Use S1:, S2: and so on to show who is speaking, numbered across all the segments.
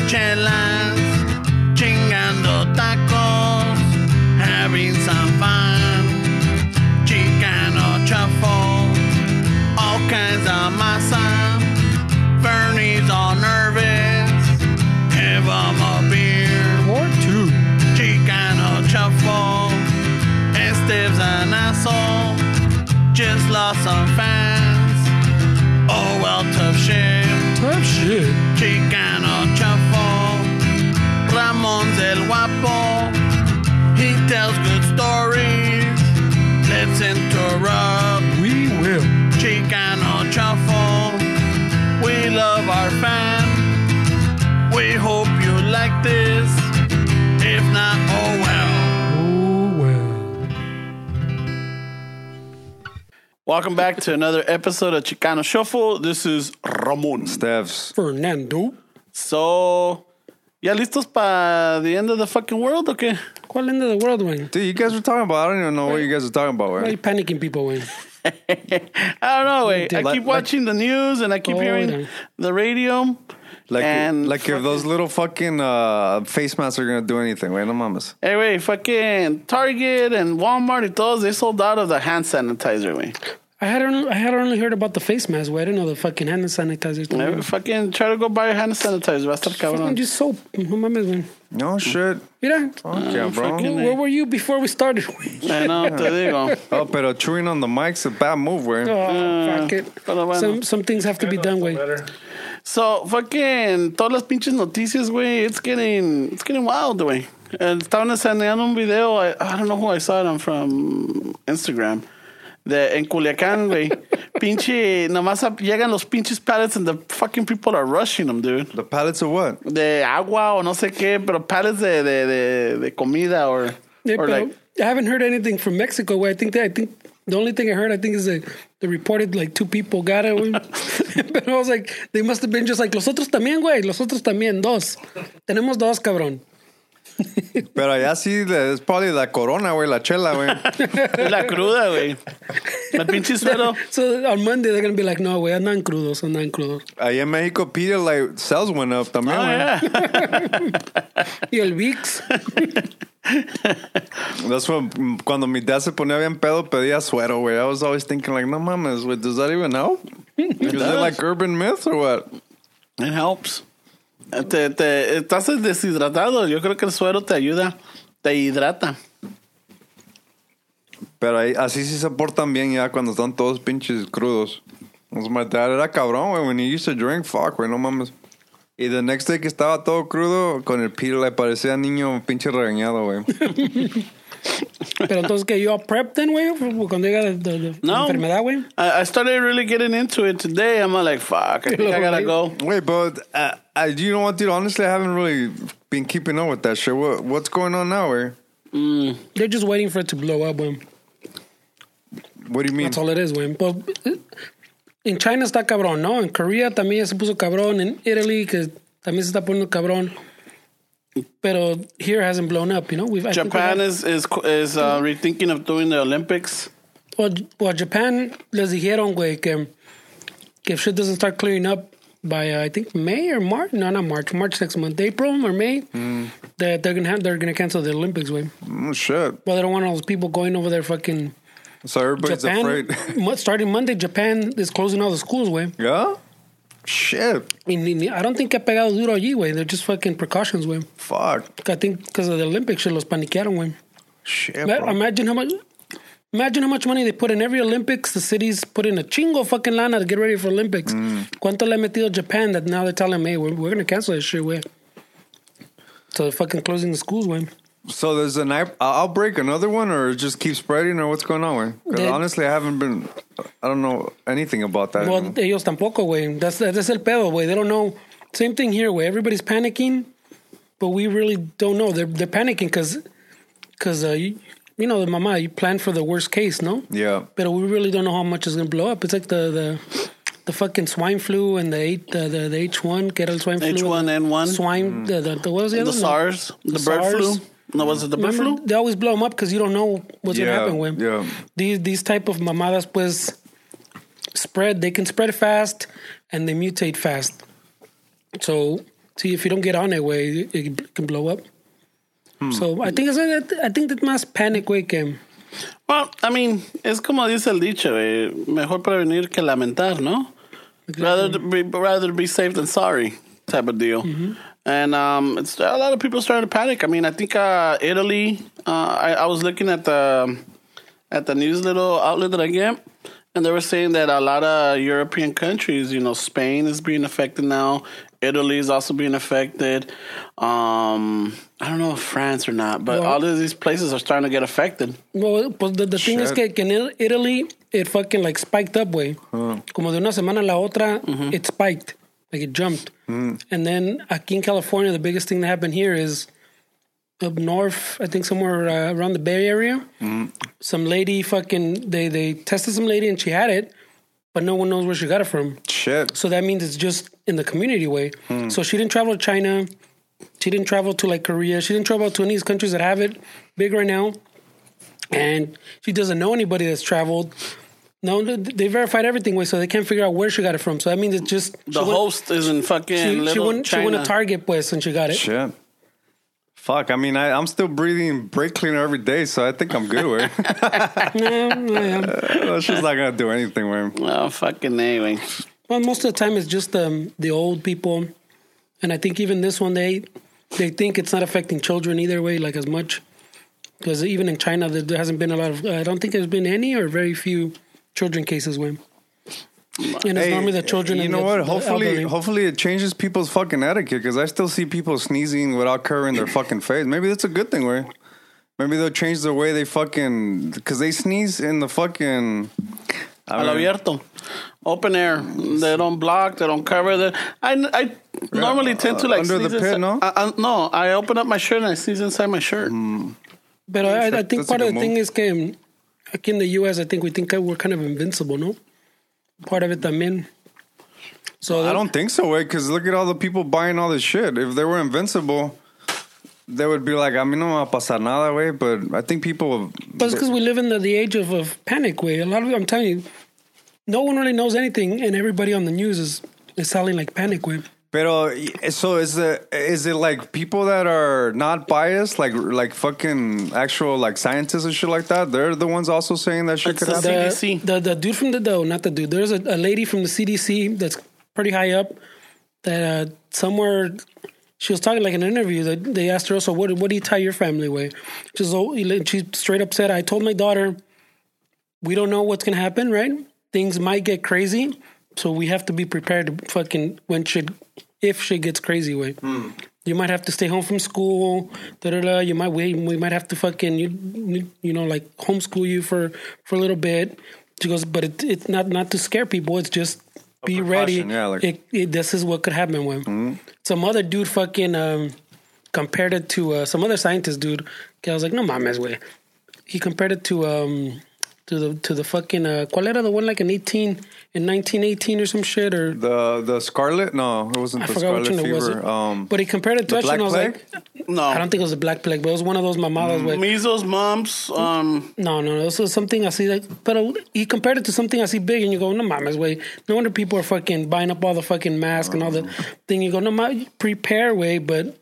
S1: chelas, chingando tacos, having some fun, chicano shuffle, all kinds of masa. Bernie's all nervous, give him a beer.
S2: Or two.
S1: Chicano Shuffle. And Steve's an asshole. Just lost some fans. Oh well, tough shit.
S2: Tough shit.
S1: Chicano Shuffle. Ramon's el guapo. He tells good stories. Let's interrupt.
S2: We will.
S1: Chicano Shuffle. We love our fan. We hope you like this. If not, oh well.
S2: Oh, well.
S1: Welcome back to another episode of Chicano Shuffle. This is Ramon.
S3: Devs.
S2: Fernando.
S1: So, ya listos para the end of the fucking world o qué?
S2: ¿Cuál end of the world, man?
S3: Dude, you guys were talking about, I don't even know what you guys are talking about,
S2: Why are you
S3: man.
S2: panicking people, man?
S1: I don't know, wait. I
S3: Like-
S1: keep watching the news and I keep
S2: Oh,
S1: hearing
S2: yeah.
S1: the radio.
S3: Like,
S1: And
S3: like if those little fucking uh, face masks are gonna do anything, wait, no mamas.
S1: Hey, wait, fucking Target and Walmart and those, they sold out of the hand sanitizer, way.
S2: I hadn't, I had only heard about the face mask, way. I didn't know the fucking hand
S1: Eh,
S2: sanitizer. thing.
S1: Fucking try to go buy your hand sanitizer. Va a estar
S2: Mm. Fucking
S1: cabrón.
S2: just soap. No mames, man.
S3: No shit.
S2: Mira,
S3: Fuck yeah, bro.
S1: Ah, fucking-
S2: where were you before we started? güey?
S1: I know, te digo.
S3: Oh, pero chewing on the mic's a bad move,
S2: Oh,
S3: wait.
S2: fuck it.
S1: Ah, pero bueno.
S2: Some, some things have to be done, way.
S1: So fucking todas las pinches noticias, güey. It's getting it's getting wild, güey. Eh, Estaban enseñando un video. I, I don't know who I saw it on from Instagram. De en Culiacán, güey. Pinche nomás ap- llegan los pinches pallets and the fucking people are rushing them, dude.
S3: The pallets of what?
S1: De agua o no sé qué, pero pallets de de de, de comida or
S2: Yeah,
S1: or
S2: pero
S1: like
S2: I haven't heard anything from Mexico. Where I think that I think the only thing I heard I think is that the reported like two people got it. güey. but I was like, they must have been just like los otros también, güey. Los otros también dos. Tenemos dos, cabrón.
S3: Pero allá sí, le- it's probably la corona, güey, la chela, güey.
S1: la cruda, güey. La pinche suero.
S2: So on Monday they're gonna be like, no, güey, andan crudos, andan crudos.
S3: Allá en México, Pedialyte sales went up también,
S1: Oh,
S3: güey.
S1: yeah.
S2: Y el Vicks.
S3: That's when, cuando mi dad se ponía bien pedo, pedía suero, güey. I was always thinking, like, no mames, güey, does that even help? Is it like urban myth or what?
S1: It helps. Te, te- estás deshidratado. Yo creo que el suero te ayuda. Te hidrata.
S3: Pero ahí, así sí se portan bien ya cuando están todos pinches crudos. Entonces, my dad era cabrón, güey. When he used to drink, fuck, güey, no mames. Y the next day que estaba todo crudo, con el pito le parecía niño pinche regañado, güey.
S2: Pero entonces que yo prep then, güey, cuando llega la, la- la
S1: No.
S2: enfermedad, güey.
S1: I, I started really getting into it today. I'm like, fuck, I think I gotta go.
S3: Wait, but uh, I, you know what, dude? Honestly, I haven't really been keeping up with that shit. What, what's going on now, güey?
S2: They're just waiting for it to blow up, güey.
S3: What do you mean?
S2: That's all it is, güey. Pues, eh, en China está cabrón, ¿no? En Korea también ya se puso cabrón. En Italy, que también se está poniendo cabrón. Pero here hasn't blown up, you know? We've, I think
S1: Japan
S2: we've-
S1: is is is uh, rethinking of doing the Olympics.
S2: Well, well, Japan les dijeron, güey, que, que if shit doesn't start clearing up by, uh, I think, May or March. No, not March. March next month. April or May.
S1: Mm.
S2: That they're going to have, they're going to cancel the Olympics, güey.
S3: Mm, shit.
S2: Well, they don't want all those people going over there fucking...
S3: So everybody's
S2: Japan,
S3: afraid.
S2: Mo- starting Monday, Japan is closing all the schools, güey.
S3: yeah? Shit.
S2: Y ni- ni- I don't think que ha pegado duro allí, güey. They're just fucking precautions, güey.
S3: Fuck.
S2: I think because of the Olympics, se los paniquearon, güey.
S3: Shit,
S2: Ma-
S3: bro.
S2: Imagine how much... Imagine how much money they put in every Olympics. The cities put in a chingo fucking lana to get ready for Olympics. ¿Cuánto le ha metido Japan that now they're telling me, hey, we're, we're going to cancel this shit, güey? So they're fucking closing the schools, güey.
S3: So there's an out- outbreak, another one, or it just keep spreading, or what's going on? Because
S2: They-
S3: honestly, I haven't been, I don't know anything about that.
S2: Well, ellos tampoco, güey. That's, that's el pedo, güey. They don't know. Same thing here, güey. Everybody's panicking, but we really don't know. They're, they're panicking because, cause, uh, you, you know, the mama, you plan for the worst case, no?
S3: yeah.
S2: But we really don't know how much is going to blow up. It's like the, the, the fucking swine flu and the, eight, the, the, the H1, que era el swine flu.
S1: H1N1.
S2: Swine, the, the, the, what was the,
S1: The
S2: other one?
S1: SARS, the, bird
S2: SARS. Mm-hmm.
S1: flu. No, was it the bird
S2: Remember,
S1: flu?
S2: they always blow them up because you don't know what's
S3: Yeah,
S2: gonna happen with
S3: yeah.
S2: these these type of mamadas pues spread. They can spread fast and they mutate fast. So See, if you don't get on it, way it, it can blow up.
S3: Hmm.
S2: So I think it's I think that mass panic way came.
S1: Well, I mean, es como dice el dicho, eh, mejor prevenir que lamentar, ¿no? Rather be, rather be safe than sorry type of deal. And um, it's a lot of people started to panic. I mean, I think uh, Italy. Uh, I, I was looking at the at the news little outlet that I get, and they were saying that a lot of European countries, you know, Spain is being affected now. Italy is also being affected. Um, I don't know if France or not, but
S2: Well-
S1: all of these places are starting to get affected.
S2: Well, pues the, the thing is que,
S3: Shit.
S2: que en Italy it fucking like spiked up way. Como de una semana a la otra it spiked, like it jumped. And then aquí in California the biggest thing that happened here is up north, I think somewhere uh, around the Bay Area. Some lady fucking they they tested some lady and she had it, but no one knows where she got it from.
S3: Shit.
S2: So that means it's just in the community way.
S1: Hmm.
S2: So she didn't travel to China. She didn't travel to like Korea. She didn't travel to any of these countries that have it big right now. And she doesn't know anybody that's traveled. No, they verified everything way, so they can't figure out where she got it from. So that means it's just she
S1: The
S2: went-
S1: host is in fucking
S2: She, she
S1: little
S2: went. She
S1: China.
S2: went to Target pues, and she got it.
S3: Shit. Fuck. I mean, I, I'm still breathing brake cleaner every day, so I think I'm good. Way. That's just not gonna do anything. Way.
S1: oh fucking anyway.
S2: Well, most of the time it's just um, the old people, and I think even this one they they think it's not affecting children either way, like as much, because even in China there there hasn't been a lot of. I don't think there's been any or very few children cases when. And it's
S3: Hey, eh,
S2: normally the children.
S3: You
S2: and
S3: know
S2: the-
S3: what?
S2: the
S3: Hopefully,
S2: elderly.
S3: hopefully it changes people's fucking etiquette because I still see people sneezing without covering their fucking face. Maybe that's a good thing, where maybe they'll change the way they fucking because they sneeze in the fucking. I
S1: Al
S3: mean,
S1: abierto. Open air. They don't block. They don't cover. They, I, I normally tend to like
S3: Under the
S1: sneeze
S3: pit,
S1: inside-
S3: no? Hmm.
S1: I, I- no, I open up my shirt and I sneeze inside my shirt.
S2: But I, I
S3: That's
S2: think
S3: a
S2: part of the
S3: good
S2: thing is
S3: move.
S2: que, like in the U.S., I think we think that we're kind of invincible, no? Part of it también. So
S3: I don't think so, way because look at all the people buying all this shit. If they were invincible, they would be like, I mean, no va a pasar nada, way. But I think people.
S2: But it's because we live in the, the age of, of panic way. A lot of I'm telling you, no one really knows anything, and everybody on the news is is selling like panic way.
S3: Pero so is the is it like people that are not biased, like like fucking actual like scientists and shit like that? They're the ones also saying that shit
S1: It's
S3: could
S1: the
S3: happen.
S1: same-
S2: The,
S1: CDC.
S2: the the dude from the no, not the dude. There's a, a lady from the CDC that's pretty high up. That uh, somewhere she was talking like in an interview that they asked her also what what do you tie your family way? She's all- she straight up said I told my daughter we don't know what's gonna happen, right? Things might get crazy, so we have to be prepared to fucking when shit if shit gets crazy way.
S3: Hmm.
S2: You might have to stay home from school. Da da da. You might wait. We might have to fucking you, you know like homeschool you for for a little bit. She goes, but it, it's not not to scare people. It's just be ready.
S3: precaution, yeah, like- Hmm.
S2: it, it, this is what could happen when some other dude fucking um, compared it to uh, some other scientist dude. 'Kay, I was like, no mames, way. He compared it to um to the to the fucking uh, ¿cuál era the one like in eighteen in nineteen eighteen or some shit or
S3: The the scarlet? No, it wasn't
S2: I
S3: the
S2: forgot which
S3: scarlet
S2: one
S3: fever.
S2: it was.
S3: Um,
S2: but he compared it to
S3: the
S2: actually, and
S3: Black
S2: I was
S3: Plague. Mm-hmm.
S2: like,
S1: No,
S2: I don't think it was the black plague, but it was one of those mamadas. where
S1: measles, mumps. Um,
S2: no, no, no, this was something I see like, but uh, he compared it to something I see big, and you go, no mames, way. No wonder people are fucking buying up all the fucking masks and all the thing. You go, no, ma- prepare way, but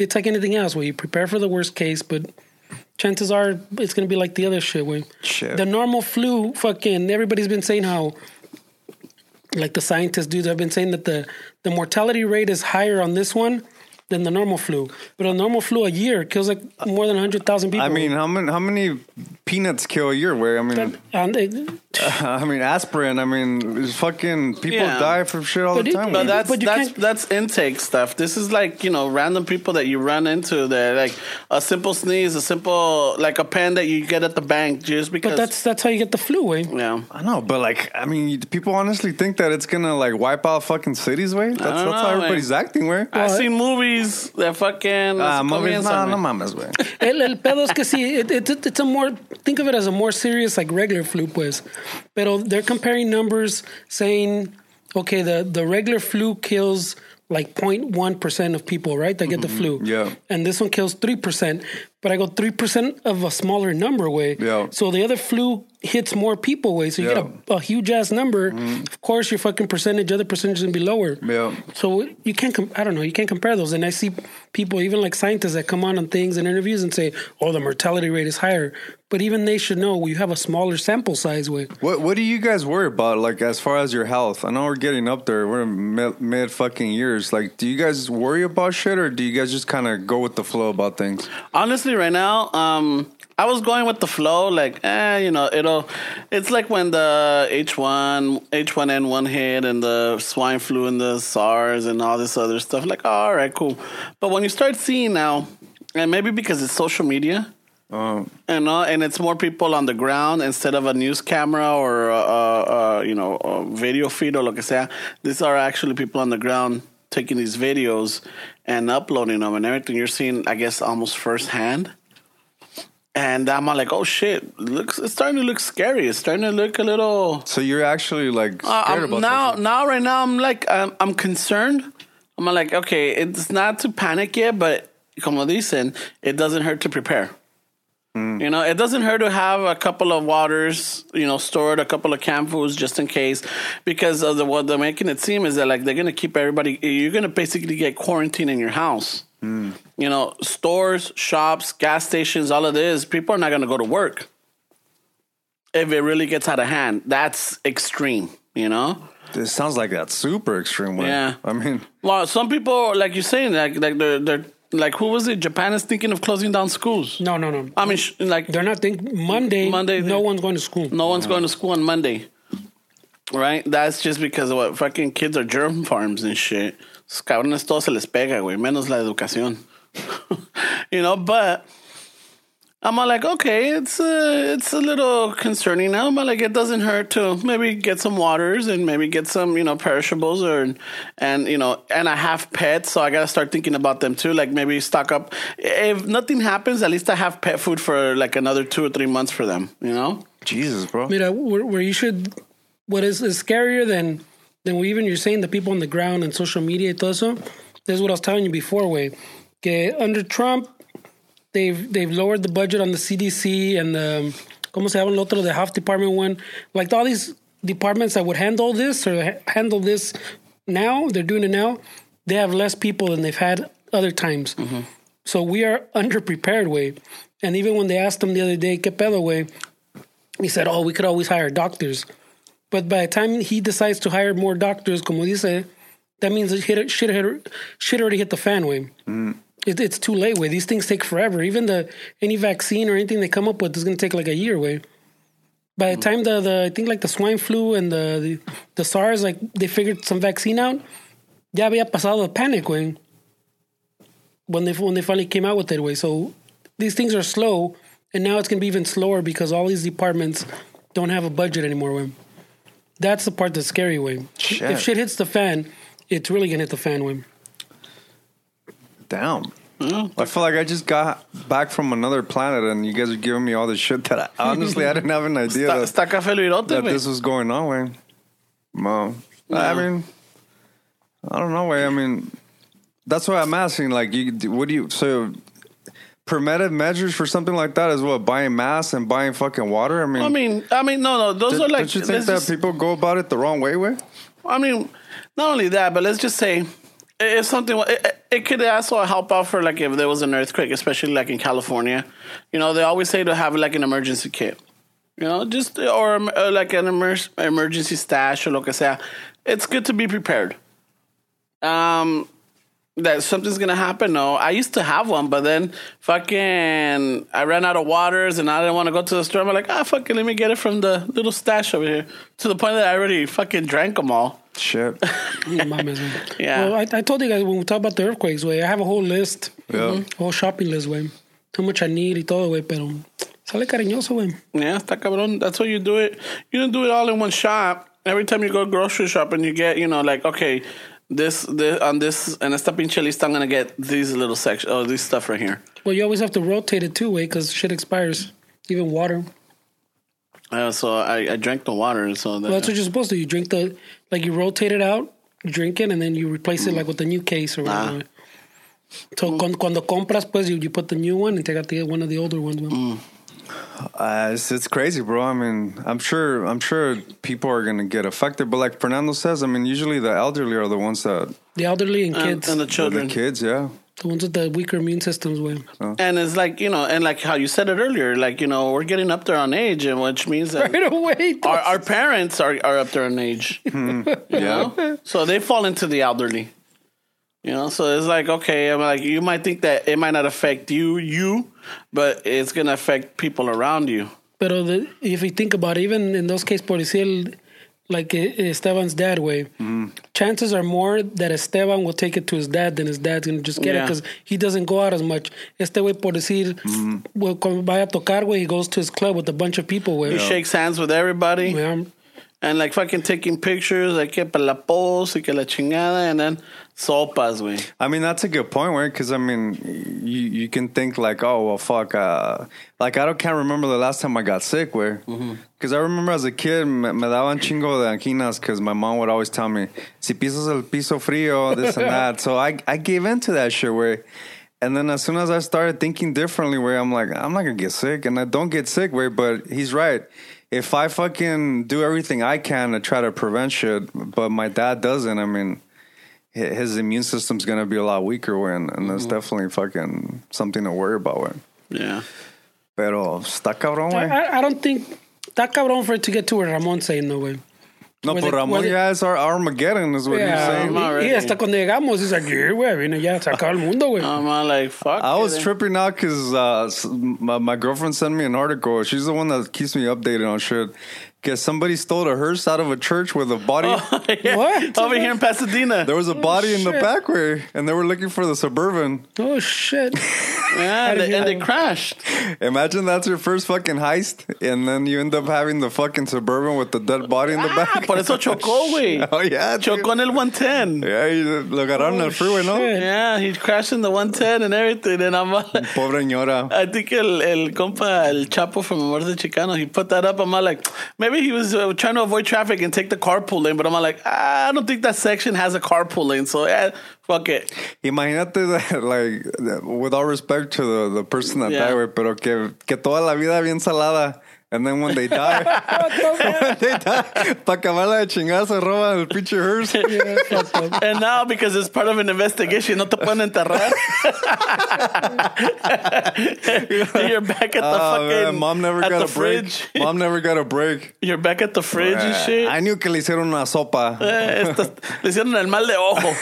S2: it's like anything else where you prepare for the worst case, but chances are it's gonna be like the other shit way.
S3: Shit.
S2: The normal flu, fucking everybody's been saying how. Like the scientists dudes have been saying that the the mortality rate is higher on this one than the normal flu, but a normal flu a year kills like more than hundred thousand people.
S3: I mean, how many how many peanuts kill a year? Where I mean,
S2: and it,
S3: I mean aspirin. I mean, it's fucking people
S1: Yeah.
S3: die from shit all
S2: But
S3: the
S2: it-
S3: time.
S2: but
S3: man.
S1: that's
S2: you
S1: that's
S2: can't-
S1: that's intake stuff. This is like you know random people that you run into. That like a simple sneeze, a simple like a pen that you get at the bank just because.
S2: But that's that's how you get the flu way.
S1: yeah.
S3: I know, but like, I mean, people honestly think that it's gonna like wipe out fucking cities, way. That's, that's
S1: don't know,
S3: how everybody's acting, way.
S1: I
S2: Well,
S1: see movies that fucking.
S3: Ah,
S1: let's go
S3: movies,
S1: in
S3: no, no
S1: somewhere.
S3: mames, way.
S2: El, el pedo es que sí, it, it, it's a more think of it as a more serious like regular flu pues. Pero they're comparing numbers, saying okay, the the regular flu kills like 0.1 percent of people, right? That get the flu.
S3: Mm-hmm. yeah.
S2: And this one kills three percent. But I go 3% of a smaller number, way.
S3: Yeah.
S2: So the other flu hits more people, way. So you
S3: Yeah. Mm-hmm.
S2: get a, a huge ass number. Of course, your fucking percentage, other percentage is going to be lower.
S3: Yeah.
S2: So you can't, com- I don't know, you can't compare those. And I see people, even like scientists that come on on things and interviews and say, oh, the mortality rate is higher. But even they should know you have a smaller sample size, way.
S3: What What do you guys worry about, like as far as your health? I know we're getting up there. We're in mid, mid fucking years. Like, do you guys worry about shit, or do you guys just kind of go with the flow about things?
S1: honestly right now um i was going with the flow like eh you know it'll it's like when the h1 h1n1 hit and the swine flu and the sars and all this other stuff like oh, all right cool but when you start seeing now and maybe because it's social media
S3: Uh,
S1: you know, and it's more people on the ground instead of a news camera or a, a, a you know a video feed or lo que sea. These are actually people on the ground taking these videos and uploading them and everything. You're seeing, I guess, almost firsthand. And I'm all like, oh shit! Looks, it's starting to look scary. It's starting to look a little.
S3: so you're actually like scared
S1: Uh, I'm-
S3: about
S1: now,
S3: that shit.
S1: now, right now, I'm like, I'm, I'm concerned. I'm like, okay, it's not to panic yet, but como dicen, it doesn't hurt to prepare.
S3: Mm.
S1: You know, it doesn't hurt to have a couple of waters, you know, stored, a couple of canned foods just in case, because of the, what they're making it seem is that like they're gonna keep everybody. You're gonna basically get quarantined in your house.
S3: Mm.
S1: You know, stores, shops, gas stations, all of this. People are not gonna go to work if it really gets out of hand. That's extreme. You know.
S3: It sounds like that super extreme way.
S1: Yeah.
S3: I mean,
S1: Well, some people, like you're saying, like like they're, they're like who was it? Japan is thinking of closing down schools.
S2: No, no, no.
S1: I mean, sh- like
S2: They're not thinking Monday,
S1: Monday,
S2: no
S1: they-
S2: one's going to school.
S1: no one's going to school on Monday, right? That's just because of what fucking kids are germ farms and shit. Los cabrones todos se les pega, güey, menos la educación. you know, but I'm all like, okay, it's uh, it's a little concerning now, but like it doesn't hurt to maybe get some waters and maybe get some you know perishables or and you know and I have pets, so I gotta start thinking about them too. Like maybe stock up. If nothing happens, at least I have pet food for like another two or three months for them. You know.
S3: Jesus, bro.
S2: Mira, where, where you should, what is, is scarier than than we even you're saying the people on the ground and social media y todo eso. This is what I was telling you before, way. Que under Trump, they've they've lowered the budget on the CDC and the como se llama el otro the health department one. Like all these departments that would handle this or ha- handle this now, they're doing it now. They have less people than they've had other times. So we are underprepared, way. And even when they asked them the other day, ¿Qué pedo, way? he said, "Oh, we could always hire doctors." But by the time he decides to hire more doctors, como dice, that means it hit, shit, hit, shit already hit the fan way. It, it's too late way. These things take forever. Even the any vaccine or anything they come up with is going to take like a year way. By the time the, the I think like the swine flu and the, the the SARS like they figured some vaccine out, ya había pasado the panic way. When they when they finally came out with it way, so these things are slow, and now it's going to be even slower because all these departments don't have a budget anymore. Way. That's the part that's scary. Way.
S3: Shit.
S2: If shit hits the fan, it's really going to hit the fan. Way.
S3: Damn. I feel like I just got back from another planet, and you guys are giving me all this shit that I honestly I didn't have an idea
S1: Está,
S3: that,
S1: está café lo irote,
S3: that
S1: güey.
S3: this was going on. Way, mom. I mean, I don't know. Way, I mean, that's why I'm asking. Like, you, what do you so? Preventive measures for something like that is what buying masks and buying fucking water. I mean,
S1: I mean, I mean, no, no, those
S3: d-
S1: are like.
S3: don't you think
S1: let's
S3: that
S1: just-
S3: people go about it the wrong way? Way,
S1: I mean, not only that, but let's just say i- if something wa- it, it- it could also help out for like if there was an earthquake, especially like in California. You know, they always say to have like an emergency kit. You know, just or um, uh, like an emer- emergency stash or lo que sea. It's good to be prepared. Um, that something's gonna happen. No, I used to have one, but then fucking I ran out of waters and I didn't want to go to the store. I'm like, ah, fucking, let me get it from the little stash over here. To the point that I already fucking drank them all.
S3: shit.
S2: No mames, güey.
S1: Yeah.
S2: Well, I, I told you guys when we talk about the earthquakes, way I have a whole list,
S1: Mm-hmm.
S3: Yeah.
S2: a whole shopping list, way. How much I need y todo, way. Pero sale cariñoso, way.
S1: Yeah, está cabrón. That's why you do it. You don't do it all in one shop. Every time you go grocery shopping, you get, you know, like, okay, this, this on this, and esta pinche lista, I'm going to get these little sections, oh, this stuff right here.
S2: Well, you always have to rotate it too, way, because shit expires. Even water.
S1: Uh, so I, I drank the water. So that,
S2: Well, that's what you're supposed to. do. You drink the
S1: Ah.
S2: like you rotate it out, you drink it, and then you replace it like with a new case or whatever. So
S1: Mm.
S2: con- cuando compras, pues you, you put the new one and take out the one of the older ones. güey.
S1: Mm.
S3: Uh, it's, it's crazy, bro. I mean, I'm sure I'm sure people are gonna get affected, but like Fernando says, I mean, usually the elderly are the ones that
S2: The elderly and
S1: and,
S2: kids,
S1: and the
S3: the
S1: children.
S3: kids, yeah.
S2: the ones with the weaker immune systems, güey.
S1: And it's like you know, and like how you said it earlier, like you know, we're getting up there on age, and which means that
S2: Right away.
S1: our, our parents are, are up there in age,
S3: Hmm. Yeah.
S1: so they fall into the elderly. You know, so it's like okay, I'm like you might think that it might not affect you, you, but it's gonna affect people around you.
S2: But the, if you think about it, even in those cases, Poriciel, like eh, Esteban's dad way, chances are more that Esteban will take it to his dad than his dad's going to just get it
S1: Yeah.
S2: 'cause it because he doesn't go out as much. Este way, por decir, well, cuando vaya a tocar, way, he goes to his club with a bunch of people, way.
S1: He shakes hands with everybody.
S2: Yeah.
S1: and like fucking taking pictures, like que pa la pose, y que la chingada, and then sopas, güey.
S3: I mean, that's a good point, right? Because I mean, you you can think like, oh well, fuck. Uh, like I don't can't remember the last time I got sick, where because I remember as a kid me, me daban chingo de anginas because my mom would always tell me si pisas el piso frío, this and that. So I I gave into that shit, where. And then as soon as I started thinking differently, where I'm like, I'm not gonna get sick, and I don't get sick, where. But he's right. If I fucking do everything I can to try to prevent shit, but my dad doesn't, I mean hi- his immune system's gonna be a lot weaker when, and that's
S2: Mm-hmm.
S3: definitely fucking something to worry about when.
S1: Yeah.
S3: Pero está cabrón,
S2: I,
S3: güey.
S2: I- I don't think that cabrón for it to get to where Ramon's saying, no, way.
S3: No,
S2: was
S3: por
S2: it- was
S3: Ramon
S2: it-
S3: ya es our Armageddon, is what
S2: Yeah,
S3: you're saying.
S1: I'm
S2: y, y
S1: already- Ah.
S2: hasta cuando llegamos, es like, yeah, güey, vino ya, se acaba el mundo, güey.
S1: I'm all like, fuck.
S3: I
S1: it.
S3: was tripping out because uh, s- my, my girlfriend sent me an article. She's the one that keeps me updated on shit. Because somebody stole a hearse out of a church with a body.
S1: Yeah.
S2: What?
S1: Over here in Pasadena.
S3: There was a body in the
S2: Oh, shit.
S3: back way, and they were looking for the suburban.
S2: Oh, shit.
S1: yeah,
S2: did
S1: they,
S2: you
S1: and they
S2: know?
S1: crashed.
S3: Imagine that's your first fucking heist, and then you end up having the fucking suburban with the dead body in the
S1: Ah,
S3: back.
S1: por eso chocó, güey.
S3: Oh yeah, dude.
S1: Chocó Oh, en el 110.
S3: Yeah, y lo agarraron en el freeway, ¿no?
S2: shit.
S1: Yeah, he crashed in the 110 and everything. And I'm all like,
S3: Pobre ñora.
S1: I think el, el compa, el Chapo from Amor de Chicano, he put that up. I'm all like, maybe he was uh, trying to avoid traffic and take the carpool lane. But I'm all like, ah, I don't think that section has a carpool lane. So, eh, fuck it.
S3: Imagínate, that, like, that- with all respect to the, the person that
S1: Yeah.
S3: died, güey, pero que, que toda la vida bien salada. And then when they die, when they die, pa' acabarla de chingar se roban el pinche hearse.
S2: Yeah, fuck up.
S1: And now, because it's part of an investigation, no te pueden enterrar. You're back at the
S3: Oh,
S1: fucking
S3: man, mom never
S1: at
S3: got
S1: the
S3: a break.
S1: fridge.
S3: Mom never got a break. Eh,
S1: You're back at the fridge and shit.
S3: I knew que le hicieron una sopa.
S1: Eh, esto- le hicieron el mal de ojo.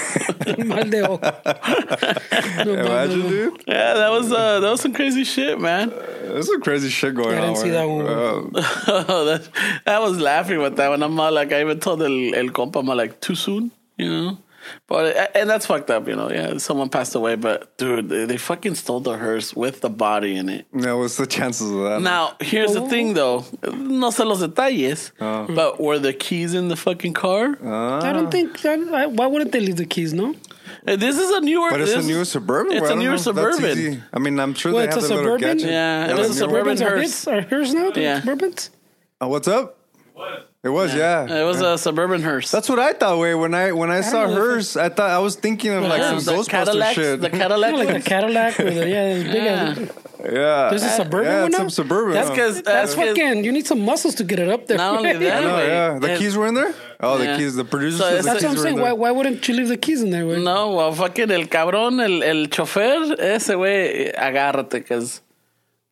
S2: Mal de ojo. No mames,
S3: Imagine,
S2: güey.
S3: dude.
S1: yeah, that was uh, that was some crazy shit, man.
S3: There's some crazy shit going
S2: I didn't
S3: on.
S2: see
S3: güey.
S2: that one, güey.
S3: Uh,
S1: that, I was laughing with that one. I'm all like, I even told el, el compa, I'm all like, too soon, you know? But, eh, and that's fucked up, you know? Yeah, someone passed away, but dude, they, they fucking stole the hearse with the body in it.
S3: No, what's the chances of that?
S1: Now, here's the thing
S3: Oh.
S1: though. No sé los detalles,
S3: Ah.
S1: but were the keys in the fucking car?
S2: I don't think. I, I, why wouldn't they leave the keys? No,
S1: Uh, This is a newer.
S3: But it's a
S1: this-
S3: newer suburban.
S1: It's
S3: I
S1: a
S3: don't know
S1: newer
S3: if that's
S1: suburban.
S3: easy. I mean, I'm sure
S2: Well,
S3: they
S2: it's
S3: have
S2: a
S3: the little
S2: suburban?
S3: gadget.
S1: Yeah, it
S3: the
S1: is a
S3: newer
S1: Suburban
S3: one.
S2: Suburbans are
S1: hearse.
S2: his. Are hers now? The
S1: Yeah.
S2: Suburbans.
S3: Uh, what's up? It was, yeah.
S1: It was a suburban hearse.
S3: That's what I thought. Wait, when I when I, saw
S2: know if
S3: hers, I thought I was thinking of like
S1: Yeah,
S3: some
S1: the
S3: Ghostbuster
S1: Cadillac.
S3: shit.
S1: The
S2: Kind of like a
S1: Cadillac.
S2: Cadillac with a yeah, it's big.
S1: Yeah.
S2: As,
S3: yeah,
S2: there's a suburban
S3: yeah,
S2: one
S3: it's
S2: now.
S3: some suburban.
S1: That's
S3: one.
S1: because
S2: That's fucking. You need some muscles to get it up there.
S1: Not only that,
S3: I know,
S1: Anyway,
S3: Oh, yeah. The
S1: it-
S3: keys were in there. Oh,
S1: Yeah.
S3: the keys. The producers.
S1: So
S3: said
S1: it's-
S3: the
S2: That's
S3: keys
S2: what I'm
S3: were
S2: saying.
S3: in there.
S2: Why, why wouldn't you leave the keys in there? Way?
S1: No, well, fucking el cabrón, el, el chofer, ese güey, agárrate, because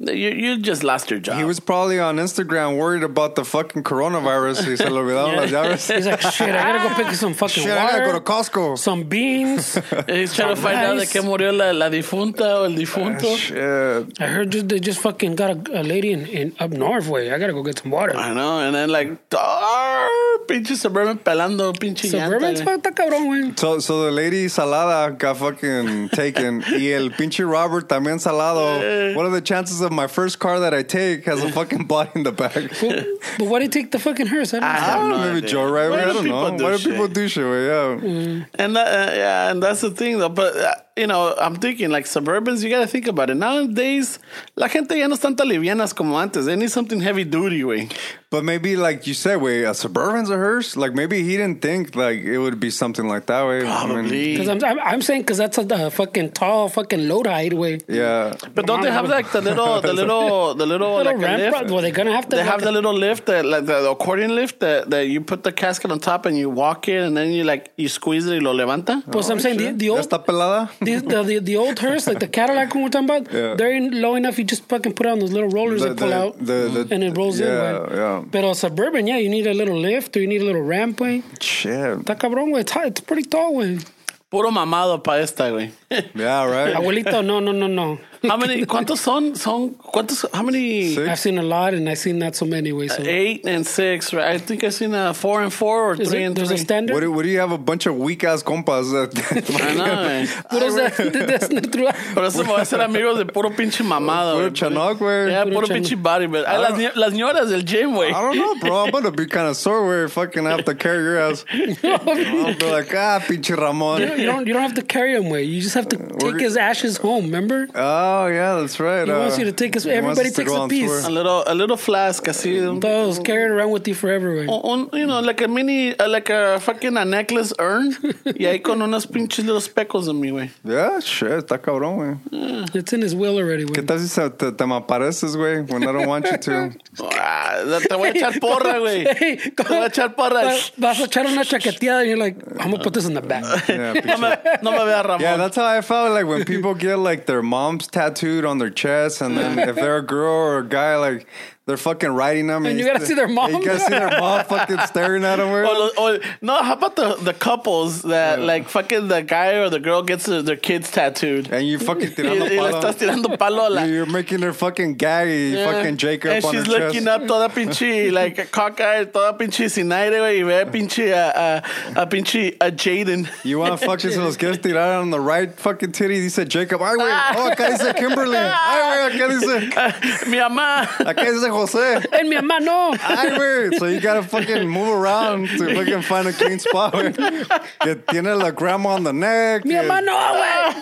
S1: you, you just lost your job.
S3: He was probably on Instagram worried about the fucking coronavirus. He said, "Lo olvidaron las llaves."
S2: He's like, shit. I gotta go pick you some fucking
S3: Shit, I
S2: water,
S3: gotta go to Costco.
S2: some beans.
S1: He's trying to find out de
S2: Nice.
S1: qué murió la, la difunta o el difunto.
S3: Ah, Shit.
S2: I heard just, they just fucking got a, a lady in, in up north. Way. I gotta go get some water.
S1: I know, and then like, "Arr, pinche suburban pelando, pinche
S2: Suburbans,
S1: llanta.
S2: fuck, está cabrón, güey.
S3: So, so the lady Salada got fucking taken. y el pinche Robert también Salado. What are the chances of my first car that I take has a fucking body in the back?
S2: But, but why do you take the fucking hearse? I don't
S1: I have
S2: know.
S3: I don't know,
S1: no
S3: maybe
S1: idea.
S3: Joe Right?
S1: Why
S3: I
S1: do
S3: don't
S1: people
S3: know.
S1: do
S3: Why do
S1: shit?
S3: people do shit? Yeah.
S1: And that, uh, yeah, and that's the thing though. But uh, you know, I'm thinking like suburbans, you gotta think about it. Nowadays, la gente ya no están tan livianas como antes. They need something heavy duty, güey.
S3: But maybe, like you said, wait, a Suburban's a hearse? Like, maybe he didn't think, like, it would be something like that, way.
S1: Probably.
S2: Because I'm, I'm, I'm saying because that's a, the fucking tall fucking load height way.
S3: yeah.
S1: But don't they have like the little, the little, the little,
S2: Little
S1: Oh, like a
S2: ramp,
S1: lift?
S2: pro- well, they're gonna have to.
S1: They have
S2: like,
S1: the little lift that, like the accordion lift that, that you put the casket on top and you walk it and then you like you squeeze it y lo levanta.
S2: Pues
S3: Oh,
S2: I'm saying the, the
S3: ¿Ya
S2: old
S3: está pelada?
S2: the, the, the, the old hearse, like the Cadillac one we're talking about,
S3: Yeah.
S2: they're in low enough. You just fucking put on those little rollers
S3: The-
S2: that pull
S3: the-
S2: out,
S3: the- the-
S2: and it rolls
S3: yeah,
S2: in.
S3: yeah.
S2: But a suburban, yeah, you need a little lift or you need a little ramp way.
S3: Shit.
S2: Está cabrón, güey. It's, high- it's pretty tall, güey.
S1: Puro mamado pa esta, güey.
S3: Yeah, right?
S2: Abuelito, no, no, no, no.
S1: How many? ¿Cuántos son? Son cuántos? How many?
S3: Six.
S2: I've seen a lot, and I've seen not so many ways. So.
S1: Eight and six, right? I think I've seen a four and four or
S2: Is
S1: three
S2: there,
S1: and
S2: there's
S1: three.
S2: a standard.
S3: What do, what do you have a bunch of weak ass compas?
S1: I
S3: That,
S1: know, eh. güey.
S2: What is that? That's not true.
S1: Por eso me voy a hacer amigo de puro pinche mamado.
S2: Oh,
S3: Puro
S1: güey.
S3: chanoc, güey.
S1: Yeah, puro
S2: Puro
S1: pinche body, but Ay, las, ni- las señoras del gym, güey.
S3: I don't know, bro. I'm gonna be kind of sore where I fucking have to carry your ass. I'll be like, ah, pinche
S2: You
S3: Ramon.
S2: you don't. You don't have to carry him away. You just have to take his ashes home. Remember?
S3: Oh yeah, that's right. uh,
S2: He wants you to take us-
S3: he wants
S2: everybody
S3: us to
S2: takes
S3: go
S2: a
S3: on
S2: piece.
S1: A
S3: tour.
S1: little, a little flask, así. un-
S2: Those carried around with you forever, güey.
S1: un- you know, like a mini, uh, like a fucking a necklace urn. y ahí con unos pinches little speckles en mi, güey.
S3: Yeah, shit, está cabrón, güey.
S2: It's in his will already,
S3: ¿Qué
S2: güey.
S3: tal si se- te, te me apareces, güey, when I don't want you to?
S1: Ah, te voy a echar porra, güey.
S2: Hey,
S1: Te voy a echar porra.
S2: vas- Vas a echar una chaqueteada, and you're like, I'm gonna put this in the back.
S3: Yeah,
S1: No
S3: pinche-
S1: me, no me veas, Ramón.
S3: yeah, that's how I felt like when people get like their mom's tattooed on their chest, and then if they're a girl or a guy, like they're fucking writing them.
S2: And you gotta see their mom.
S3: You gotta see their mom fucking staring at them.
S1: Or,
S3: Where,
S1: lo- or- no, how about the, the couples that, like, fucking the guy or the girl gets their, their kids tattooed?
S3: and you fucking
S1: Y,
S3: tirando
S1: y le estás
S3: palo.
S1: tirando palo a la,
S3: You're making her fucking gag y fucking Jacob
S1: And
S3: on
S1: she's
S3: her chest.
S1: looking up toda pinche, like, cockeyed, toda pinche sin aire, güey, y ve a pinche, a, a, a pinche, a Jaden.
S3: You want to fucking se los quieres tirar on the right fucking titty? Dice Jacob. Ay, güey.
S1: Ah.
S3: Oh, acá dice Kimberly. Ay, güey. Acá dice,
S1: Mi mamá.
S3: acá dice José.
S2: And mi mamá, no.
S3: Ay, güey. So you gotta fucking move around to fucking find a clean spot. güey. Que tiene la grandma on the neck.
S2: Mi
S1: Ah.
S3: que-
S2: mamá,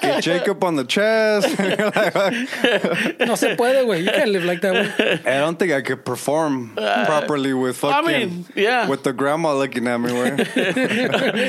S2: no,
S3: que Jacob on the chest.
S2: güey. No se puede, güey. You can't live like that, güey.
S3: I don't think I could perform properly with
S1: Ah. I
S3: fucking.
S1: mean, yeah.
S3: With the grandma looking at me, güey.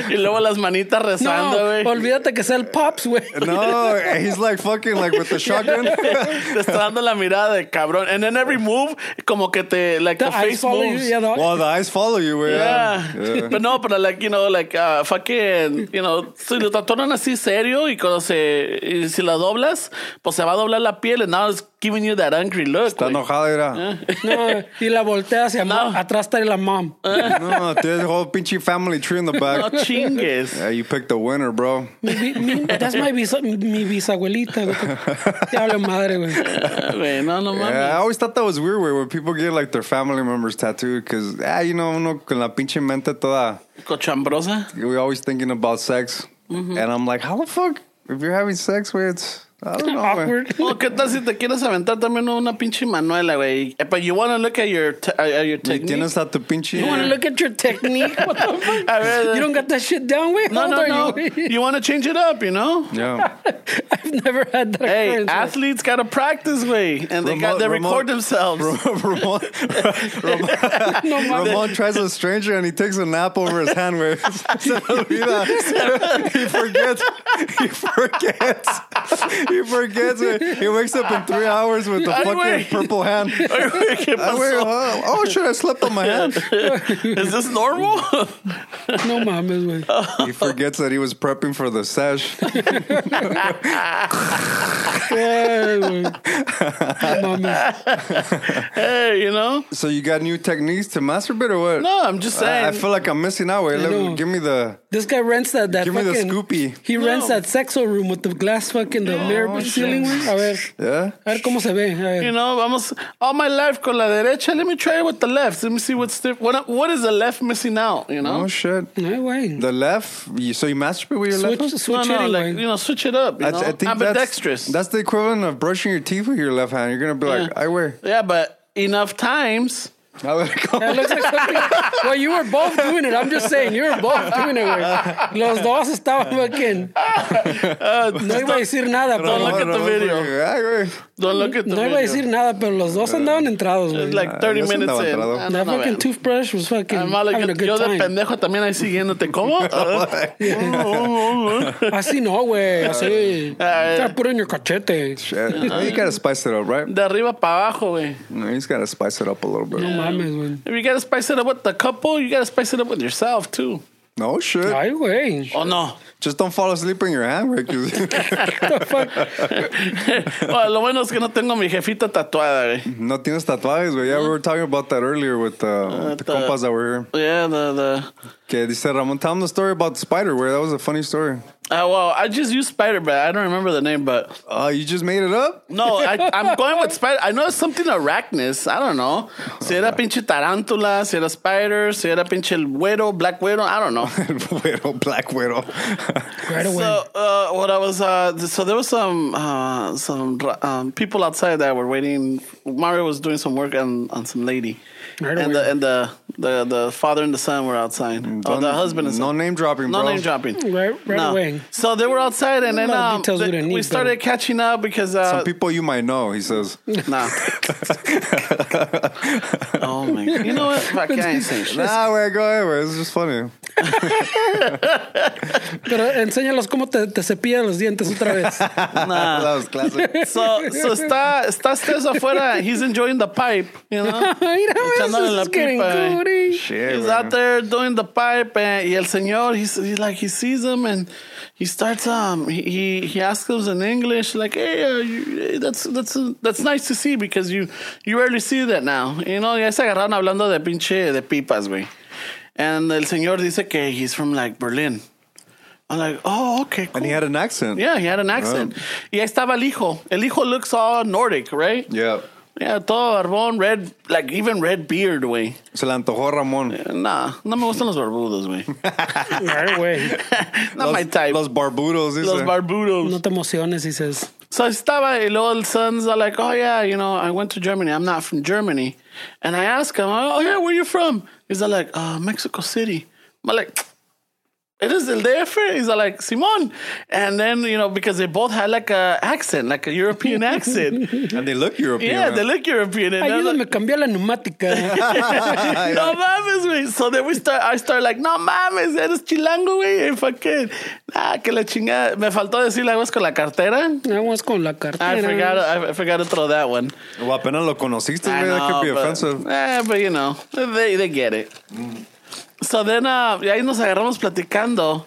S1: y luego las manitas
S2: No,
S1: rezando, güey.
S2: olvídate que sea el pops, güey.
S3: No, he's like fucking like with the shotgun.
S1: Te está dando la mirada de cabrón. And then every move, como que te, like, the,
S2: The eyes
S1: face
S2: follow you.
S1: moves.
S2: Yeah, the-
S3: Well, the eyes follow you, güey.
S1: Yeah.
S3: Yeah.
S1: But no, but like, you know, like, uh, fucking, you know, si lo tatuan así serio y cuando se, y si la doblas, pues se va a doblar la piel and now it's giving you that angry look.
S3: Está
S1: güey.
S3: enojada, era.
S2: No, y la voltea hacia
S1: No.
S2: ma- atrás está la mom.
S3: No, there's a whole pinchy family tree in the
S1: No
S3: back.
S1: chingues.
S3: Yeah, you picked the winner, bro.
S2: Mi, mi, mi- that's my bisa, mi, mi bisabuelita, güey. Te hablo madre, güey.
S1: Ah, güey, no, no mames.
S3: Yeah, I always thought that was weird where, when people get like their family members tattooed because, ah, you know, uno con la pinche mente toda,
S1: Cochambrosa.
S3: we're always thinking about sex.
S2: Mm-hmm.
S3: And I'm like, how the fuck? If you're having sex with, it's, I don't know. man.
S2: Awkward.
S1: Oh, ¿Qué tal si te quieres aventar también una pinche Manuela, güey? Eh, But you want to look at your, te- at your
S3: Y
S1: technique.
S3: Tienes a tu pinche.
S2: You want to look at your technique? What the fuck?
S1: A ver,
S2: You don't got that shit down, güey?
S1: no,
S2: How old
S1: no,
S2: are
S1: no.
S2: you?
S1: You want to change it up, you know?
S3: Yeah.
S2: I've never had that
S1: Hey,
S2: experience. güey.
S1: athletes got to practice, way, and they got
S3: Remote-
S1: to
S3: remote-
S1: record themselves.
S3: Ramon, Ramon,
S2: No mames.
S3: Ramon tries a stranger and he takes a nap over his hand. Where Se le olvida. he forgets, he forgets, he forgets. güey. He wakes up in three hours with the
S1: Ay,
S3: fucking
S1: güey.
S3: purple hand.
S1: Ay, güey, ¿qué
S3: Ah, güey,
S1: pasó?
S3: oh, oh, shit! I slept on my hand.
S1: Is this normal?
S2: No mames, güey.
S3: He forgets that he was prepping for the sesh.
S2: Ay, güey. No mames.
S1: hey, you know?
S3: So you got new techniques to masturbate or what?
S1: No, I'm just saying.
S3: I, I feel like I'm missing out. Wait, let me,
S2: know.
S3: give me the
S2: This guy rents that, that
S3: give me the
S2: fucking...
S3: scoopy.
S2: He rents
S1: No.
S2: that sexo room with the glass fucking... The mirror
S3: shit.
S2: ceiling, güey. A ver.
S3: Yeah.
S2: A ver cómo se ve. A ver.
S1: you know, almost all my life con la derecha. Let me try it with the left. Let me see what's diff- what what is the left missing out, you know?
S3: Oh shit.
S2: Ay, güey.
S3: The left, you, so you masturbate with your left
S1: no,
S2: Switch, switch
S3: hand?
S1: no,
S2: hitting,
S1: like
S2: güey.
S1: you know, switch it up. You know?
S3: th-
S1: I'm
S3: that's,
S1: ambidextrous.
S3: That's the equivalent of brushing your teeth with your left hand. You're gonna be like,
S1: Yeah.
S3: I wear.
S1: yeah, but enough times
S3: A ver, ¿cómo?
S2: That looks like something. well, you were both doing it. I'm just saying, you were both doing it. güey. Los dos estaban fucking.
S1: Uh,
S2: No iba a decir nada,
S1: Don't
S2: pero.
S1: look at the video.
S3: Ay, güey.
S1: Don't look at the
S2: No
S1: video.
S2: iba a decir nada, pero los dos andaban entrados,
S1: It's
S2: güey.
S1: like 30
S3: Ah, yo sí
S1: minutes
S3: andaba
S1: in.
S3: entrado.
S1: Ah, no,
S2: That
S1: no,
S2: fucking
S1: vean.
S2: toothbrush was fucking
S1: I'm all like,
S2: having a
S1: yo
S2: good
S1: de
S2: time.
S1: pendejo también ahí siguiéndote. ¿Cómo? Ah, ah, ah, ah.
S2: Así no, güey. Así.
S1: Ah,
S2: Te puro en el cachete.
S3: Shit.
S1: Oh.
S3: You gotta spice it up, right?
S1: de arriba para abajo, güey.
S3: You just gotta spice it up a little bit.
S2: No mames, güey.
S1: If you gotta spice it up with the couple, you gotta spice it up with yourself too.
S3: No shit.
S2: Ay, güey.
S1: Oh no.
S3: Just don't fall asleep in your hand, right? 'Cause-
S2: What the fuck?
S1: Bueno, lo bueno es que no tengo a mi jefita tatuada, güey.
S3: no tienes tatuajes, güey. Yeah, we were talking about that earlier with uh, the
S1: the-
S3: compas that were here.
S1: Yeah, the the.
S3: Okay, they said, Ramon, tell them the story about the spider, where that was a funny story.
S1: Uh, well, I just used Spider Man. I don't remember the name, but
S3: Oh, you just made it up?
S1: no, I, I'm going with Spider. I know it's something arachnis. I don't know. Si era pinche tarántula, si era spider, si era pinche el güero, black güero. I don't know.
S3: widow, black widow.
S2: Right away.
S1: So uh, what I was uh, th- so there was some uh, some um, people outside that were waiting. Mario was doing some work on, on some lady,
S2: Right
S1: and
S2: away.
S1: the and the, the the father and the son were outside. Oh, the husband and
S3: No
S1: son.
S3: name dropping,
S1: no
S3: bro.
S1: name dropping.
S2: right right
S1: No.
S2: away.
S1: So they were outside, and then
S2: lot of
S1: um,
S2: details we
S1: th-
S2: didn't
S1: we
S2: need,
S1: started catching up because uh,
S3: Some people you might know, he says.
S1: nah. oh my! God. You know what? Fuck, I ain't saying shit.
S3: nah, wait, go ahead, wait. It's just funny.
S2: Pero enséñalos cómo te, te cepillan los dientes otra vez.
S1: Nah.
S3: that was classic.
S1: So, so está, está Stairs afuera. He's enjoying the pipe, you know?
S2: Mira,
S1: Echándole la
S2: eso es getting
S1: pipa, eh.
S2: good, eh.
S3: Shit,
S1: he's
S3: güey.
S1: out there doing the pipe, and y el señor, he's, he like he sees him and he starts um he he, he asks us in English like hey uh, you, eh, that's that's that's nice to see because you you rarely see that now you know ya se agarraron hablando de pinche de pipas güey and el señor dice que he's from like Berlin I'm like oh okay cool.
S3: And he had an accent.
S1: yeah he had an accent y ahí estaba el hijo el hijo looks all Nordic right
S3: Yeah.
S1: yeah todo barbón red like even red beard güey
S3: Se le antojó Ramón.
S1: Nah, no me gustan los barbudos, güey.
S2: Right away.
S1: Not
S3: Los-
S1: my type. Los,
S3: Los barbudos, dice.
S1: barbudos.
S2: No te emociones, dices.
S1: So I estaba y luego el sons are like, oh yeah, you know, I went to Germany. I'm not from Germany. And I ask him, oh yeah, where you from? He's all like, uh, Mexico City. I'm like, it is el DF. He's all like, Simon. And then, you know, because they both had like a accent, like a European accent.
S3: and they look European.
S1: Yeah, they
S3: man.
S1: look European. And they're
S2: Ayúdame a cambiar la neumática.
S1: No mames, güey. So then we start, I start like, no mames, eres chilango, güey. And Fucking, ah, que la chingada. Me faltó decirle algo es con la cartera.
S2: Vamos con la
S1: I forgot,
S2: cartera.
S1: I, forgot to throw that one.
S3: Well, apenas lo conociste,
S1: I
S3: man. That could be
S1: but,
S3: offensive.
S1: Eh, but you know, they, they get it. So then, uh, y ahí nos agarramos platicando.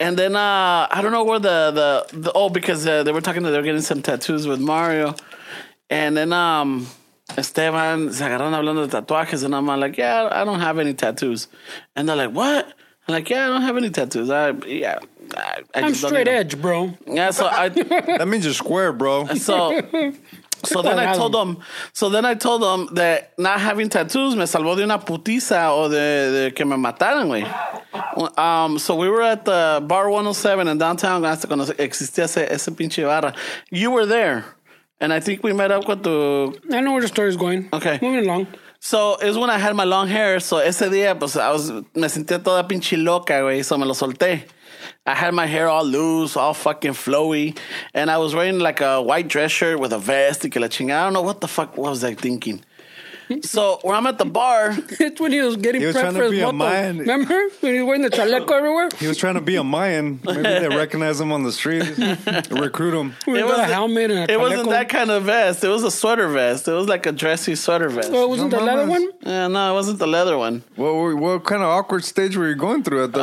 S1: And then, uh, I don't know where the, the, the oh, because uh, they were talking that they were getting some tattoos with Mario. And then, um, Esteban se agarraron hablando de tatuajes. And I'm like, yeah, I don't have any tattoos. And they're like, what? I'm like, yeah, I don't have any tattoos. I, yeah, I, I
S2: I'm
S1: just don't
S2: straight
S1: need 'em."
S2: edge, bro.
S1: Yeah, so I,
S3: That means you're square, bro.
S1: So, so then I told them. So then I told them that not having tattoos me salvó de una putiza o de, de que me mataran, güey. Um, so we were at the bar 107 in downtown. Hasta cuando existía ese, ese pinche barra. You were there, and I think we met up with the
S2: I know where the story's going.
S1: Okay.
S2: Moving along.
S1: So, it was when I had my long hair. So, ese día, pues, I was, me sentía toda pinche loca, güey. So, me lo solté. I had my hair all loose, all fucking flowy. And I was wearing like a white dress shirt with a vest. Y que la chingada. I don't know what the fuck was I thinking. So, when I'm at the bar,
S2: It's when he was getting
S3: He was
S2: prepped
S3: trying to
S2: for his
S3: be a
S2: moto.
S3: man.
S2: Remember? When he was wearing the chaleco everywhere?
S3: He was trying to be a Mayan. Maybe they recognize him on the street. Recruit him.
S2: It was
S1: was-
S2: a helmet and a
S1: it
S2: chaleco.
S1: wasn't that kind of vest. It was a sweater vest. It was like a dressy sweater vest.
S2: Oh, it wasn't
S3: No
S2: the leather
S3: mames.
S2: one?
S1: Yeah, no, it wasn't the leather one.
S3: What, what, what kind of awkward stage were you going through at that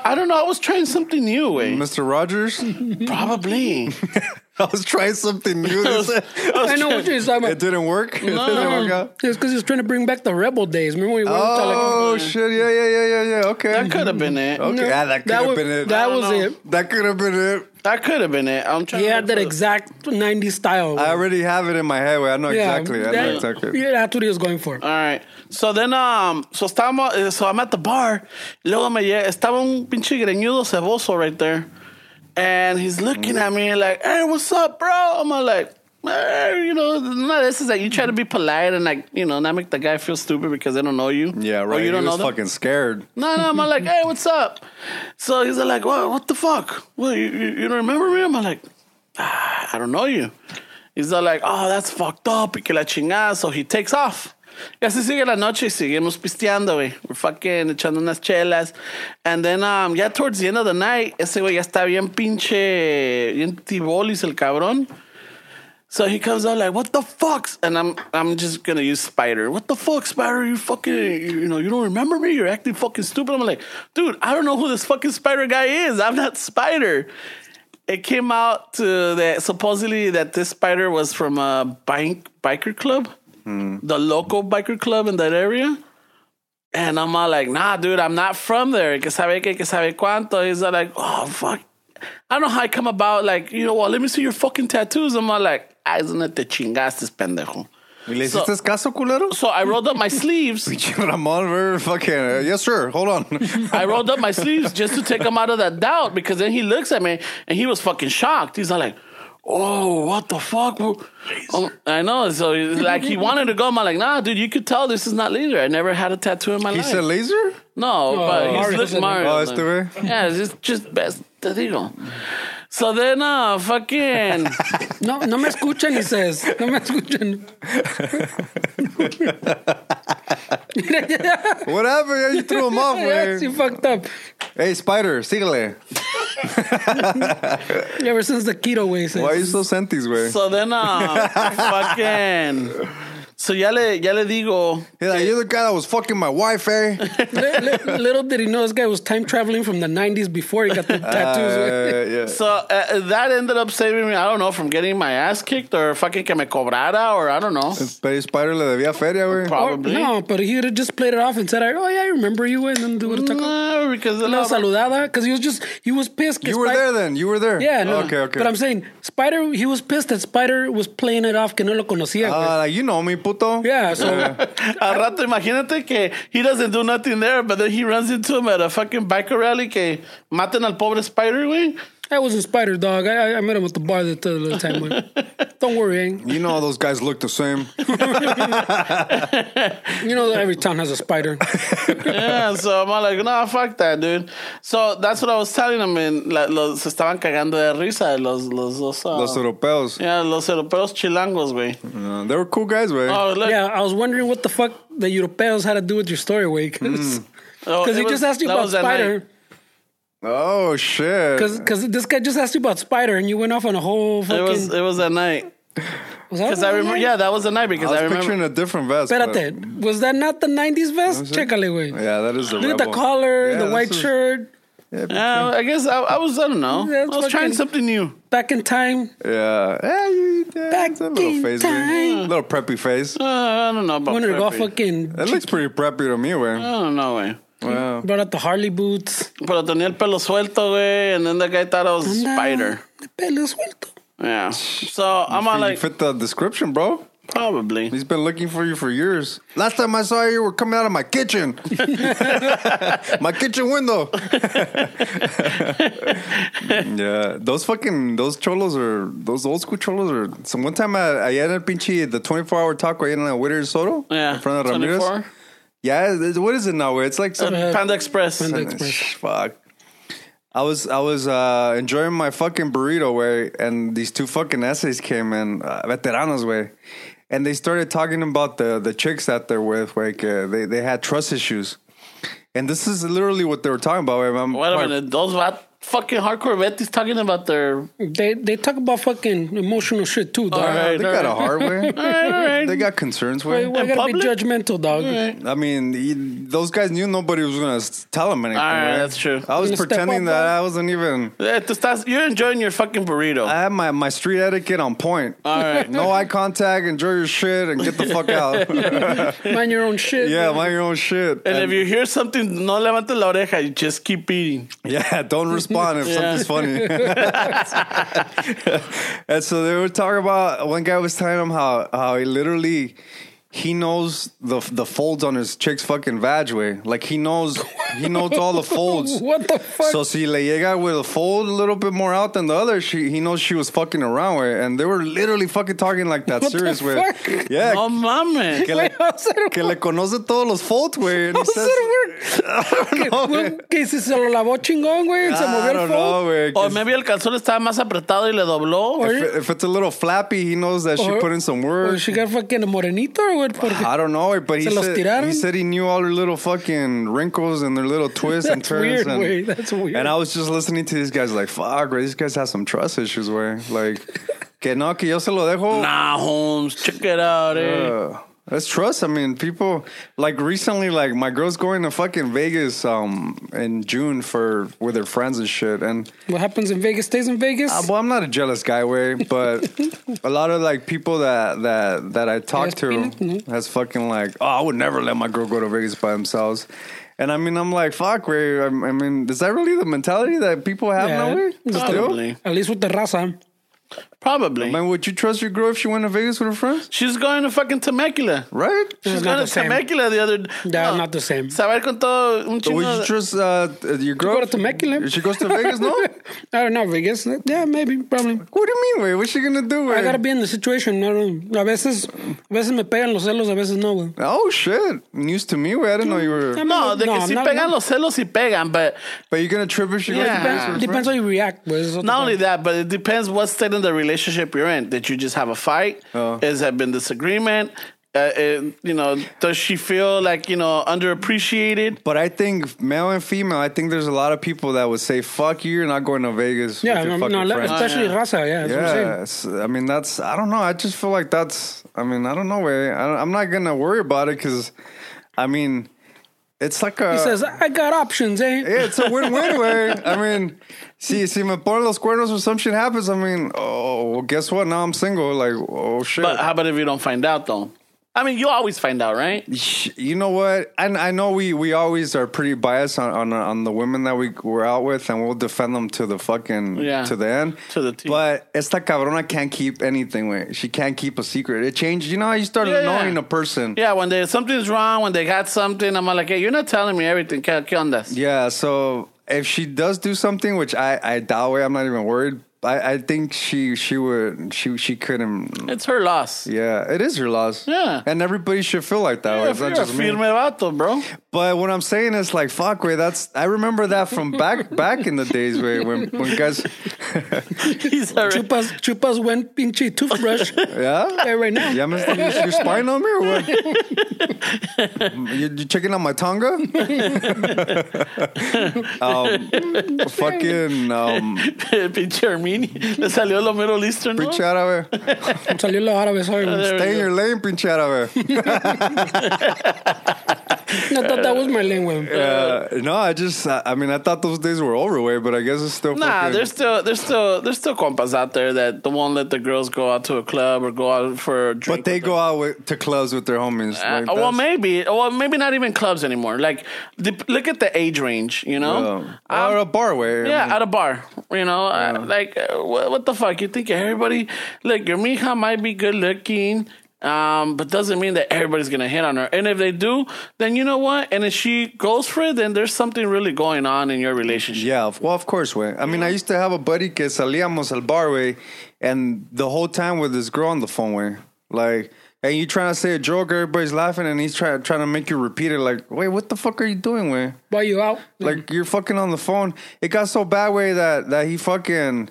S1: Uh, I don't know. I was trying something new, güey.
S3: man? Mr. Rogers?
S1: Probably.
S3: Mm. I was trying something new. It
S2: I know what you're talking about.
S3: didn't work. It didn't work out.
S2: It's because he was trying to bring back the rebel days. Remember when he wore the chaleco?
S3: Oh, shit. Yeah, yeah, yeah, yeah, yeah. Okay.
S1: That could have been it.
S3: Okay. Ah, that could have
S2: was-
S3: been it.
S2: That
S1: I don't
S2: was
S1: know.
S2: it.
S3: That could have been it.
S1: That could have been it. I'm trying
S2: He
S1: to
S2: had that
S1: look for-
S2: exact 90s style.
S3: I already have it in my head. wait, I know exactly. I know
S2: that-
S3: exactly.
S2: Yeah, that's what he was going for.
S1: All right. So then, um, so estábamos, eh, so I'm at the bar. Luego me llega, estaba un pinche greñudo ceboso right there. And he's looking at me like, hey, what's up, bro? I'm like, eh, you know, not this is that you try to be polite and like, you know, not make the guy feel stupid because they don't know you.
S3: Yeah, right.
S1: Or Oh, you don't
S3: he
S1: know
S3: was
S1: them.
S3: fucking scared.
S1: No, no, I'm like, hey, what's up? So he's like, what, what the fuck? Well, you, you, you don't remember me? I'm like, ah, I don't know you. He's all like, oh, that's fucked up, y que la chingada. So he takes off. Y así sigue la noche y seguimos pisteando, güey. We're fucking echando unas chelas. And then, um, ya towards the end of the night, ese güey ya está bien pinche, bien tibolis el cabrón. So he comes out like, "What the fucks?" And I'm I'm just gonna use Spider. What the fuck, Spider? You fucking you know you don't remember me? You're acting fucking stupid. I'm like, dude, I don't know who this fucking Spider guy is. I'm not Spider. It came out to that supposedly that this Spider was from a bike biker club, the local biker club in that area. And I'm all like, nah, dude, I'm not from there. Que sabe que, que sabe cuánto. He's all like, oh, fuck. I don't know how I come about. Like, you know what? Let me see your fucking tattoos. I'm all like, ah, es donde te chingaste, pendejo.
S3: ¿Y le
S1: So-
S3: hiciste caso, culero?
S1: So I rolled up my sleeves.
S3: Pinche Ramón, very fucking. uh, yes, sir. Hold on.
S1: I rolled up my sleeves just to take him out of that doubt because then he looks at me and he was fucking shocked. He's all like, "Oh, what the fuck?" Um, I know. So he's like he wanted to go. I'm like, "Nah, dude, you could tell this is not laser. I never had a tattoo in my
S3: he
S1: life."
S3: said laser?
S1: No, but
S2: Oh, Mario
S1: he's
S2: doesn't
S1: look Mario.
S3: know. Oh, it's
S1: like-
S3: the way?
S1: Yeah, it's just, just best. Te digo. So then, uh, fucking.
S2: No, no me escuchan, he says. No me escuchan.
S3: What happened? Yeah, you threw him off,
S2: yes, you
S3: güey.
S2: fucked up.
S3: Hey, Spider, síguele.
S2: Ever since the keto way, he says.
S3: Why are you so sentis, güey?
S1: so then, uh, fucking. So ya le, ya le digo.
S3: He's like, you're the guy that was fucking my wife, eh?
S2: Li- li- little did he know this guy was time traveling from the 90s before he got the
S3: Ah,
S2: tattoos. güey.
S3: Uh, yeah.
S1: So uh, that ended up saving me, I don't know, from getting my ass kicked or fucking que me cobrara or I don't know.
S3: Pero Spider le debía feria, güey.
S2: Or-
S1: Probably.
S2: no, but he would have just played it off and said, "I- oh yeah, I remember you, güey," and then they would have took off.
S1: No, because then
S2: La
S1: I-
S2: saludada, because he was just, he was pissed. 'cause
S3: You were
S2: Spike-
S3: there then. You were there.
S2: Yeah, no.
S3: Okay, okay.
S2: But I'm saying, Spider, he was pissed that Spider was playing it off que no lo conocía. güey.
S3: Uh, like, you know me, puto.
S2: yeah, so
S1: Al rato, imagínate que he doesn't do nothing there, but then he runs into him at a fucking biker rally que maten al pobre Spider, güey.
S2: I wasn't Spider Dog. I, I- I met him at the bar the other time. güey. Don't worry, eh?
S3: You know all those guys look the same.
S2: you know that every town has a spider.
S1: yeah, so I'm all like, no, fuck that, dude. So that's what I was telling him. And la, los se estaban cagando de risa, los, los dos. uh,
S3: Los europeos.
S1: yeah, los europeos chilangos, güey.
S3: Uh, they were cool guys, güey.
S1: Oh, look.
S2: yeah, I was wondering what the fuck the Europeos had to do with your story, way
S3: Mm.
S2: because
S1: Oh, it
S2: he
S1: was-
S2: just asked you
S1: that
S2: about
S1: was that night.
S2: spider.
S3: Oh, shit.
S2: Because this guy just asked you about spider, and you went off on a whole
S1: It
S2: fucking. Oh,
S1: was, it was that night.
S2: was that
S1: Because I
S2: the
S1: remember,
S2: night?
S1: yeah, that was the night
S3: I
S1: because
S3: was
S1: I remember.
S3: picturing a different vest. but-
S2: Espérate, was that not the '90s vest? Chécale, güey.
S3: Oh, Yeah, that is the
S2: Look at the
S3: rebel.
S2: collar,
S3: Yeah,
S2: the
S3: this
S2: white
S3: is-
S2: shirt.
S1: Yeah, I guess I, I was, I don't know.
S2: Yeah,
S1: I
S2: it's
S1: was trying
S2: fucking-
S1: something new.
S2: Back in time.
S3: Yeah. Yeah, you, yeah
S2: Back
S3: it's a
S2: in
S3: little face,
S2: time.
S3: A little preppy face.
S1: Uh, I don't know
S2: I
S1: about
S2: wanted to go
S1: preppy.
S2: fucking.
S3: That looks pretty preppy to me,
S1: I
S2: Uh,
S3: güey.
S1: don't know, güey.
S3: Wow.
S2: Brought out the Harley boots.
S1: Pero tenía el pelo suelto, güey, and then the guy thought I was a spider.
S2: The pelo suelto.
S1: Yeah. So I'm all
S3: You
S1: like,
S3: fit the description, bro.
S1: probably.
S3: He's been looking for you for years. Last time I saw you, you were coming out of my kitchen. my kitchen window. yeah, those fucking those cholos are those old school cholos are. So one time I, I had a pinche the twenty four hour taco in a Witter Soto
S1: Yeah.
S3: in front of Ramirez.
S1: 24.
S3: Yeah, it's- what is it now? güey? It's like some
S1: Panda Express.
S2: Panda Express.
S3: Shh, Fuck. I was I was uh, enjoying my fucking burrito way, and these two fucking essays came in, uh, veteranos way, and they started talking about the the chicks that they're with, like uh, they they had trust issues, and this is literally what they were talking about. Way. I'm
S1: Wait a
S3: my-
S1: minute, those va- fucking hardcore Betis talking about their. All
S2: They they talk about fucking emotional shit too, dog.
S1: right.
S3: They got a hard way.
S1: right, all right.
S3: They got concerns
S2: Why,
S3: way.
S2: why
S1: In
S2: gotta be
S1: public?
S2: judgmental, dog?
S3: I mean, he, those guys knew nobody was gonna s- tell them anything.
S1: All right,
S3: way.
S1: that's true.
S3: I was
S2: Gonna step
S3: pretending
S2: up,
S3: that
S2: bro.
S3: I wasn't even.
S1: Eh, tú estás- You're enjoying your fucking burrito.
S3: I have my, my street etiquette on point.
S1: All right.
S3: No eye contact, enjoy your shit, and get the fuck out.
S2: Mind your own shit.
S3: Yeah, mind your own shit.
S1: and if you hear something, no levantes la oreja, you just keep eating.
S3: yeah, don't respond if
S1: Yeah.
S3: something's funny. and so they were talking about one guy was telling him how how he literally he knows the the folds on his chick's fucking vag way. Like he knows he knows all the folds.
S2: What the fuck?
S3: So si le llega with a fold a little bit more out than the other, she he knows she was fucking around way, and they were literally fucking talking like that
S2: What the
S3: serious way.
S2: fuck?
S3: Yeah,
S1: No mames.
S3: Eh, que, le,
S2: Vamos a hacer-
S3: que le conoce todos los folds, güey. and he
S2: vamos a
S3: says-
S2: hacer
S3: No,
S2: work. Que-
S3: güey.
S2: Que si se lo lavó chingón, güey, se movió
S3: I
S2: el
S3: don't know,
S2: fold.
S3: güey.
S1: O
S3: que-
S1: maybe el calzón estaba más apretado y le dobló.
S2: Or-
S3: If, if it's a little flappy, he knows that she
S2: Or-
S3: put in some
S2: Or
S3: work.
S2: she got fucking morenito, güey, porque
S3: I don't know, but he
S2: Se los
S3: said,
S2: tiraron?
S3: he said he knew all her little fucking wrinkles and their little twists and
S2: That's
S3: turns.
S2: weird,
S3: and,
S2: güey. That's weird.
S3: And I was just listening to these guys like, fuck, güey, these guys have some trust issues, güey. Like, que no, que yo se lo dejo.
S1: Nah, Holmes, check it out, eh.
S3: Uh, that's trust. I mean, people like recently, like my girl's going to fucking Vegas um in June for with her friends and shit. And
S2: what happens in Vegas stays in Vegas.
S3: uh, well, I'm not a jealous guy, way, but a lot of like people that that that I talk to
S2: mm-hmm.
S3: has fucking like, oh, I would never let my girl go to Vegas by themselves. And I mean, I'm like, fuck, way. I I mean, is that really the mentality that people have
S2: Yeah.
S3: now? Ray?
S2: Just
S3: Still?
S1: Probably.
S2: At least with the raza.
S1: Probably.
S3: Man, would you trust your girl if she went to Vegas with her friends?
S1: She's going to fucking Temecula.
S3: Right?
S1: She's
S2: It's not
S1: going
S2: the
S1: to
S2: same.
S1: Temecula the other.
S2: That's not the same.
S1: Saber con todo un
S3: Would
S1: chingo.
S3: you trust uh, your girl?
S2: go to Temecula.
S3: If She goes to Vegas, no?
S2: I don't know, Vegas. Yeah, maybe, probably.
S3: What do you mean, güey? What's she gonna do,
S2: I gotta
S3: güey?
S2: be in the situation. No, no. A veces, a veces me pegan los celos, a veces no, güey.
S3: Oh shit! News to me, güey. I didn't know you
S2: I
S3: were.
S2: mean,
S1: no, de que
S2: I'm
S1: si
S2: not-
S1: pegan
S2: no.
S1: los celos si pegan, but
S3: But you're gonna trip if she goes to
S1: Yeah.
S3: Vegas with her
S2: Depends, depends how you react, güey. Eso es
S1: not
S2: otro
S1: only
S2: pedo.
S1: that, but it depends what state in the relationship you're in. Did you just have a fight?
S3: Oh.
S1: Has there been disagreement? Uh, it, you know, does she feel like you know underappreciated?
S3: But I think male and female, I think there's a lot of people that would say, "Fuck you, you're not going to Vegas
S2: Yeah,
S3: with your
S2: no,
S3: fucking
S2: no, le-
S3: friends."
S2: especially
S1: Ah, yeah.
S2: raza, yeah. That's what I'm
S3: yeah,
S2: saying.
S3: it's- I mean that's I don't know. I just feel like that's I mean I don't know. Way I'm not gonna worry about it because I mean it's like a
S2: He says, I got options, eh?
S3: yeah, it's a win-win. way I mean, see, see, me ponen los cuernos or some shit happens. I mean, oh, well, guess what? Now I'm single. Like, oh shit.
S1: But uh, how about if you don't find out though? I mean, you always find out, right?
S3: Sh- you know what? And I know we, we always are pretty biased on, on on the women that we we're out with, and we'll defend them to the fucking
S1: Yeah.
S3: to the end,
S1: To the teeth.
S3: But esta cabrona can't keep anything. Wait, she can't keep a secret. It changed. You know how you start
S1: Yeah, yeah.
S3: knowing a person.
S1: Yeah, when there's something's wrong, when they got something, I'm like, hey, you're not telling me everything. ¿Qué, qué ondas?
S3: Yeah, So if she does do something, which I I doubt, way I'm not even worried. I, I think she she would she she couldn't.
S1: It's her loss.
S3: Yeah, it is her loss.
S1: Yeah.
S3: and everybody should feel like that. way.
S1: You're
S3: it's not
S1: a
S3: just me.
S1: firme vato, bro.
S3: But what I'm saying is like fuck, way. That's I remember that from back back in the days, way when when guys,
S1: He's already.
S2: Chupas, chupas went pinche toothbrush.
S3: yeah,
S2: yeah, right now.
S3: yeah. Mister, you, you spying on me or what? you, you checking on my tonga? um, fucking um,
S1: Pinche Armini. Le salió lo mero listo, ¿no?
S3: pinche árabe.
S2: Salió los árabes hoy, güey.
S1: There we
S3: Stay in
S1: go.
S3: your lane, pinche árabe.
S2: I thought that was my language.
S3: Uh, no, I just I, I mean I thought those days were over, way, but I guess it's still
S1: Nah,
S3: fucking,
S1: there's still there's still there's still compas out there that don't want to let the girls go out to a club or go out for a drink.
S3: But they go out with, to clubs with their homies.
S1: Uh,
S3: like,
S1: well,
S3: that's-
S1: maybe, well, maybe not even clubs anymore. Like, dep- look at the age range, you know.
S3: Yeah.
S1: Um,
S3: uh, or a bar way. I
S1: yeah,
S3: mean-
S1: at a bar, you know, uh, like uh, what, what the fuck? You think everybody? Look, your mija might be good looking, um, but doesn't mean that everybody's gonna hit on her. And if they do, then you know what? And if she goes for it, then there's something really going on in your relationship.
S3: Yeah, of- well, of course, way. I mean, I used to have a buddy que salíamos al bar, way, and the whole time with this girl on the phone, way. Like, and you trying to say a joke, everybody's laughing, and he's trying trying to make you repeat it. Like, wait, what the fuck are you doing, way?
S2: Why you out?
S3: Like, you're fucking on the phone. It got so bad, way, that that he fucking,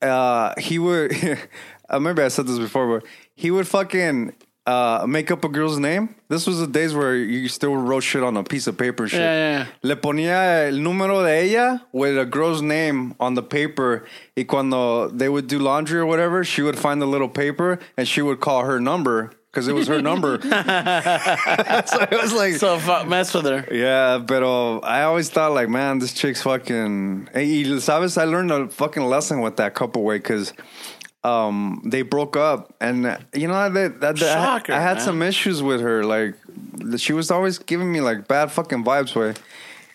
S3: uh, he would. I remember I said this before, but he would fucking. Uh, make up a girl's name. This was the days where you still wrote shit on a piece of paper and shit.
S1: Yeah, yeah, yeah.
S3: Le ponía el número de ella with a girl's name on the paper. Y cuando they would do laundry or whatever, she would find the little paper and she would call her number because it was her number. so it was like,
S1: So fuck, mess with her.
S3: yeah, but I always thought like, man, this chick's fucking. eh, Y y sabes, I learned a fucking lesson with that couple way because um, they broke up, and uh, you know that that that- I-
S1: Shocker,
S3: I, had
S1: man.
S3: some issues with her. Like she was always giving me like bad fucking vibes way.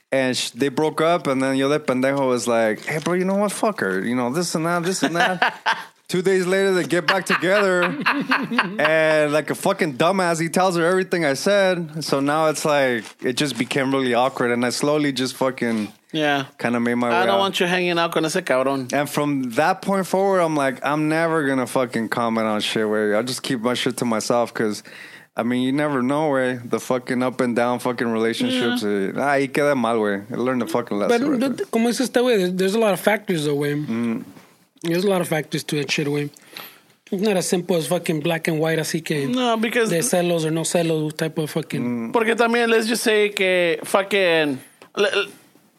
S3: And sh they broke up, and then yo de pendejo was like, "Hey, bro, you know what? Fuck her. You know this and that, this and that." Two days later, they get back together, and like a fucking dumbass, he tells her everything I said. So now it's like it just became really awkward, and I slowly just fucking
S1: Yeah.
S3: kind of made my way.
S1: I
S3: out.
S1: don't want Ah, you hanging out con ese cabrón.
S3: And from that point forward, I'm like, I'm never gonna fucking comment on shit. Where I'll just keep my shit to myself because. I mean, you never know, way the fucking up and down fucking relationships. eh, Ah, ahí queda mal, way. I learned the fucking lesson.
S2: But
S3: right
S2: but
S3: there.
S2: como dice este güey, there's a lot of factors though, güey. There's a lot of factors to that shit, güey. It's not as simple as fucking black and white, así que
S1: No, Mm. because
S2: de celos or no celos type of fucking.
S1: Porque también, let's just say que fucking. le- le-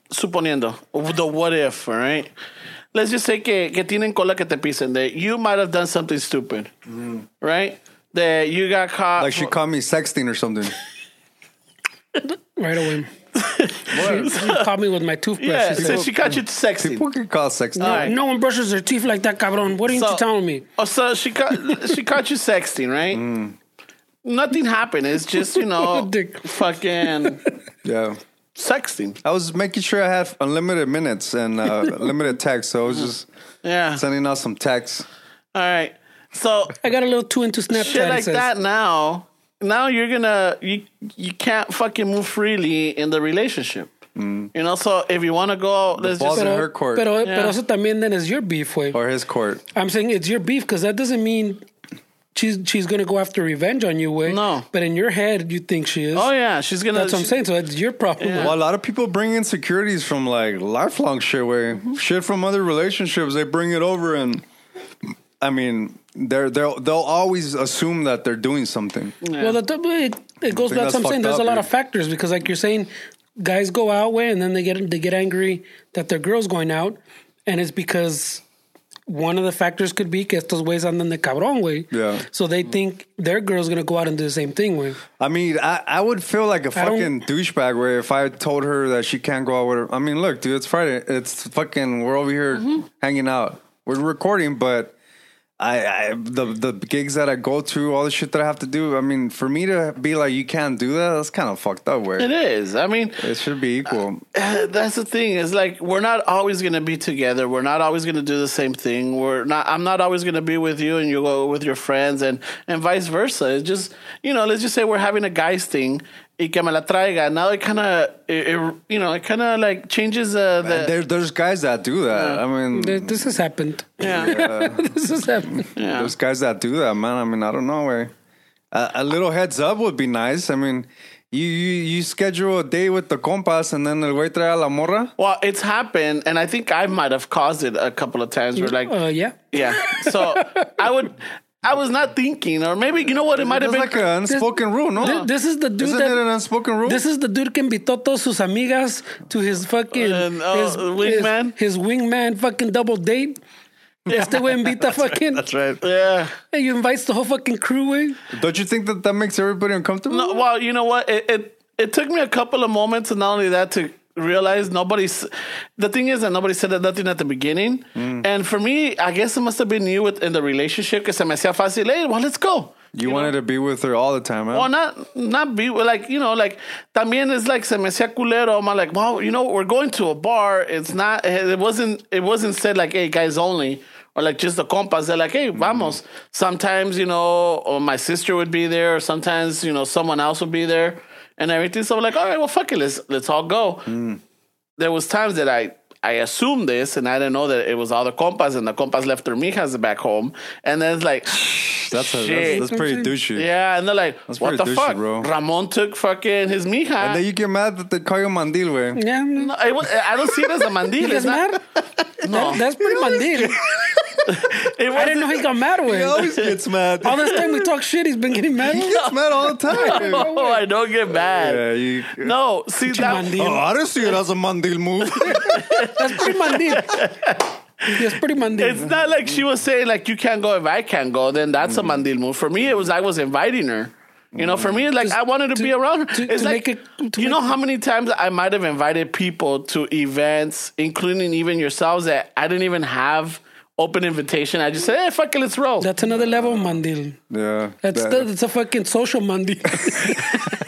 S1: suponiendo, the what if, all right? Let's just say que, que tienen cola que te pisen. That you might have done something stupid, right? That you got caught.
S3: Like she
S1: for-
S3: called me sexting or something.
S2: Right away. You caught me with my toothbrush.
S1: yeah,
S2: she
S1: so
S2: said.
S1: she caught you sexy.
S3: People can call sexting.
S1: All right.
S2: No one brushes their teeth like that, cabrón. What are you telling me?
S1: Oh, so she caught she caught you sexting, right? Nothing happened. It's just you know,
S2: Dick.
S1: fucking
S3: Yeah.
S1: sexting.
S3: I was making sure I had unlimited minutes and uh, limited text, so I was just
S1: Yeah.
S3: sending out some texts.
S1: All right. So
S2: I got a little too into Snapchat.
S1: shit
S2: it
S1: like
S2: says.
S1: that now now you're gonna you you can't fucking move freely in the relationship
S2: Mm.
S1: you know so if you want to go out, let's
S3: balls
S1: just
S3: are-
S2: Pero,
S3: her court.
S2: pero,
S1: Yeah.
S2: pero eso también then is your beef, güey.
S3: Or his court.
S2: I'm saying it's your beef because that doesn't mean she's she's gonna go after revenge on you, way.
S1: No.
S2: But in your head, you think she is.
S1: oh yeah she's gonna
S2: That's what I'm
S1: she-
S2: saying. So that's your problem.
S1: Yeah.
S3: Well, a lot of people bring insecurities from like lifelong shit, where shit from other relationships they bring it over, and I mean, they're they'll they'll always assume that they're doing something.
S2: Well, that, that- it, it goes back
S3: think that's
S2: to what I'm saying.
S3: fucked
S2: There's
S3: up,
S2: a lot of
S3: dude.
S2: factors because, like you're saying, guys go out way and then they get they get angry that their girl's going out, and it's because one of the factors could be que estos güeyes andan de cabrón way.
S3: Yeah. Mm.
S2: So they think their girl's gonna go out and do the same thing way.
S3: I mean, I, I would feel like a
S2: I don't-
S3: fucking douchebag where if I told her that she can't go out with her. I mean, look, dude, it's Friday. It's fucking. We're over here
S2: Mm-hmm.
S3: hanging out. We're recording, but I, I the the gigs that I go to, all the shit that I have to do. I mean, for me to be like, you can't do that. That's kind of fucked up.
S1: it
S3: Where
S1: is i mean
S3: it should be equal.
S2: Uh,
S1: that's the thing is like we're not always gonna be together we're not always gonna do the same thing we're not i'm not always gonna be with you and you go with your friends and and vice versa it's just you know let's just say we're having a guys thing y que me la traiga now it kind of it, it, you know it kind of like changes uh, the
S3: There, there's guys that do that. I mean,
S2: Th- This has happened.
S1: yeah
S2: this has happened.
S1: yeah.
S3: There's guys that do that, man. I mean, I don't know where. A, a little heads up would be nice. I mean, you you, you schedule a day with the compas, and then el güey trae a la morra.
S1: Well, it's happened, and I think I might have caused it a couple of times. Where like,
S2: uh, yeah.
S1: yeah. So I would, I was not thinking, or maybe you know what, it might have
S3: It's
S1: been.
S3: like an unspoken rule, no?
S2: Th- This is the dude
S3: Isn't
S2: that.
S3: it an unspoken rule?
S2: This is the dude que invitó todas sus amigas to his fucking
S1: And,
S3: uh,
S1: oh,
S2: his,
S1: wingman?
S2: his, his wingman fucking double date. Este güey invita fucking
S3: right.
S1: yeah.
S2: and you invites the whole fucking crew güey.
S3: Don't you think that that makes everybody uncomfortable?
S1: No, well, you know what? It, it it took me a couple of moments, and not only that, to realize nobody's. The thing is that nobody said that nothing at the beginning, and for me, I guess it must have been you with, in the relationship because I me hacía fácil. Hey, well, let's go.
S3: you, wanted to be with her all the time,
S1: Well,
S3: huh?
S1: not not be like you know like también is like se me hacía culero. I'm like, wow, you know, we're going to a bar. It's not. eh, It wasn't. It wasn't said like, hey, guys only, or like just the compas. They're like,
S3: Mm-hmm.
S1: hey, vamos. Sometimes you know, or my sister would be there, or sometimes you know, someone else would be there, and everything. So I'm like, all right, well, fuck it, let's let's all go.
S3: Mm.
S1: There was times that I. I assumed this, and I didn't know that it was all the compas, and the compas left their mijas back home, and then it's like,
S3: That's, a,
S1: shit.
S3: that's, that's pretty douchey.
S1: yeah, and they're like, what the
S3: pretty douchey,
S1: fuck?
S3: bro.
S1: Ramon took fucking his mija.
S3: And then you get mad that they call you mandil, way.
S2: Yeah,
S1: No, I, wa- I don't see it as a mandil.
S2: that's
S1: it's not-
S2: mad. No, that's pretty mandil.
S1: It
S2: I didn't know he got mad
S3: He
S2: with.
S3: always gets mad.
S2: All this time we talk shit, he's been getting mad.
S3: he gets mad all the time. dude.
S1: Oh, I don't get mad.
S3: Yeah, you.
S1: No, see that.
S2: Mandil.
S3: Oh, I don't see it as a mandil move.
S2: That's pretty mandil. That's pretty mandil.
S1: It's not like she was saying like you can't go if I can't go. Then that's a
S3: Mm.
S1: mandil move. For me, it was I was inviting her. You know, for me, it's like I wanted to, be around her.
S2: to-
S1: it's
S2: to
S1: like
S2: make it- to
S1: you
S2: make-
S1: know how many times I might have invited people to events, including even yourselves that I didn't even have open invitation. I just said, hey, fuck it, let's roll.
S2: That's another level of mandil.
S3: Yeah.
S2: That's
S3: that-
S2: the, that's a fucking social mandil.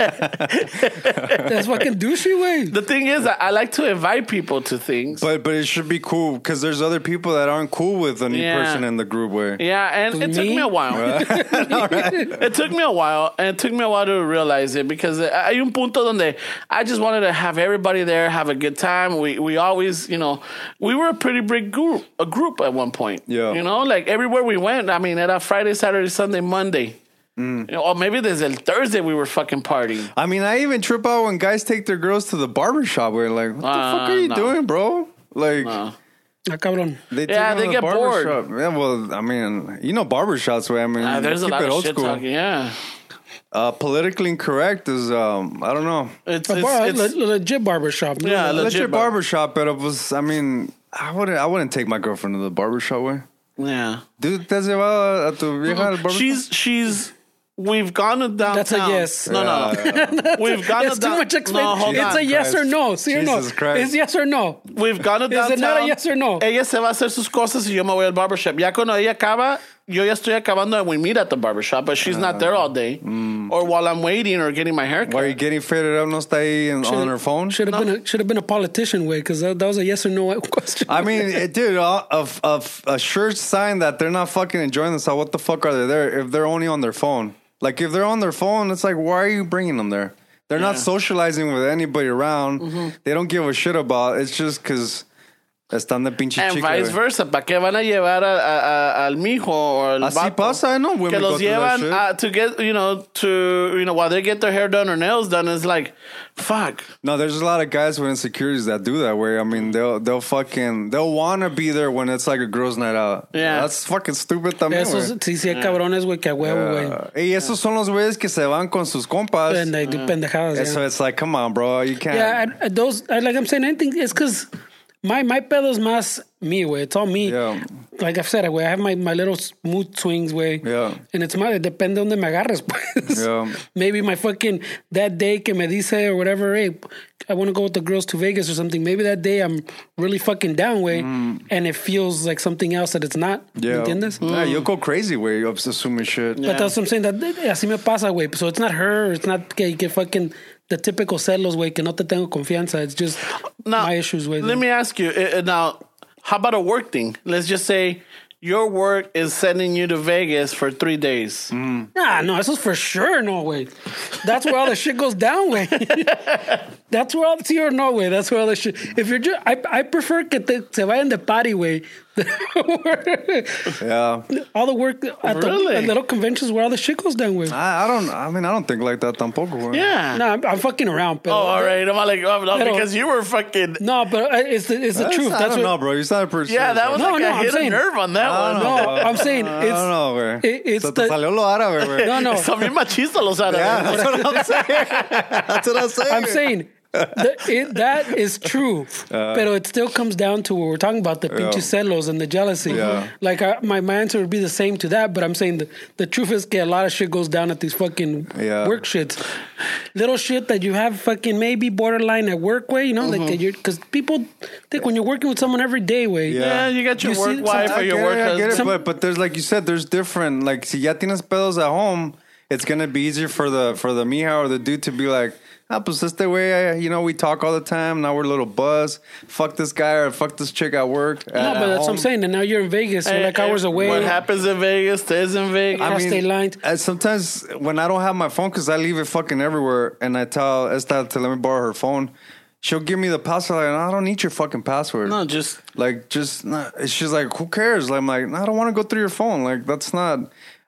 S2: that's fucking douchey way.
S1: the thing is, I, I like to invite people to things.
S3: but but it should be cool because there's other people that aren't cool with a new
S1: Yeah.
S3: person in the group way.
S1: yeah, and it took
S2: Me?
S1: me a while. it took me a while, and it took me a while to realize it because hay un punto donde I just wanted to have everybody there, have a good time. We we always, you know, we were a pretty big group, a group at one point.
S3: Yeah.
S1: you know, like everywhere we went. I mean, era Friday, Saturday, Sunday, Monday,
S3: Mm.
S1: You know, or maybe there's a Thursday we were fucking partying.
S3: I mean, I even trip out when guys take their girls to the barber shop. We're like, what the
S1: Uh,
S3: fuck are you
S1: no.
S3: doing, bro? Like,
S2: Ah, cabrón.
S3: they take
S1: Yeah,
S3: them
S1: they
S3: to the
S1: get
S3: barber
S1: bored.
S3: shop. Yeah, well, I mean, you know, barber shops. Where I mean,
S1: Uh, there's a
S3: keep
S1: lot
S3: it
S1: of
S3: old
S1: shit
S3: school.
S1: talking. Yeah,
S3: Uh, politically incorrect is, um, I don't know.
S1: it's,
S2: A bar,
S1: it's, it's
S2: le- legit barbershop. No,
S1: yeah,
S2: no,
S3: Legit,
S1: legit
S3: legit barber shop, but it was. I mean, I wouldn't. I wouldn't take my girlfriend to the barber shop. Way,
S1: yeah.
S3: dude, te has llevado a tu vieja al barber
S1: She's she's. We've gone to downtown.
S2: That's a yes.
S1: No, no, no. We've gone
S2: It's
S1: to
S2: too
S1: down-
S2: much expensive.
S1: No, hold
S2: it's
S1: on.
S2: a yes or no.
S3: Christ.
S2: See or no?
S3: Jesus Christ.
S2: It's yes or no.
S1: We've gone to
S2: Is
S1: downtown.
S2: it not a yes or no?
S1: Ella se va a hacer sus cosas y yo me voy al barbershop. Ya cuando ella acaba, yo ya estoy acabando and we meet at the barbershop, but she's not there all day. Or while I'm waiting or getting my haircut.
S3: Mm. Why are you getting faded up? No está ahí and on her phone.
S2: Should have been a, should have been a politician way because that, that was a yes or no question.
S3: I mean, it, dude, a, a, a, a sure sign that they're not fucking enjoying this. What the fuck are they there if they're only on their phone? Like, if they're on their phone, it's like, why are you bringing them there? They're not socializing with anybody around.
S1: Mm-hmm.
S3: They don't give a shit about. It's just because están de pinche
S1: And
S3: chicle.
S1: vice versa, ¿para qué van a llevar a, a- a- al mijo o al
S3: Así
S1: vato?
S3: pasa, I know women
S1: que
S3: go
S1: los
S3: through
S1: llevan
S3: that shit.
S1: uh, to get, you know, to, you know, while they get their hair done or nails done, it's like, fuck.
S3: No, there's a lot of guys with insecurities that do that. Where I
S1: Mm-hmm.
S3: mean, they'll they'll fucking they'll want to be there when it's like a girls' night out.
S1: Yeah.
S3: that's fucking stupid. También.
S2: Esos
S3: güey.
S2: sí, sí, hay cabrones, güey, que a huevo, güey.
S3: Uh, y esos son los güeyes que se van con sus compas.
S2: And they do pendejadas.
S3: And
S2: yeah.
S3: so it's like, come on, bro, you can't.
S2: Yeah, I, I, those I, like I'm saying, anything it's because my my pedo's mas me way. It's all me.
S3: Yeah.
S2: Like I've said, way I have my, my little s- mood swings way.
S3: Yeah.
S2: And it's my depende donde me agarres. Pues.
S3: Yeah.
S2: Maybe my fucking that day que me dice or whatever. Hey, I want to go with the girls to Vegas or something. Maybe that day I'm really fucking down way, and it feels like something else that it's not.
S3: Mm. yeah.
S2: ¿Me entiendes?
S3: Yeah, you'll Ah, go crazy where you're assuming shit.
S2: But that's what I'm saying. That eh, así me pasa, way. So it's not her. It's not que, que fucking the typical celos, way. Que no te tengo confianza. It's just
S1: Now,
S2: my issues, way.
S1: Let me ask you, uh, uh, now, how about a work thing? Let's just say your work is sending you to Vegas for three days.
S2: Nah, no, this is for sure no way. That's where all the shit goes down, way. that's where all the or no way. That's where all the shit. If you're just, I, I prefer que te, se vayan de party way.
S3: Yeah.
S2: all the work at
S1: Really?
S2: the at little conventions where all the shit goes down way.
S3: Ah, I, I don't, I mean, I don't think like that tampoco. güey.
S1: Yeah.
S2: No, I'm, I'm fucking around, but
S1: Oh, all right. I'm like, oh, no,
S2: Pero-
S1: because you were fucking.
S2: no, but I- it's the it's the
S3: That's-
S2: truth.
S3: I
S2: That's
S3: don't
S2: what.
S3: know, bro. You sounded pretty
S1: Yeah,
S3: serious,
S1: that
S3: bro.
S1: was
S2: No,
S1: like
S2: no,
S1: I
S2: I'm
S1: hit
S2: saying-
S1: a nerve on that
S3: I don't
S1: one.
S3: know.
S2: No, I'm saying
S3: I don't
S2: it's
S3: know, güey.
S2: it- it's
S3: Se te
S2: the-
S3: salió lo árabe, güey.
S2: no, no.
S1: Son bien machistas los árabes.
S3: Yeah, that's what I'm saying. That's what I'm saying.
S2: I'm saying the, it, that is true,
S3: Uh,
S2: but it still comes down to what we're talking about the pinche celos and the jealousy.
S3: Yeah.
S2: Like, I, my, my answer would be the same to that, but I'm saying the, the truth is that a lot of shit goes down at these fucking
S3: Yeah.
S2: work shits. Little shit that you have fucking maybe borderline at work way, you know,
S3: Mm-hmm.
S2: like you're because people think when you're working with someone every day way,
S1: Yeah,
S3: Yeah.
S1: you got your
S2: You
S1: work
S2: see-
S1: wife or
S3: I get
S1: your work
S3: it, I get it,
S1: husband.
S3: but, but there's like you said, there's different. Like, si ya tienes pedos at home, it's gonna be easier for the for the mija or the dude to be like, ah, pues este way, you know, we talk all the time. Now we're little buzz. Fuck this guy or fuck this chick at work.
S2: No, but that's what I'm saying. And now you're in Vegas, you're
S1: Hey,
S2: like
S1: hey,
S2: hours away.
S1: Eh, What happens in Vegas stays in Vegas.
S2: I mean- Prostate lined.
S3: uh, sometimes when I don't have my phone, because I leave it fucking everywhere, and I tell Estelle to let me borrow her phone, she'll give me the password. Like, I don't need your fucking password.
S1: no, just
S3: Like, just not, she's like, who cares? Like, I'm like, "No, I don't want to go through your phone. Like, that's not.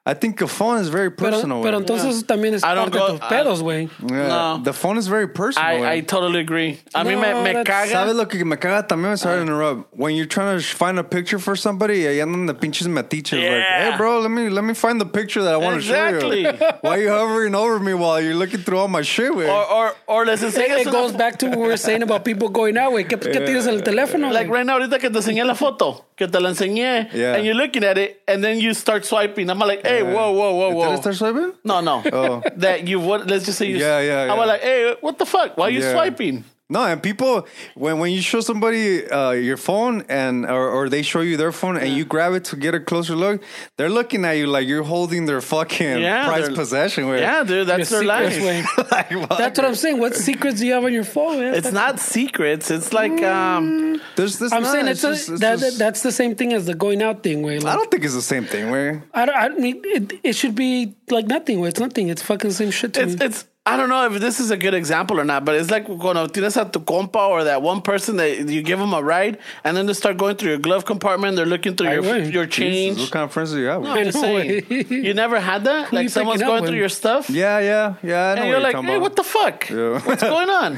S3: I think a phone is very
S2: Pero,
S3: personal.
S2: pero
S3: güey.
S2: entonces también es
S1: I don't
S2: parte de
S1: go-
S2: tus pedos, güey.
S3: Yeah,
S1: No.
S3: the phone is very personal.
S1: I, I
S3: güey.
S1: totally agree. A mí me,
S2: No,
S1: me
S2: that's-
S3: ¿Sabes
S1: caga.
S3: lo que me caga también? Sorry to interrupt. When you're trying to sh- find a picture for somebody, ahí andan the pinches metiches.
S1: Yeah.
S3: Like, hey, bro, let me let me find the picture that I want to show
S1: Exactly.
S3: you. Why you hovering over me while you're looking through all my shit? eh? With?
S1: Or, or, or les enseñas
S2: It goes
S1: una,
S2: back to what we were saying about people going out, güey. ¿Qué, ¿Qué tienes en el teléfono?
S1: like
S2: güey?
S1: right now ahorita que te enseñé la foto, que te la enseñé,
S3: Yeah.
S1: and you're looking at it, and then you start swiping. I'm like, hey, whoa, whoa, whoa, whoa.
S3: ¿Did I start swiping?
S1: No, no.
S3: Oh.
S1: That you would let's just say you
S3: Yeah, yeah,
S1: I'm
S3: yeah.
S1: like, hey, what the fuck? Why are you
S3: Yeah.
S1: swiping?
S3: No, and people when when you show somebody uh, your phone and or, or they show you their phone and you grab it to get a closer look, they're looking at you like you're holding their fucking
S1: Yeah,
S3: prized
S1: they're-
S3: possession. With
S1: Yeah, dude, that's
S2: Your
S1: their life.
S2: secrets, güey.
S3: like, what?
S2: That's what I'm saying. What secrets do you have on your phone, man?
S1: It's not secrets. It's like um,
S3: There's this.
S2: I'm
S3: nah,
S2: saying it's, a,
S3: just- it's
S2: that,
S3: just-
S2: that's the same thing as the going out thing, way.
S3: I
S2: Like,
S3: don't think it's the same thing. Where
S2: I don't, I don't mean it, it should be like nothing, way. It's nothing. It's fucking the same shit to
S1: it's
S2: me.
S1: it's. I don't know if this is a good example or not, but it's like cuando tienes a tu compa or that one person that you give them a ride and then they start going through your glove compartment. They're looking through
S2: Ay,
S1: your
S2: güey.
S1: your
S3: Jesus,
S1: change.
S3: what kind of friends do you have? with?
S1: I'm just
S2: I know,
S1: saying.
S2: güey.
S1: You never had that?
S2: Who you
S1: like someone's
S2: picking up
S1: going
S2: with?
S1: through your stuff?
S3: Yeah, yeah, yeah. I know
S1: And
S3: what
S1: you're like,
S3: talking
S1: hey,
S3: about.
S1: what the fuck?
S3: Yeah.
S1: What's going on?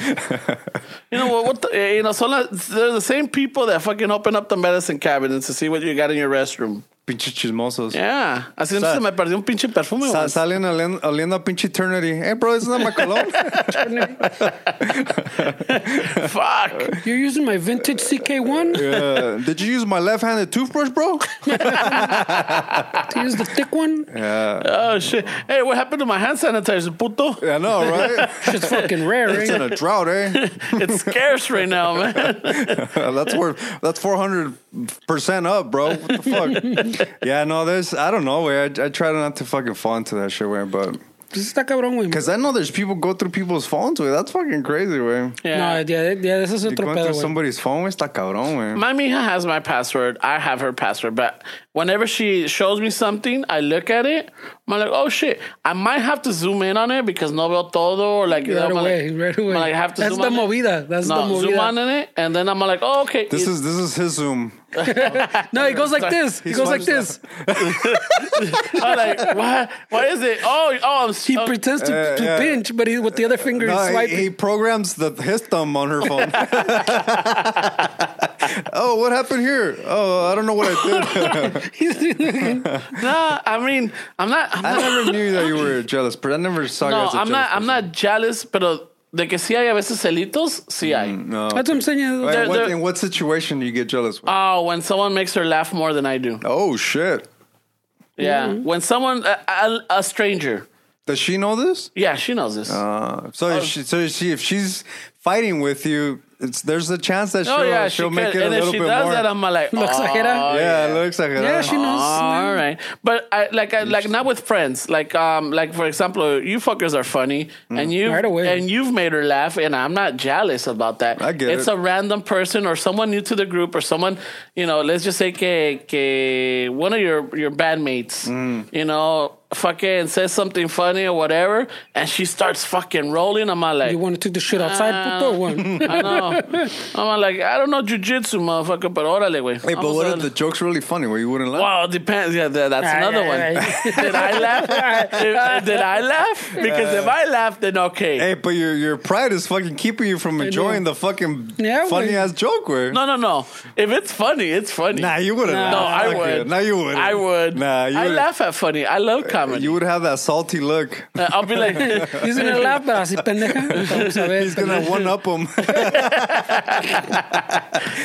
S1: you know, what, what the, eh, you know, so like, they're the same people that fucking open up the medicine cabinets to see what you got in your restroom.
S3: pinche chismosos.
S1: Yeah. Así
S3: Sa-
S1: se me perdió un pinche perfume.
S3: Sa-
S1: once.
S3: salen oliendo, oliendo a pinche eternity. Hey, bro, isn't that my cologne?
S1: Fuck.
S2: You're using my vintage CK1
S3: Uh, did you use my left-handed toothbrush, bro?
S2: to use the thick one.
S3: Yeah,
S1: Oh, shit. Hey, what happened to my hand sanitizer, puto?
S3: I know, right?
S2: Shit's fucking rare,
S3: It's in
S2: right?
S3: a drought, eh?
S1: It's scarce right now, man.
S3: that's worth that's four hundred percent up, bro. What the fuck? yeah, no, there's I don't know, way. I, I try not to fucking fall into that shit, way, but
S2: Está cabrón, güey.
S3: because I know there's people go through people's phones, way. That's fucking crazy, way.
S2: No, yeah, yeah, eso es
S3: You
S2: otro
S3: going
S2: pedo,
S3: through
S2: güey.
S3: somebody's phone, güey, está cabrón, way.
S1: My Mija has my password. I have her password. But whenever she shows me something, I look at it. I'm like, oh shit. I might have to zoom in on it because no veo todo. Or like,
S2: Right
S1: I'm like-
S2: away, right away.
S1: I'm like, I have to
S2: That's
S1: zoom
S2: the
S1: on it.
S2: movida. That's
S1: no,
S2: the
S1: zoom on
S2: movida.
S1: in it. And then I'm like, oh, okay.
S3: This is this is his Zoom.
S2: No, it goes like this. It
S3: He
S2: goes like this.
S3: swipes
S1: I'm like, what? What is it? Oh, oh, I'm
S2: He
S1: oh,
S2: pretends to,
S3: Uh,
S2: to
S3: yeah.
S2: pinch, but he, with the other finger
S3: No,
S2: he's
S3: he-
S2: swiping.
S3: he, programs the his thumb on her phone. oh, what happened here? Oh, I don't know what I did.
S1: nah, I mean, I'm not. I'm
S3: I
S1: not
S3: never knew that you were jealous, but I never saw you
S1: no,
S3: as a
S1: I'm not.
S3: jealous
S1: I'm not jealous. Pero de que sí hay a veces celitos, sí hay.
S3: person. Mm, No.
S2: That's what I'm saying.
S3: Wait,
S1: There-
S3: what-
S1: there-
S3: in what situation do you get jealous? With?
S1: Oh, when someone makes her laugh more than I do.
S3: oh shit!
S1: Yeah.
S2: Mm-hmm.
S1: When someone, a, a, a stranger.
S3: Does she know this?
S1: Yeah, she knows this. Oh.
S3: Uh, so, if she, so if she, if she's fighting with you, it's, there's a chance that she'll,
S1: oh, yeah,
S3: she'll
S1: she
S3: make
S1: could.
S3: it a
S1: And if
S3: little
S1: she
S3: bit
S1: does
S3: more.
S1: that, I'm like,
S2: Lo exagera.
S1: "Oh,
S3: yeah, it looks like
S2: yeah, she knows.
S1: All right, but I like I like not with friends. Like um, like for example, you fuckers are funny,
S3: Mm.
S1: and you
S2: Right away.
S1: and you've made her laugh, and I'm not jealous about that.
S3: I get
S1: it's
S3: it.
S1: a random person or someone new to the group or someone you know. Let's just say que, que one of your your bandmates,
S3: Mm.
S1: you know, fucking says something funny or whatever, and she starts fucking rolling. I'm like,
S2: You want to take the shit outside? puto, or what?
S1: I know. I'm like, I don't know jujitsu, motherfucker, but órale, güey.
S3: Hey, but
S1: Vamos
S3: what
S1: a
S3: if the
S1: darle.
S3: joke's really funny? Where you wouldn't laugh?
S1: Wow, depends. Yeah, that, that's
S2: Ay,
S1: another
S2: ay,
S1: one.
S2: ay.
S1: Did I laugh? Did, did I laugh? Because if I laugh, then okay.
S3: Hey, but your your pride is fucking keeping you from enjoying the fucking
S2: Yeah,
S3: funny
S2: we-
S3: ass joke. Where
S1: No, no, no. If it's funny, it's funny.
S3: Nah, you wouldn't.
S1: No,
S3: laugh.
S1: I
S3: Fuck
S1: would.
S3: it. Nah, you wouldn't.
S1: I would.
S3: Nah, you
S1: I
S3: would. Uh,
S1: laugh at funny. I love comedy.
S3: You would have that salty look.
S1: I'll be like,
S2: He's gonna laugh, pero así pendeja. Vamos a ver.
S3: He's gonna one up him.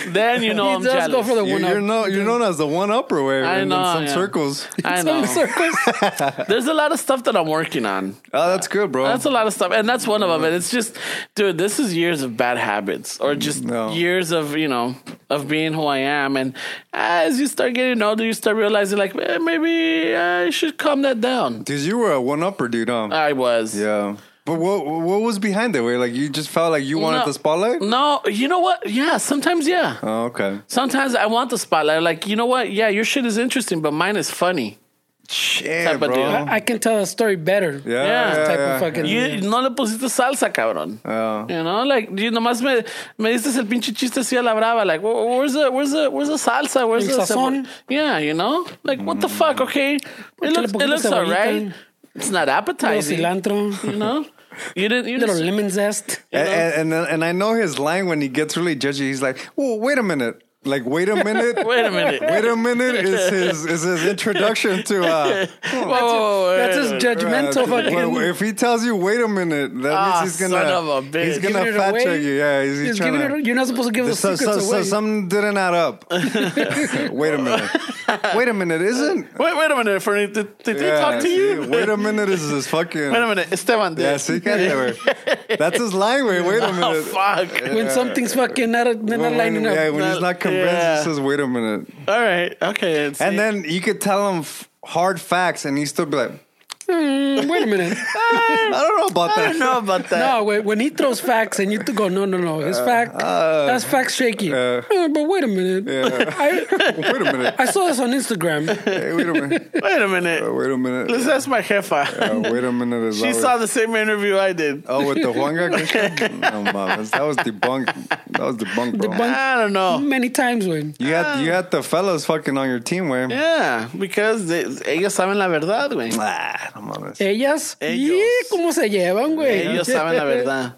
S1: then you know
S2: He
S1: I'm
S2: does
S1: jealous.
S2: go for the
S3: you're,
S2: one
S3: you're,
S2: up.
S3: know, you're known as the one upper way
S1: I
S3: in, in
S1: know,
S3: some
S1: yeah.
S3: circles.
S1: I
S2: Some
S1: know.
S2: circles.
S1: There's a lot of stuff that I'm working on.
S3: Oh, that's good, bro.
S1: That's a lot of stuff, and that's one of them. And it's just, dude, this is years of bad habits, or just
S3: Mm, No.
S1: years of you know of being who I am. And as you start getting older, you start realizing like eh, maybe I should calm that down.
S3: Dude, you were a one upper, dude. Huh?
S1: I was,
S3: yeah. But what what was behind it? Where like you just felt like you wanted
S1: No.
S3: the spotlight?
S1: No, you know what? Yeah, sometimes yeah.
S3: Oh, okay.
S1: Sometimes I want the spotlight. Like you know what? Yeah, your shit is interesting, but mine is funny.
S3: Shit,
S1: Type of
S3: bro.
S1: dude.
S3: Yeah,
S2: I can tell a story better.
S1: Yeah.
S3: yeah,
S2: Type
S3: yeah.
S2: of fucking.
S1: You no le pusiste salsa, cabrón.
S3: Yeah.
S1: You know, like you nomás me me diste el pinche chiste así a la brava. Like, wh- where's the where's the where's the salsa? Where's
S2: El
S1: the
S2: sazón.
S1: cebo- Yeah, you know, like what the fuck? Okay, it looks
S2: poquito
S1: it looks alright.
S2: cebollita.
S1: It's not
S2: Little
S1: appetizing.
S2: cilantro.
S1: You know, you didn't. You
S2: Little
S1: just,
S2: lemon zest.
S3: And, and, and and I know his line when he gets really judgy. He's like, "Well, wait a minute. Like, wait a minute.
S1: wait a minute.
S3: Wait a minute is his is his introduction to uh
S1: Whoa, whoa, whoa,
S2: That's
S1: wait,
S2: his
S1: wait,
S2: judgmental fucking-
S3: Well, if he tells you, wait a minute, that
S1: Ah,
S3: means he's
S1: son
S3: gonna
S1: of a bitch.
S3: he's
S2: Giving
S3: gonna
S2: it
S3: fact
S2: away?
S3: check you. Yeah, he's,
S2: He's
S3: trying
S2: giving
S3: to.
S2: it- You're not supposed to give the
S3: so,
S2: secrets
S3: so, so
S2: away.
S3: something didn't add up. wait a minute. Wait a minute, isn't?
S1: Wait, wait a minute, Fernie. Did, did they
S3: Yeah,
S1: talk to
S3: see,
S1: you?
S3: Wait a minute is this fucking.
S1: Wait a minute, Esteban. did.
S3: Yeah, see, cállate, güey. That's his line, güey. Wait a
S1: Oh
S3: minute.
S1: fuck!
S2: when something's fucking not, not
S3: When-
S2: lining
S3: yeah,
S2: up.
S3: when he's not convinced,
S1: Yeah.
S3: he says, wait a minute.
S1: All right, okay. it's-
S3: And then you could tell him f- hard facts, and he's still be like,
S2: Hmm, wait a minute.
S3: I don't know about
S1: I
S3: that.
S1: don't know about that.
S2: No, when, when he throws facts and you to go, no, no, no, his fact, that's fact shaky.
S3: uh,
S2: "Eh, but wait a minute. I,
S3: Wait a minute.
S2: I saw this on Instagram.
S3: Hey, wait a minute.
S1: Wait a minute.
S3: Uh, Wait a minute.
S1: Let's ask my jefa.
S3: Uh, wait a minute. Is
S1: She
S3: that
S1: saw
S3: what-
S1: the same interview I did.
S3: Oh, with the Juan guy? Christian? No, mames. That was debunked. That was debunked, bro.
S2: Debunked.
S1: I don't
S3: Mm.
S1: know.
S2: Many times when.
S3: You had you had the fellas fucking on your team, güey.
S1: Yeah, because they, ellos saben la verdad, güey.
S3: Ah, no mames.
S2: Ellas,
S1: Ellos.
S2: y ¿cómo se llevan, güey?
S1: Ellos saben la verdad.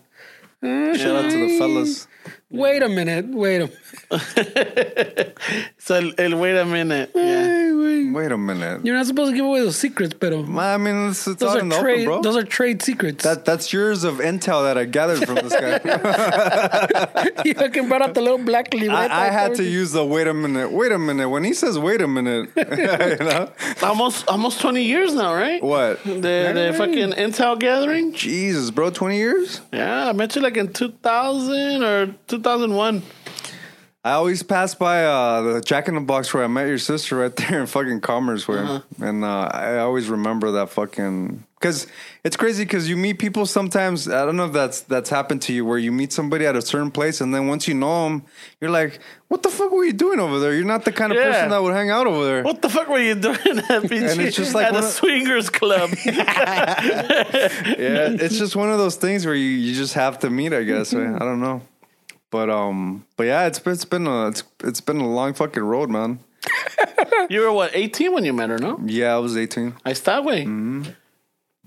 S3: Shout out to the fellas.
S2: Wait a minute, wait a
S1: So el, el wait a minute.
S3: Mm.
S1: Yeah.
S3: Wait a minute.
S2: You're not supposed to give away those secrets, pero
S3: I mean, it's, it's
S2: those
S3: out
S2: are
S3: in the
S2: trade.
S3: open, bro.
S2: Those are trade secrets.
S3: that, that's yours of intel that I gathered from this guy.
S2: you fucking brought up the little black libreta.
S3: I, I had to use the wait a minute, wait a minute. When he says wait a minute, you know?
S1: Almost almost 20 years now, right?
S3: What?
S1: The, the fucking intel gathering?
S3: Jesus, bro, 20 years?
S1: Yeah, I met you like in 2000 or 2001.
S3: I always pass by uh, the Jack in the Box where I met your sister right there in fucking Commerce, where
S1: Uh-huh.
S3: and uh, I always remember that fucking because it's crazy because you meet people sometimes. I don't know if that's that's happened to you where you meet somebody at a certain place and then once you know them, you're like, what the fuck were you doing over there? You're not the kind of
S1: Yeah.
S3: person that would hang out over there.
S1: What the fuck were you doing at,
S3: And it's just like
S1: at a
S3: one of-
S1: swingers club?
S3: yeah, it's just one of those things where you, you just have to meet, I guess. right? I don't know, but um, but yeah, it's been it's been a it's, it's been a long fucking road, man.
S1: you were what, 18 when you met her, no?
S3: Yeah, I was 18.
S1: I está, güey.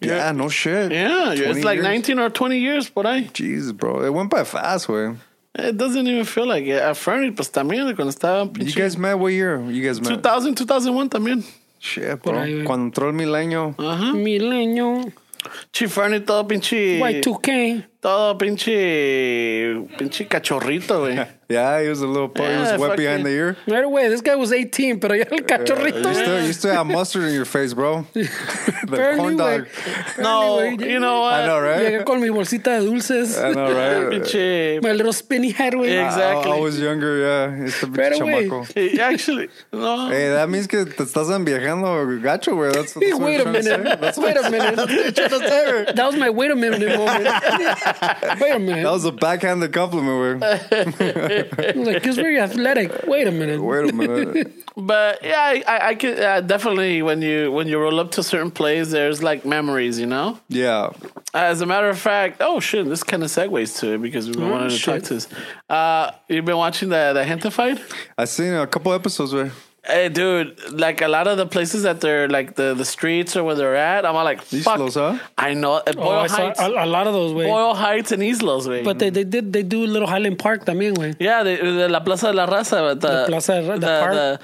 S3: Yeah, no shit.
S1: Yeah, it's
S3: 20
S1: like
S3: Mm. years.
S1: 19 or 20 years por ahí.
S3: Jeez, bro, it went by fast, way.
S1: It doesn't even feel like it. At Fernie, pues también, cuando estaba
S3: You
S1: pinche-
S3: guys met what year? You guys met?
S1: 2000, 2001 también.
S3: Shit,
S2: Por
S3: bro.
S2: ahí, güey.
S3: Cuando entró el milenio,
S2: Milenio,
S1: Chi Fernie todo pinche.
S2: Y2K.
S1: Todo pinche. Pinche cachorrito, güey.
S3: yeah, he was a little, yeah, he was
S1: Yeah,
S3: wet
S1: fucking-
S3: behind the ear.
S2: Right away, this guy was 18, pero ya el cachorrito.
S3: Eh, You still, you still have mustard in your face, bro. the corn dog.
S1: No,
S2: Apparently, güey,
S1: you know what?
S3: I know,
S2: Llegué
S3: right?
S2: con mi bolsita de dulces.
S3: I know, right?
S1: Pinche.
S2: My little spinny head, güey.
S3: I-
S1: Exact- exactly.
S3: I, was younger, yeah. It's a
S2: Right away.
S3: chamaco.
S1: Eh, Actually, no.
S3: Hey, that means que te estás viajando gacho, güey. That's, that's what
S2: wait
S3: I'm
S2: a
S3: trying to say.
S2: minute. Wait a minute.
S3: that
S2: That was my wait a minute moment. wait a minute.
S3: was a backhanded compliment, güey.
S2: I was like, he's very athletic. Wait a minute.
S3: Wait a minute.
S1: But yeah, I, I, I could uh, definitely when you when you roll up to certain plays, there's like memories, you know.
S3: Yeah.
S1: As a matter of fact, oh shit, this kind of segues to it because we wanted to talk
S2: shit.
S1: to this. Uh, you've been watching the the Henta fight.
S3: I seen a couple episodes, güey.
S1: Hey, dude, like a lot of the places that they're like the, the streets or where they're at, I'm all like, fuck.
S3: Islos, huh?
S1: I know. At Boyle
S2: Oh, I saw
S1: Heights.
S2: a, a lot of those, güey.
S1: Boyle Heights and Islos, güey.
S2: But they, they did they do Little Highland Park también, güey.
S1: yeah, the, the La Plaza de la Raza. But the,
S2: The Plaza de Ra- the park.
S1: The,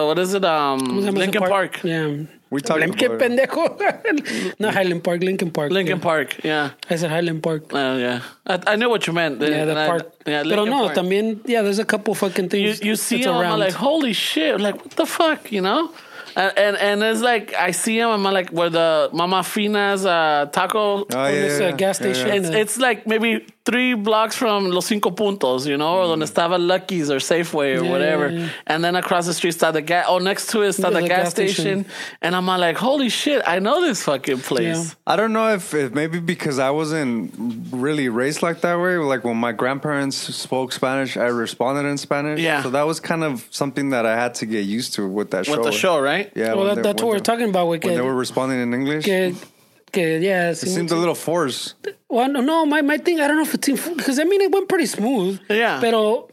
S1: the- what is it? Um,
S2: ¿Cómo se llama ese
S1: Lincoln Park.
S2: Yeah.
S3: We talking
S2: Lincoln
S3: about it.
S2: pendejo. Not Highland Park, Lincoln Park.
S1: Lincoln
S2: Yeah.
S1: Park, yeah.
S2: I said Highland Park.
S1: Oh, yeah. I, I knew what you meant.
S2: Yeah, the
S1: And I-
S2: park.
S1: yeah,
S2: Pero
S1: Lincoln
S2: no,
S1: Park.
S2: también, yeah, there's a couple fucking
S1: you,
S2: things.
S1: you see
S2: it's
S1: him, I'm
S2: around.
S1: like, holy shit, like what the fuck, you know? And and, and it's like I see him, I'm like, where the Mama Fina's uh, taco.
S3: Oh, yeah,
S2: this,
S3: yeah,
S2: uh,
S3: yeah.
S2: gas
S3: Yeah, yeah.
S2: station.
S1: it's, it's like maybe three blocks from Los Cinco Puntos, you know, or donde estaba Lucky's or Safeway or
S2: Mm. Yeah,
S1: whatever.
S2: yeah, yeah.
S1: And then across the street está the gas, oh, next to it está the, gas, station. And I'm like, holy shit, I know this fucking place.
S3: I don't know if, if maybe because I wasn't really raised like that way. Like when my grandparents spoke Spanish, I responded in Spanish.
S1: Yeah.
S3: So that was kind of something that I had to get used to with that show.
S1: With the show, right?
S3: Yeah.
S2: well,
S3: when
S2: that,
S3: they-
S2: that's
S3: when
S2: what we're
S3: they-
S2: talking about, güey.
S3: When they were
S2: Que,
S3: responding in English, it
S2: que, que, yeah. sí,
S3: seemed a little forced.
S2: Well, no, no, my, my thing, I don't know if it's because I mean it went pretty smooth.
S1: Yeah.
S2: Pero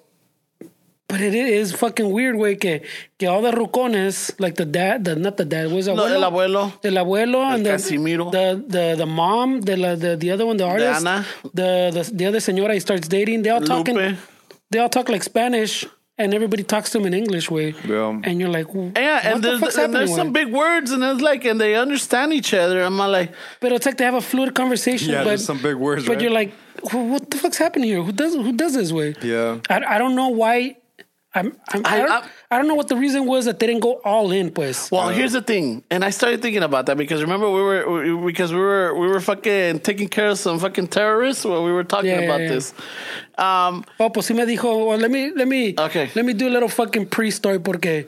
S2: but it is fucking weird way que, que all the rucones, like the dad, the not the dad, was
S1: Lo- El abuelo.
S2: El abuelo and the,
S1: Casimiro.
S2: the the the mom, the la- the, the other one, the artist,
S1: Ana.
S2: the, the the other señora he starts dating. They all talking,
S1: Lupe.
S2: they all talk like Spanish, and everybody talks to him in English way.
S3: Yeah.
S2: And you're like, "Wh-
S1: Yeah,
S2: what
S1: and
S2: the
S1: there's,
S2: fuck's
S1: and
S2: happening?
S1: there's
S2: with
S1: some
S2: him?"
S1: big words, and it's like, and they understand each other. I'm not like,
S2: But it's like they have a fluid conversation.
S3: Yeah,
S2: but,
S3: there's some big words,
S2: But
S3: right?
S2: you're like, "Wh- what the fuck's happening here? Who does who does this way?
S3: Yeah.
S2: I, I don't know why. I'm, I'm, I,
S1: I-
S2: don't,
S1: I-
S2: I don't know what the reason was that they didn't go all in, pues.
S1: well, here's the thing. And I started thinking about that because remember we were we, because we were we were fucking taking care of some fucking terrorists when we were talking
S2: Yeah, yeah,
S1: about
S2: yeah.
S1: this. Um,
S2: Oh, pues sí me dijo, well, let me, let me,
S1: Okay.
S2: let me do a little fucking pre-story porque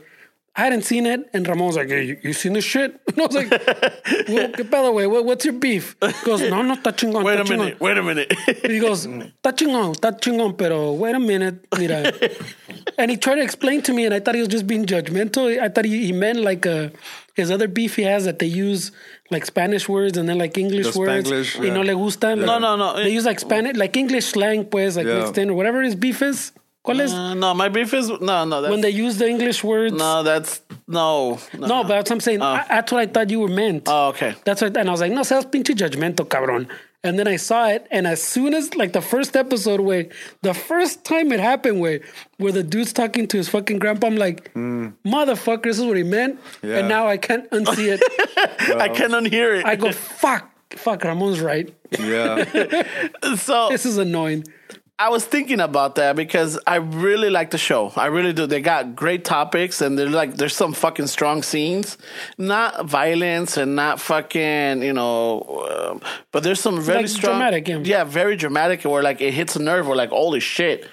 S2: I hadn't seen it. And Ramon's like, hey, you, you seen this shit? And I was like, well, ¿qué pedo, güey? What, what's your beef? He goes, no, no, está chingón,
S1: wait
S2: está
S1: a minute.
S2: chingón."
S1: Wait a minute.
S2: He goes,
S3: Mm.
S2: está chingón, está chingón, pero wait a minute, mira. and he tried to explain to me, and I thought he was just being judgmental. I thought he, he meant like uh his other beef he has that they use like Spanish words and then like English
S3: The
S2: words.
S3: Spanglish,
S2: y no
S3: yeah.
S2: le gustan.
S1: No, no, no. eh.
S2: They use like Spanish, like English slang, pues, like
S3: Yeah.
S2: mixed in or whatever his beef is. ¿Cuál es?
S1: Uh, no, my beef is no, no. That's,
S2: when they use the English words.
S1: no, that's no, no. Ah.
S2: No, but that's what I'm saying. I, that's what I thought you were meant.
S1: Oh, okay.
S2: That's what, and I was like, no, seas pinche judgmental, cabrón. And then I saw it, and as soon as like the first episode, way the first time it happened, way where the dude's talking to his fucking grandpa, I'm like, motherfucker, this is what he meant,
S3: Yeah.
S2: and now I can't unsee it.
S1: I cannot hear it.
S2: I go, fuck, fuck, Ramon's right.
S3: Yeah.
S1: so
S2: This is annoying.
S1: I was thinking about that because I really like the show. I really do. They got great topics and they're like there's some fucking strong scenes, not violence and not fucking you know, um, but there's some very
S2: like
S1: strong
S2: dramatic, yeah.
S1: yeah, very dramatic where like it hits a nerve. Where like holy shit.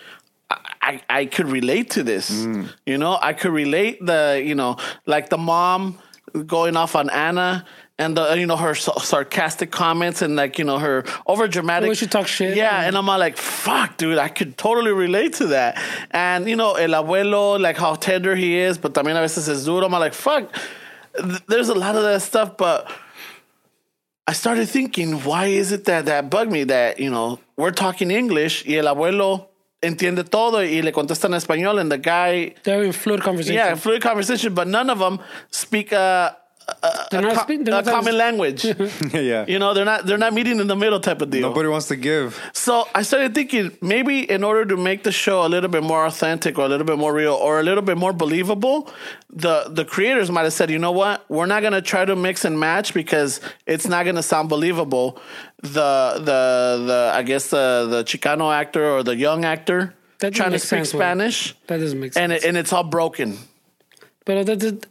S1: I, I I could relate to this,
S2: Mm.
S1: you know. I could relate the, you know, like the mom going off on Anna and the, you know, her sa- sarcastic comments and like, you know, her over dramatic.
S2: way she talks shit.
S1: Yeah, and I'm all like, fuck, dude, I could totally relate to that. And you know, el abuelo, like how tender he is, but también a veces es duro. I'm all like, fuck. Th- There's a lot of that stuff, but I started thinking, why is it that that bugged me that you know we're talking English y el abuelo entiende todo y le contesta en español, and the guy,
S2: They're in fluid conversation.
S1: yeah, fluid conversation, but none of them speak uh,
S2: they're not
S1: co-
S2: speaking.
S1: a common language.
S3: yeah.
S1: you know, they're not they're not meeting in the middle type of deal.
S3: Nobody wants to give.
S1: So I started thinking maybe in order to make the show a little bit more authentic or a little bit more real or a little bit more believable, the the creators might have said, you know what, we're not gonna try to mix and match because it's not gonna sound believable. The the the I guess the the Chicano actor or the young actor
S2: That doesn't
S1: trying to
S2: make
S1: speak
S2: sense, Will.
S1: Spanish
S2: That doesn't make sense.
S1: and it, and it's all broken
S2: but that, that,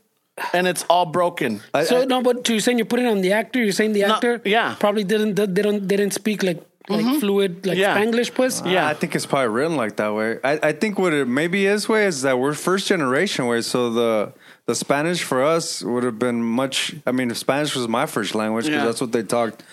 S1: and it's all broken.
S3: I-
S2: So
S3: I-
S2: no, but you're saying you're putting it on the actor. You're saying the
S1: No,
S2: actor,
S1: yeah. Mm-hmm.
S2: probably didn't they don't they didn't speak like like fluid like
S1: Yeah. Uh-huh.
S2: Spanglish, pues.
S1: yeah.
S3: I think it's probably written like that way. I, I think what it maybe is way is that we're first generation way, so the the Spanish for us would have been much. I mean, Spanish was my first language because
S1: Yeah.
S3: that's what they talked.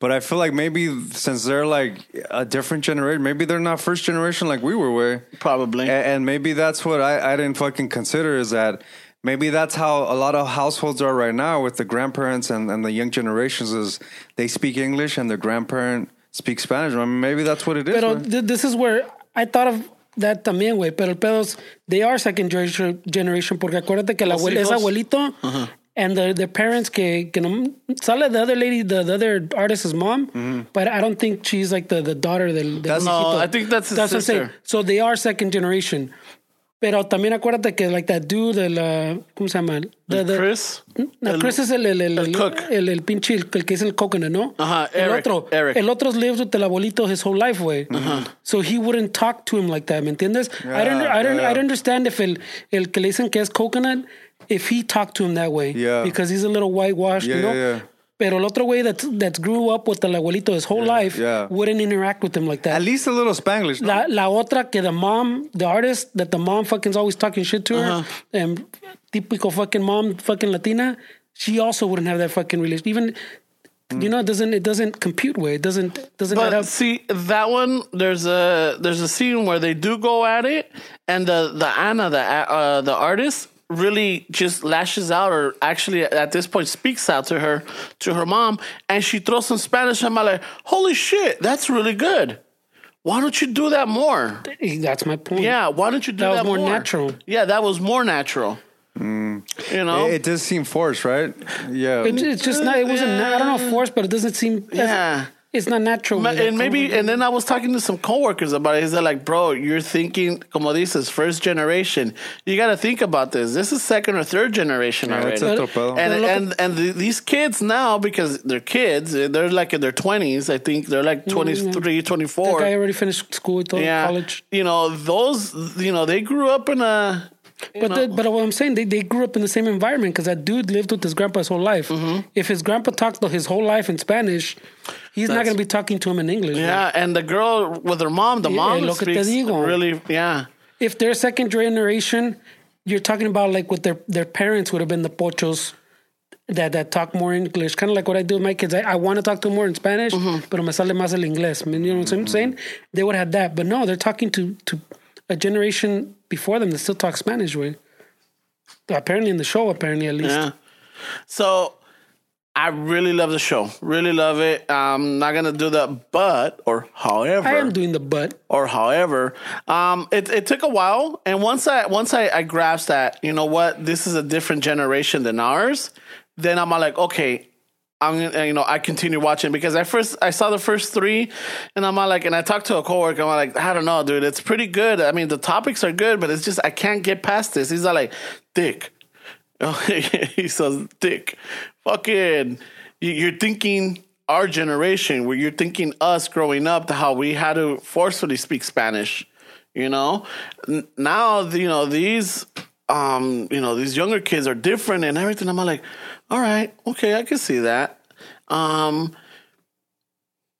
S3: But I feel like maybe since they're like a different generation, maybe they're not first generation like we were. Way
S1: Probably.
S3: A- and, maybe that's what I, I didn't fucking consider is that maybe that's how a lot of households are right now with the grandparents and, and the young generations is they speak English and their grandparent speaks Spanish. I mean, maybe that's what it is.
S2: Pero
S3: man.
S2: th- this is where I thought of that también, güey. Pero el pedo es, they are second generation, generation porque acuérdate que el
S1: Los
S2: abuelo es
S1: hijos.
S2: abuelito and the, the parents que, que no, sale the other lady, the, the other artist's mom, but I don't think she's like the, the daughter del, del
S3: That's- No,
S2: viejito.
S1: Mm-hmm. I think that's his
S2: what I'm
S1: sister.
S2: saying. So they are second generation. Pero también acuérdate que like that dude, el, uh, ¿cómo se llama? The- the- Hmm?
S1: Chris?
S2: No,
S1: El-
S2: Chris es el, el, el,
S1: el cook.
S2: el- el pinche, el, el que es el coconut, ¿no?
S1: Ajá,
S2: el
S1: Eric,
S2: otro.
S1: Eric.
S2: El otro lives with el abuelito his whole life, güey. So he wouldn't talk to him like that, ¿me entiendes? I don't, I don't,
S3: yeah.
S2: I don't understand if el, el que le dicen que es coconut, if he talked to him that way.
S3: Yeah.
S2: Because he's a little whitewashed,
S3: Yeah,
S2: you know?
S3: yeah, yeah.
S2: Pero el otro güey that, that grew up with el abuelito his whole life
S3: yeah.
S2: wouldn't interact with him like that.
S3: At least a little Spanglish. no?
S2: La, la otra que the mom, the artist that the mom fucking's always talking shit to her,
S1: Uh-huh.
S2: and typical fucking mom, fucking Latina, she also wouldn't have that fucking relation. Even you know, it doesn't it doesn't compute way. It doesn't doesn't add
S1: Mm. But
S2: up.
S1: see that one. There's a there's a scene where they do go at it, and the the Anna the uh, the artist really just lashes out, or actually at this point speaks out to her to her mom, and she throws some Spanish. I'm like, holy shit, that's really good. Why don't you do that more?
S2: That's my point.
S1: Yeah, why don't you do
S2: That
S1: that,
S2: was more natural.
S1: Yeah, that was more natural. You know,
S3: It, it does seem forced, right? Yeah.
S2: It- it's just not. It wasn't. I don't know force, but it doesn't seem.
S1: Yeah.
S2: it's not natural.
S1: Ma-
S2: güey.
S1: and maybe and then I was talking to some coworkers about it. He's like, bro, you're thinking como dices, first generation. You got to think about this. This is second or third generation
S3: Yeah,
S1: already.
S3: it's otro
S1: And
S3: pedo.
S2: Pero lo que-
S1: and and the, these kids now because they're kids, eh, they're like in their twenties. I think they're like 23, 24.
S2: That Mm, guy already finished school, todo,
S1: yeah,
S2: college.
S1: you know those. You know they grew up in a. you
S2: But
S1: know,
S2: the, but what I'm saying, they, they grew up in the same environment because that dude lived with his grandpa his whole life.
S1: Mm-hmm.
S2: If his grandpa talked to his whole life in Spanish, he's not
S1: That's-
S2: going to be talking to him in English. man.
S1: yeah, and the girl with her mom, the
S2: Yeah,
S1: mom
S2: lo que te
S1: speaks
S2: digo.
S1: really, yeah.
S2: If they're second generation, you're talking about like what their their parents would have been the pochos that that talk more English, kind of like what I do with my kids. I, I want to talk to them more in Spanish,
S1: Mm-hmm.
S2: pero me sale más el inglés. I mean, you know what I'm saying? They would have that, but no, they're talking to to a generation before them that still talk Spanish. Way apparently in the show, apparently at least.
S1: Yeah. So I really love the show. Really love it. I'm not gonna do that, but or however
S2: I am doing the butt.
S1: or however. Um, it, it took a while, and once I once I, I grasped that, you know what, this is a different generation than ours. Then I'm like, okay, I'm gonna- you know I continue watching because I first I saw the first three, and I'm like, and I talked to a coworker, I'm like, I don't know, dude, it's pretty good. I mean, the topics are good, but it's just I can't get past this. He's like, dick. he says, dick, fucking, you- you're thinking our generation, where you're thinking us growing up, how we had to forcefully speak Spanish, you know? N- Now, the- you know, these, um, you know, these younger kids are different and everything. I'm like, all right, okay, I can see that. Um,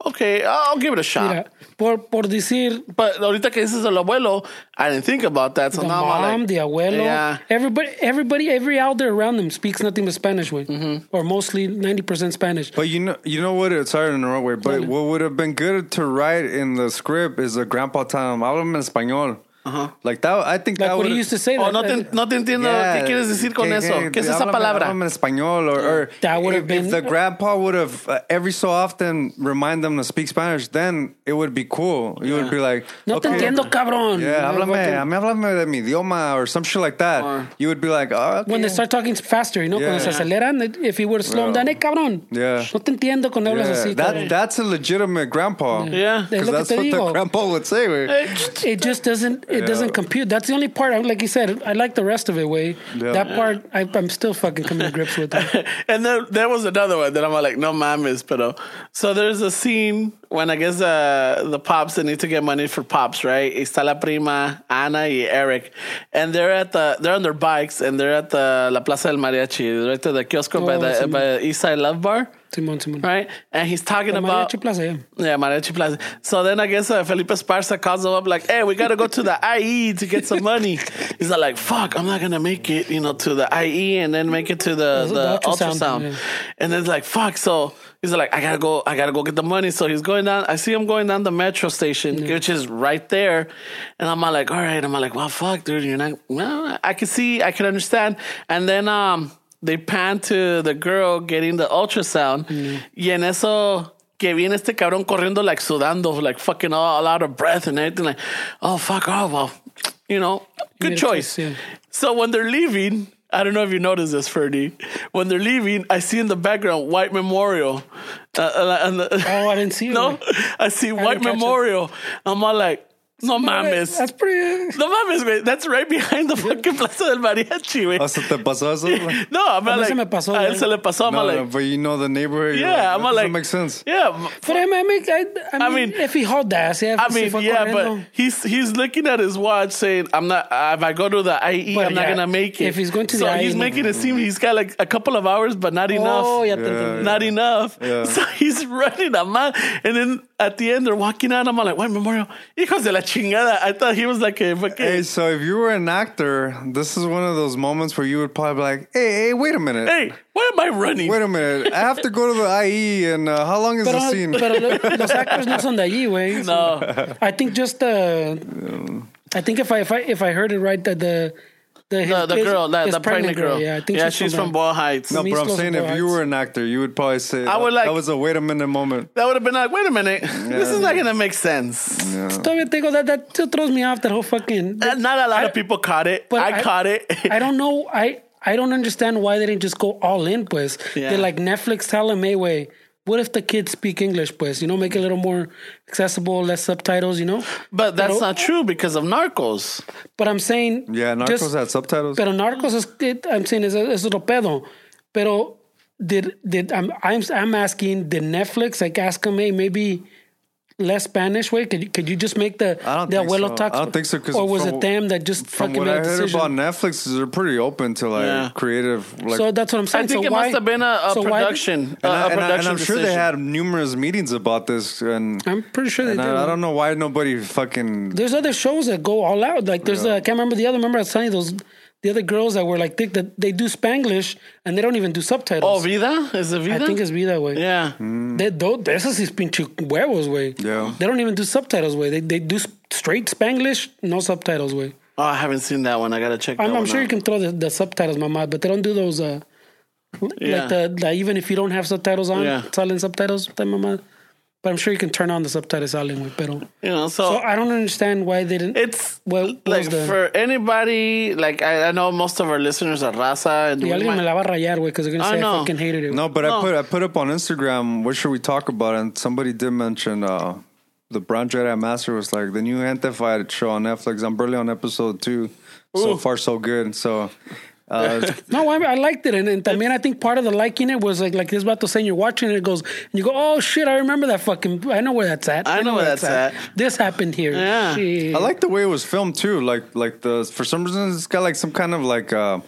S1: okay, I'll give it a
S3: Ah.
S1: shot.
S2: Mira, por, por decir
S1: But ahorita que dices el abuelo, I didn't think about that. So
S2: the
S1: now I'm
S2: mom,
S1: like,
S2: the abuelo,
S1: Yeah.
S2: everybody, everybody, every out there around them speaks nothing but Spanish, way
S3: Mm-hmm.
S2: or mostly ninety percent Spanish.
S3: But you know, you know what? It's sorry to interrupt, way, but what would have been good to write in the script is the grandpa time. Háblame en español. Uh-huh. Like that, I think
S2: Like
S3: that
S2: what
S3: would.
S2: he used to say.
S1: Oh,
S2: that-
S1: no
S2: that-
S1: te, no te entiendo qué quieres decir con
S3: Que-
S1: eso.
S3: que-
S1: ¿Qué es esa
S3: háblame-
S1: palabra?
S3: háblame en español, or, or
S2: That would
S3: if-
S2: have been-
S3: If the grandpa would have uh, every so often remind them to speak Spanish, then it would be cool. You would be like,
S2: no te
S3: okay,
S2: entiendo, cabrón.
S3: Yeah,
S2: Like,
S3: háblame,
S2: fucking-
S3: a mí háblame de mi idioma or some shit like that.
S1: Or-
S3: you would be like, oh, okay.
S2: When they start talking faster, you know,
S3: Yeah.
S2: cuando se aceleran, it- if you were slow
S3: Yeah.
S2: down, hey, cabrón.
S3: Yeah.
S2: No te entiendo cuando hablas
S3: Yeah,
S2: así.
S3: that,
S2: cabrón.
S3: that's a legitimate grandpa.
S1: Yeah.
S2: Es
S3: Because
S2: lo que
S3: that's
S2: te
S3: what the
S2: digo.
S3: grandpa would say. güey.
S2: it just doesn't it doesn't compute. That's the only part. I- Like you said, I like the rest of it. Way
S3: Yeah.
S2: that part, I, I'm still fucking coming to grips with. It.
S1: and there, there was another one that I'm like, no mames, pero. So there's a scene when I guess uh, the pops they need to get money for pops, right? Está la prima Ana y Eric, and they're at the they're on their bikes and they're at the La Plaza del Mariachi, right to the kiosk by
S2: Oh,
S1: the
S2: sí.
S1: by Eastside Love Bar,
S2: Simón, Simón.
S1: right? And he's talking about
S2: Mariachi Plaza, yeah.
S1: yeah, Mariachi Plaza. So then I guess uh, Felipe Esparza calls him up like, hey, we got to go to the IE to get some money. He's like, fuck, I'm not going to make it, you know, to the IE and then make it to the,
S2: The
S1: the ultrasound.
S2: ultrasound, yeah.
S1: And then it's like, fuck. So he's like, I got to go, I got to go get the money. So he's going down. I see him going down the metro station, which is right there. And I'm like, all right. I'm like, well, fuck, dude, you're not, well, I can see, I can understand. And then, um, they pan to the girl getting the ultrasound. Y en eso, que viene este cabrón corriendo, like sudando, like fucking all, all out of breath and everything. Like, oh, fuck, oh, well, you know,
S2: made
S1: good
S2: a
S1: choice.
S2: choice, yeah.
S1: So when they're leaving, I don't know if you noticed this, Ferdy. When they're leaving, I see in the background White Memorial. Uh, uh, and the,
S2: Oh, I didn't see it.
S1: no,
S2: güey.
S1: I see White
S2: didn't catch it.
S1: Memorial. I'm all like, no mames.
S2: That's pretty.
S1: No mames, güey. That's right behind the fucking Plaza del Mariachi, güey.
S3: Hasta Oh, te pasó eso. güey?
S1: No, I'm
S2: Oh, mí
S1: like,
S2: se me pasó,
S1: a él
S2: güey.
S1: se le pasó. I'm
S3: No,
S1: like,
S3: no, but you know the neighborhood. you're
S1: yeah, I'm like,
S3: that doesn't make sense.
S1: Yeah,
S2: But I mean, I, make, I, I,
S1: I
S2: mean,
S1: mean-
S2: if he hauled ass, yeah. If
S1: I
S2: he
S1: mean,
S2: fue
S1: yeah, but
S2: corriendo.
S1: he's he's looking at his watch, saying, "I'm not. Uh, if I go to the IE,
S2: But
S1: I'm not
S2: yeah,
S1: gonna make it."
S2: if he's going to
S1: so
S2: the
S1: he's
S2: IE,
S1: making it seem he's got like a couple of hours, but not enough.
S2: Oh, ya te
S3: Yeah,
S2: entendí.
S1: Not enough.
S3: Yeah.
S1: So he's running a mile. And then at the end, they're walking out. I'm like, wait, Memorial, hijos de la chingada. I thought he was like a fucking.
S3: Hey,
S1: Hey,
S3: so if you were an actor, this is one of those moments where you would probably be like, hey, hey, wait a minute.
S1: why am I running?
S3: Wait a minute. I have to go to the IE, and uh, how long is the scene?
S2: Pero, pero lo- los actors no son de allí, güey.
S1: No.
S2: I think just uh, I think if I if I if I heard it right, that the the his-
S1: The, the
S2: his-
S1: girl, the,
S2: his
S1: the pregnant, girl.
S2: Yeah, I think
S1: yeah, she's from
S2: that.
S1: Ball Heights.
S3: no, but I'm
S2: Mislos
S3: saying if you
S2: Boards.
S3: were an actor, you would probably say
S1: I would like-
S3: that was a wait a minute moment.
S1: That would have been like, wait a minute, this is not gonna make sense.
S2: Todavía tengo that that still throws me off that whole fucking.
S1: Uh, Not a lot of people caught it.
S2: But
S1: I, caught it.
S2: I don't know. I I don't understand why they didn't just go all in, pues.
S1: Yeah.
S2: They're like Netflix telling Mayway, what if the kids speak English, pues? You know, make it a little more accessible, less subtitles, you know?
S1: But that's
S2: Pero-
S1: not true because of Narcos.
S2: But I'm saying.
S3: Yeah, Narcos
S2: just-
S3: had subtitles.
S2: Pero Narcos is, it, I'm saying, is, is little pedo. Pero did, did, I'm, I'm, I'm asking, did Netflix, like, ask them, hey, maybe less Spanish way? Could you, could you just make the,
S3: I don't
S2: the
S3: think
S2: abuelo
S3: so.
S2: talks?
S3: I don't think so, 'cause
S2: Or was
S3: from
S2: it
S3: wh-
S2: them that just
S3: From
S2: fucking
S3: what
S2: made
S3: I
S2: a
S3: heard about
S2: decision?
S3: Netflix, is they're pretty open to like
S1: Yeah.
S3: creative. Like,
S2: So that's what I'm saying.
S1: I think
S2: so
S1: it
S2: why,
S1: must have been a, a
S2: so why-
S1: production.
S3: and,
S1: a-
S3: I,
S1: a
S3: and, I,
S1: production
S3: am sure they
S1: decision.
S3: had numerous meetings about this, and
S2: I'm pretty sure they
S3: and
S2: did.
S3: I, I don't know why nobody fucking.
S2: there's other shows that go all out. Like there's,
S3: Yeah.
S2: uh, I can't remember the other. Remember I was telling you those the other girls that were like thick that they do Spanglish and they don't even do
S1: Oh,
S2: subtitles.
S1: vida is it vida?
S2: I think it's be that way.
S1: yeah.
S3: Hmm.
S2: They do. Esos es pinche huevos, güey.
S3: Yeah.
S2: They don't even do subtitles, way. They they do s- straight Spanglish, no subtitles, way.
S1: Oh, I haven't seen that one. I gotta check.
S2: I'm,
S1: that
S2: I'm
S1: one
S2: sure
S1: out.
S2: you can throw the, the subtitles, mama, but they don't do those. Uh,
S1: Yeah.
S2: Like the like even if you don't have subtitles on,
S1: Yeah.
S2: silent subtitles, that mama. But I'm sure you can turn on the subtitles, silent, güey. Pero
S1: You know, so,
S2: so I don't understand why they didn't.
S1: it's
S2: Well, what
S1: like
S2: was the-
S1: for anybody. Like I, I know most of our listeners are raza. And
S2: Y
S1: we
S2: alguien me
S1: might-
S2: la va a rayar, güey, because they're going to
S1: I
S2: say I
S1: know.
S2: fucking hated it.
S3: No, but
S1: No.
S3: I put I put up on Instagram. What should we talk about? And somebody did mention uh, the Brown Jedi Master was like the new Antified show on Netflix. I'm barely on episode two. So far, so good. So. Uh,
S2: No, I, I liked it. And, and también I think part of the liking it was like, like this vato saying you're watching it, it goes, and you go, oh shit, I remember that fucking, I know where that's at.
S1: I know where that's
S2: This happened here.
S1: Yeah.
S2: Shit.
S3: I like the way it was filmed too. Like like the for some reason it's got like some kind of like uh,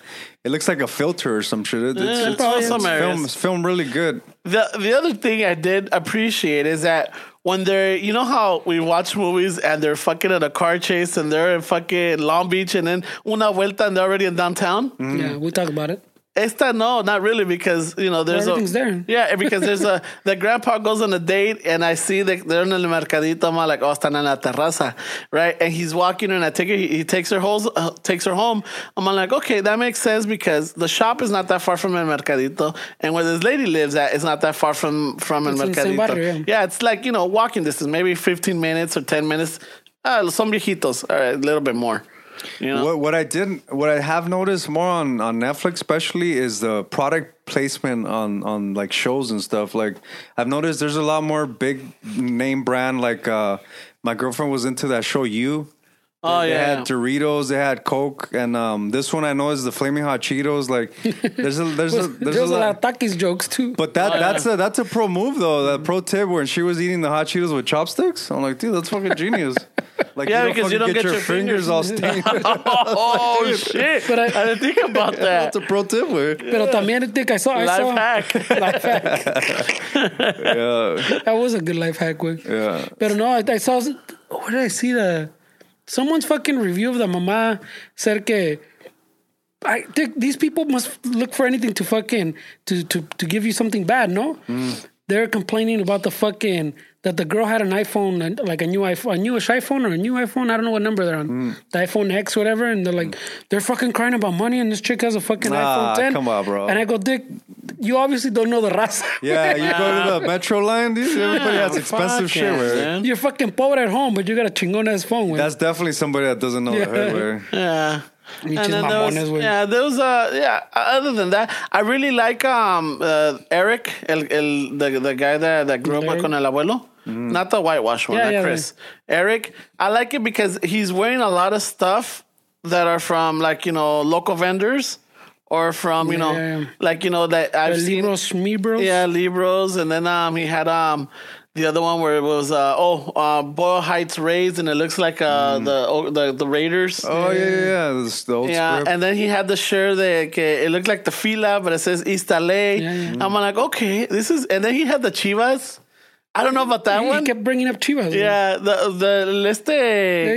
S3: it looks like a filter or some shit. It- it's,
S1: Yeah,
S3: it's,
S1: probably
S3: it's
S1: some areas.
S3: film, it's filmed really good.
S1: The the other thing I did appreciate is that when they're you know how we watch movies and they're fucking at a car chase and they're in fucking Long Beach and then una vuelta and they're already in downtown.
S2: Yeah, we talk about it.
S1: Esta no, not really because you know there's
S2: everything's
S1: a,
S2: there.
S1: Yeah, because there's a the grandpa goes on a date and I see that they're in el mercadito. I'm like, oh, están en la terraza, right? And he's walking and I take her, he, he takes her home, uh, takes her home. I'm like, okay, that makes sense because the shop is not that far from el mercadito, and where this lady lives at is not that far from from el
S2: It's in the
S1: mercadito.
S2: same barrio, yeah.
S1: Yeah, it's like, you know, walking distance, maybe 15 minutes or 10 minutes. Uh, some viejitos, all right, a little bit more. You know?
S3: What what I didn't what I have noticed more on on Netflix especially is the product placement on on like shows and stuff. Like I've noticed there's a lot more big name brand. Like uh, my girlfriend was into that show. You.
S1: Oh,
S3: They
S1: yeah.
S3: had Doritos, they had Coke, and um, this one I know is the Flaming Hot Cheetos. Like, there's a there's a
S2: There's, a lot of Takis jokes too.
S3: But that
S1: Oh,
S3: that's a that's a pro move though. That pro tip when she was eating the hot Cheetos with chopsticks, I'm like, dude, that's fucking genius. Like,
S1: Yeah, because you
S3: fucking
S1: don't get your fingers.
S3: all stained.
S1: oh, shit.
S2: But I-
S1: I, didn't think about that.
S3: that's a pro tip, way.
S2: Pero también I think I saw, I saw.
S1: Life hack.
S2: life hack. That was a good life hack, güey.
S3: Yeah.
S2: Pero no, I, I saw. Where did I see the? Someone's fucking review of the mamá said que. I think these people must look for anything to fucking to to to give you something bad. No, they're complaining about the fucking that the girl had an iPhone and like a new iPhone, a newish iPhone or a new iPhone. I don't know what number they're on, the iPhone X, whatever. And they're like, they're fucking crying about money, and this chick has a fucking
S3: Nah,
S2: iPhone 10.
S3: come on, bro.
S2: And I go, Dick, you obviously don't know the raza.
S3: Yeah, you go to the metro line, dude. Everybody has expensive shit.
S1: Podcast,
S3: Way.
S1: man.
S2: You're fucking pobre at home, but you got a chingón ass phone. Güey.
S3: That's definitely somebody that doesn't know the
S2: Yeah.
S3: hood. Way.
S1: Yeah. And
S2: Pinches
S1: then there was,
S2: mamones, güey.
S1: yeah, there was uh, yeah. Other than that, I really like um uh, Eric, el, el, the the guy that that grew up
S2: Eric. Mm.
S1: con el abuelo, not the whitewash one,
S2: Yeah,
S1: not
S2: yeah,
S1: Chris. Eric, I like it because he's wearing a lot of stuff that are from like you know local vendors or from you know
S2: Yeah.
S1: like you know that I've
S2: The
S1: seen
S2: libros, mi bros.
S1: Yeah, Libros, and then um, he had um, the other one where it was uh, oh, uh, Boyle Heights Rays, and it looks like uh, the, oh, the the Raiders.
S3: Oh yeah, yeah, yeah. This- the old
S1: Yeah,
S3: script.
S1: and then he had the shirt that que it looked like the fila, but it says East LA.
S2: Yeah, yeah.
S1: I'm like, okay, this is. And then he had the Chivas. I don't know about that
S2: He
S1: one.
S2: kept bringing up Chivas. güey.
S1: Yeah, the the este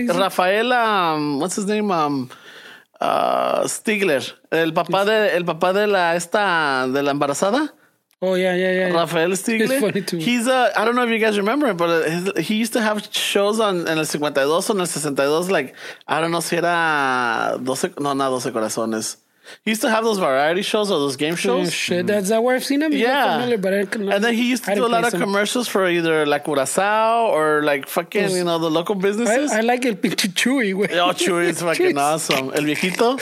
S2: he's-
S1: Rafael um what's his name um uh Stigler el papá de el papá de la esta de la embarazada
S2: Oh yeah, yeah, yeah. yeah.
S1: Rafael Stigler.
S2: It's funny too.
S1: He's a, I don't know if you guys remember him, but uh, his, he used to have shows on en el 52 o en el 62, like, I don't know si era 12, no, not 12 corazones. He used to have those variety shows or those game
S2: Oh,
S1: shows.
S2: shit, that's that where I've seen him. He's
S1: Yeah.
S2: familiar, but I can-
S1: And then he used
S2: I
S1: to do a
S2: didn't
S1: lot of
S2: place him.
S1: commercials for either like Curacao or like fucking,
S2: Pues-
S1: you know, the local businesses.
S2: I, I like el pinche Chewy, güey.
S1: Oh, Chewie is fucking awesome. El viejito,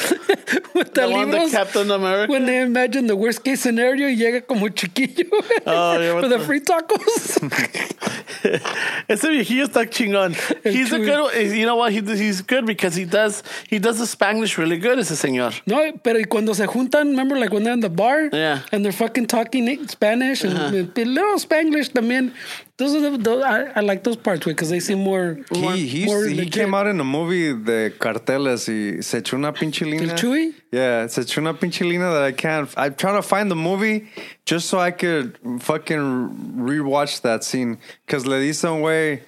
S2: With the
S1: the one that
S2: libros,
S1: Captain America.
S2: when they imagine the worst case scenario, y llega como chiquillo
S1: Oh, yeah, what
S2: for the
S1: the-
S2: free tacos.
S1: Ese viejillo está chingón.
S2: El
S1: He's a
S2: Chuy.
S1: good. eh, You know what? He, he's good because he does he does the Spanish really good. Ese señor.
S2: no, pero y cuando se juntan, remember like when they're in the bar
S1: Yeah. Uh-huh.
S2: and they're fucking talking in Spanish and a little Spanglish también. Those are the, those, I, I like those parts because they seem more. more,
S3: He, he,
S2: more
S3: he
S2: legit.
S3: came out in a movie de carteles y se echó una pinche línea.
S2: Chuy?
S3: Yeah, se echó una pinche línea that I can't. I'm trying to find the movie just so I could fucking rewatch that scene. Because le dice un güey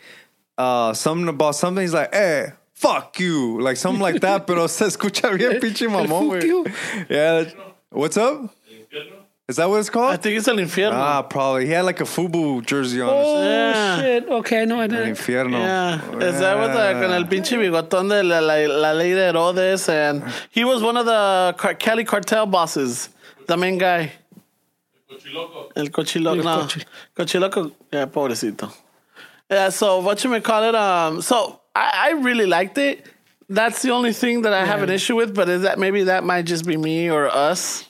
S3: uh, something about something. He's like, hey, fuck you. Like something like that, pero se escucha bien pinche mamón,
S2: fuck you.
S3: güey. Yeah. What's up? Is that what it's
S1: I
S3: called?
S1: think it's el infierno.
S3: Ah, probably. He had like a FUBU jersey on.
S2: Oh,
S1: Yeah.
S2: shit. Okay, no, I didn't.
S3: Infierno.
S1: Yeah, is that with the, con el pinche bigotón de la, la, la ley de Herodes? And he was one of the car, Cali cartel bosses, the main guy. El cochiloco.
S2: El
S1: no.
S2: cochi-
S1: Cochiloco, yeah, pobrecito. Yeah, so what you may call it? Um, so I, I really liked it. That's the only thing that I have an issue with, but is that maybe that might just be me or us.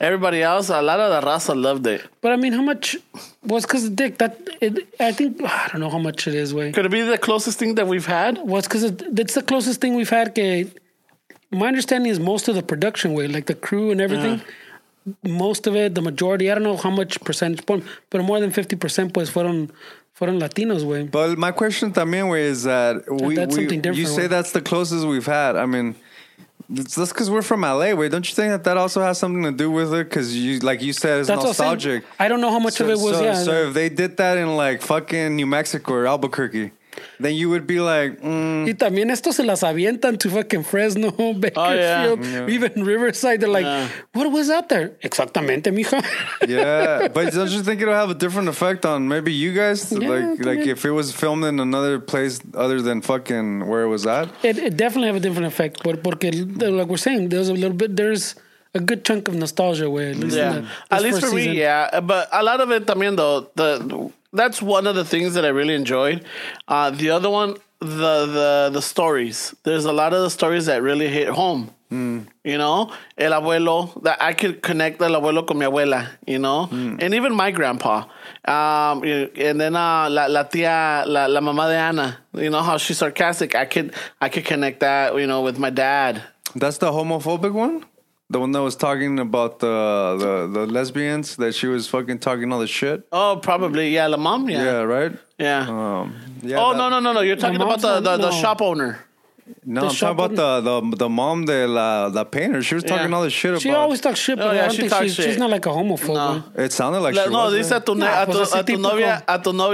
S1: Everybody else, a lot of the raza loved it.
S2: But I mean, how much was because Dick? That it, I think I don't know how much it is. Way
S1: Could it be the closest thing that we've had?
S2: was because that's the closest thing we've had. Que, my understanding is most of the production way, like the crew and everything. Most of it, the majority. I don't know how much percentage, but but more than fifty percent pues fueron fueron Latinos way.
S3: But my question también, güey, is that we,
S2: that's
S3: we-
S2: something different,
S3: you say
S2: güey.
S3: that's the closest we've had. I mean, it's, that's because we're from LA, güey. Don't you think that that also has something to do with it? Because you, like you said, it's
S2: That's what I'm saying.
S3: nostalgic.
S2: I don't know how much of it was.
S3: so,
S2: yeah,
S3: so if they did that in like fucking New Mexico or Albuquerque, then you would be like, mm,
S2: Y también estos se las avientan to fucking Fresno, Bakersfield, even Riverside. They're like,
S1: Yeah.
S2: what was out there? Exactamente, mijo.
S3: yeah. but don't you think it'll have a different effect on maybe you guys?
S2: Yeah,
S3: like, like
S2: también.
S3: if it was filmed in another place other than fucking where it was at.
S2: It, it definitely have a different effect, but porque like we're saying, there's a little bit, there's a good chunk of nostalgia where at least, in
S1: Yeah,
S2: the,
S1: at
S2: this
S1: least
S2: first
S1: for me,
S2: season.
S1: yeah. Uh, But a lot of it, I mean, though, the that's one of the things that I really enjoyed. Uh, the other one, the the the stories. There's a lot of the stories that really hit home.
S2: Hmm.
S1: You know, el abuelo that I could connect el abuelo con mi abuela. You know,
S2: Hmm.
S1: and even my grandpa. Um, you- and then uh, la la tía la la mamá de Ana. You know how she's sarcastic. I could I could connect that. You know, with my dad.
S3: That's the homophobic one? The one that was talking about the, the, the lesbians that she was fucking talking all the shit?
S1: Oh, probably yeah. La mom, yeah,
S3: Yeah,
S1: yeah.
S3: right?
S2: Uh,
S3: Um, yeah,
S1: oh
S3: that-
S1: no no no no! You're talking about
S2: mom's
S1: the, the,
S2: not-
S1: the
S2: no.
S1: shop owner.
S3: No,
S2: The
S3: I'm talking about the, the the mom de la the painter. She was talking
S1: Yeah.
S3: all the shit
S2: She
S3: about
S2: always talks shit, but
S1: Oh, yeah,
S2: I don't
S1: she
S2: think
S1: talks
S2: she's,
S1: shit.
S2: she's not like a homophobe.
S1: No.
S2: güey.
S3: It sounded like
S1: La-
S3: she
S1: no,
S3: was.
S1: dice a tu, ne-
S2: Nah,
S1: a, tu,
S2: pues así
S1: a tu
S2: típico.
S1: novia a tu
S2: La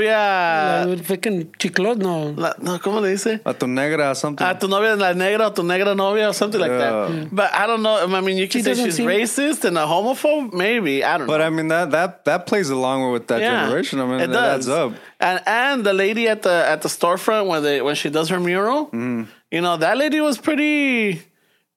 S1: novia.
S2: fucking chiclot, no.
S1: La, no, ¿Cómo le dice?
S3: uh, a tu negra or something.
S1: A tu novia la negra o tu negra novia or something like that.
S3: Yeah.
S1: But I don't know. I mean, you can
S2: She
S1: say
S2: doesn't
S1: she's
S2: seem-
S1: racist and a homophobe, maybe. I don't
S3: but
S1: know.
S3: I mean that that that plays along with that generation. I mean that adds up.
S1: And and the lady at the at the storefront when they when she does her mural,
S3: Mm-hmm.
S1: you know that lady was pretty.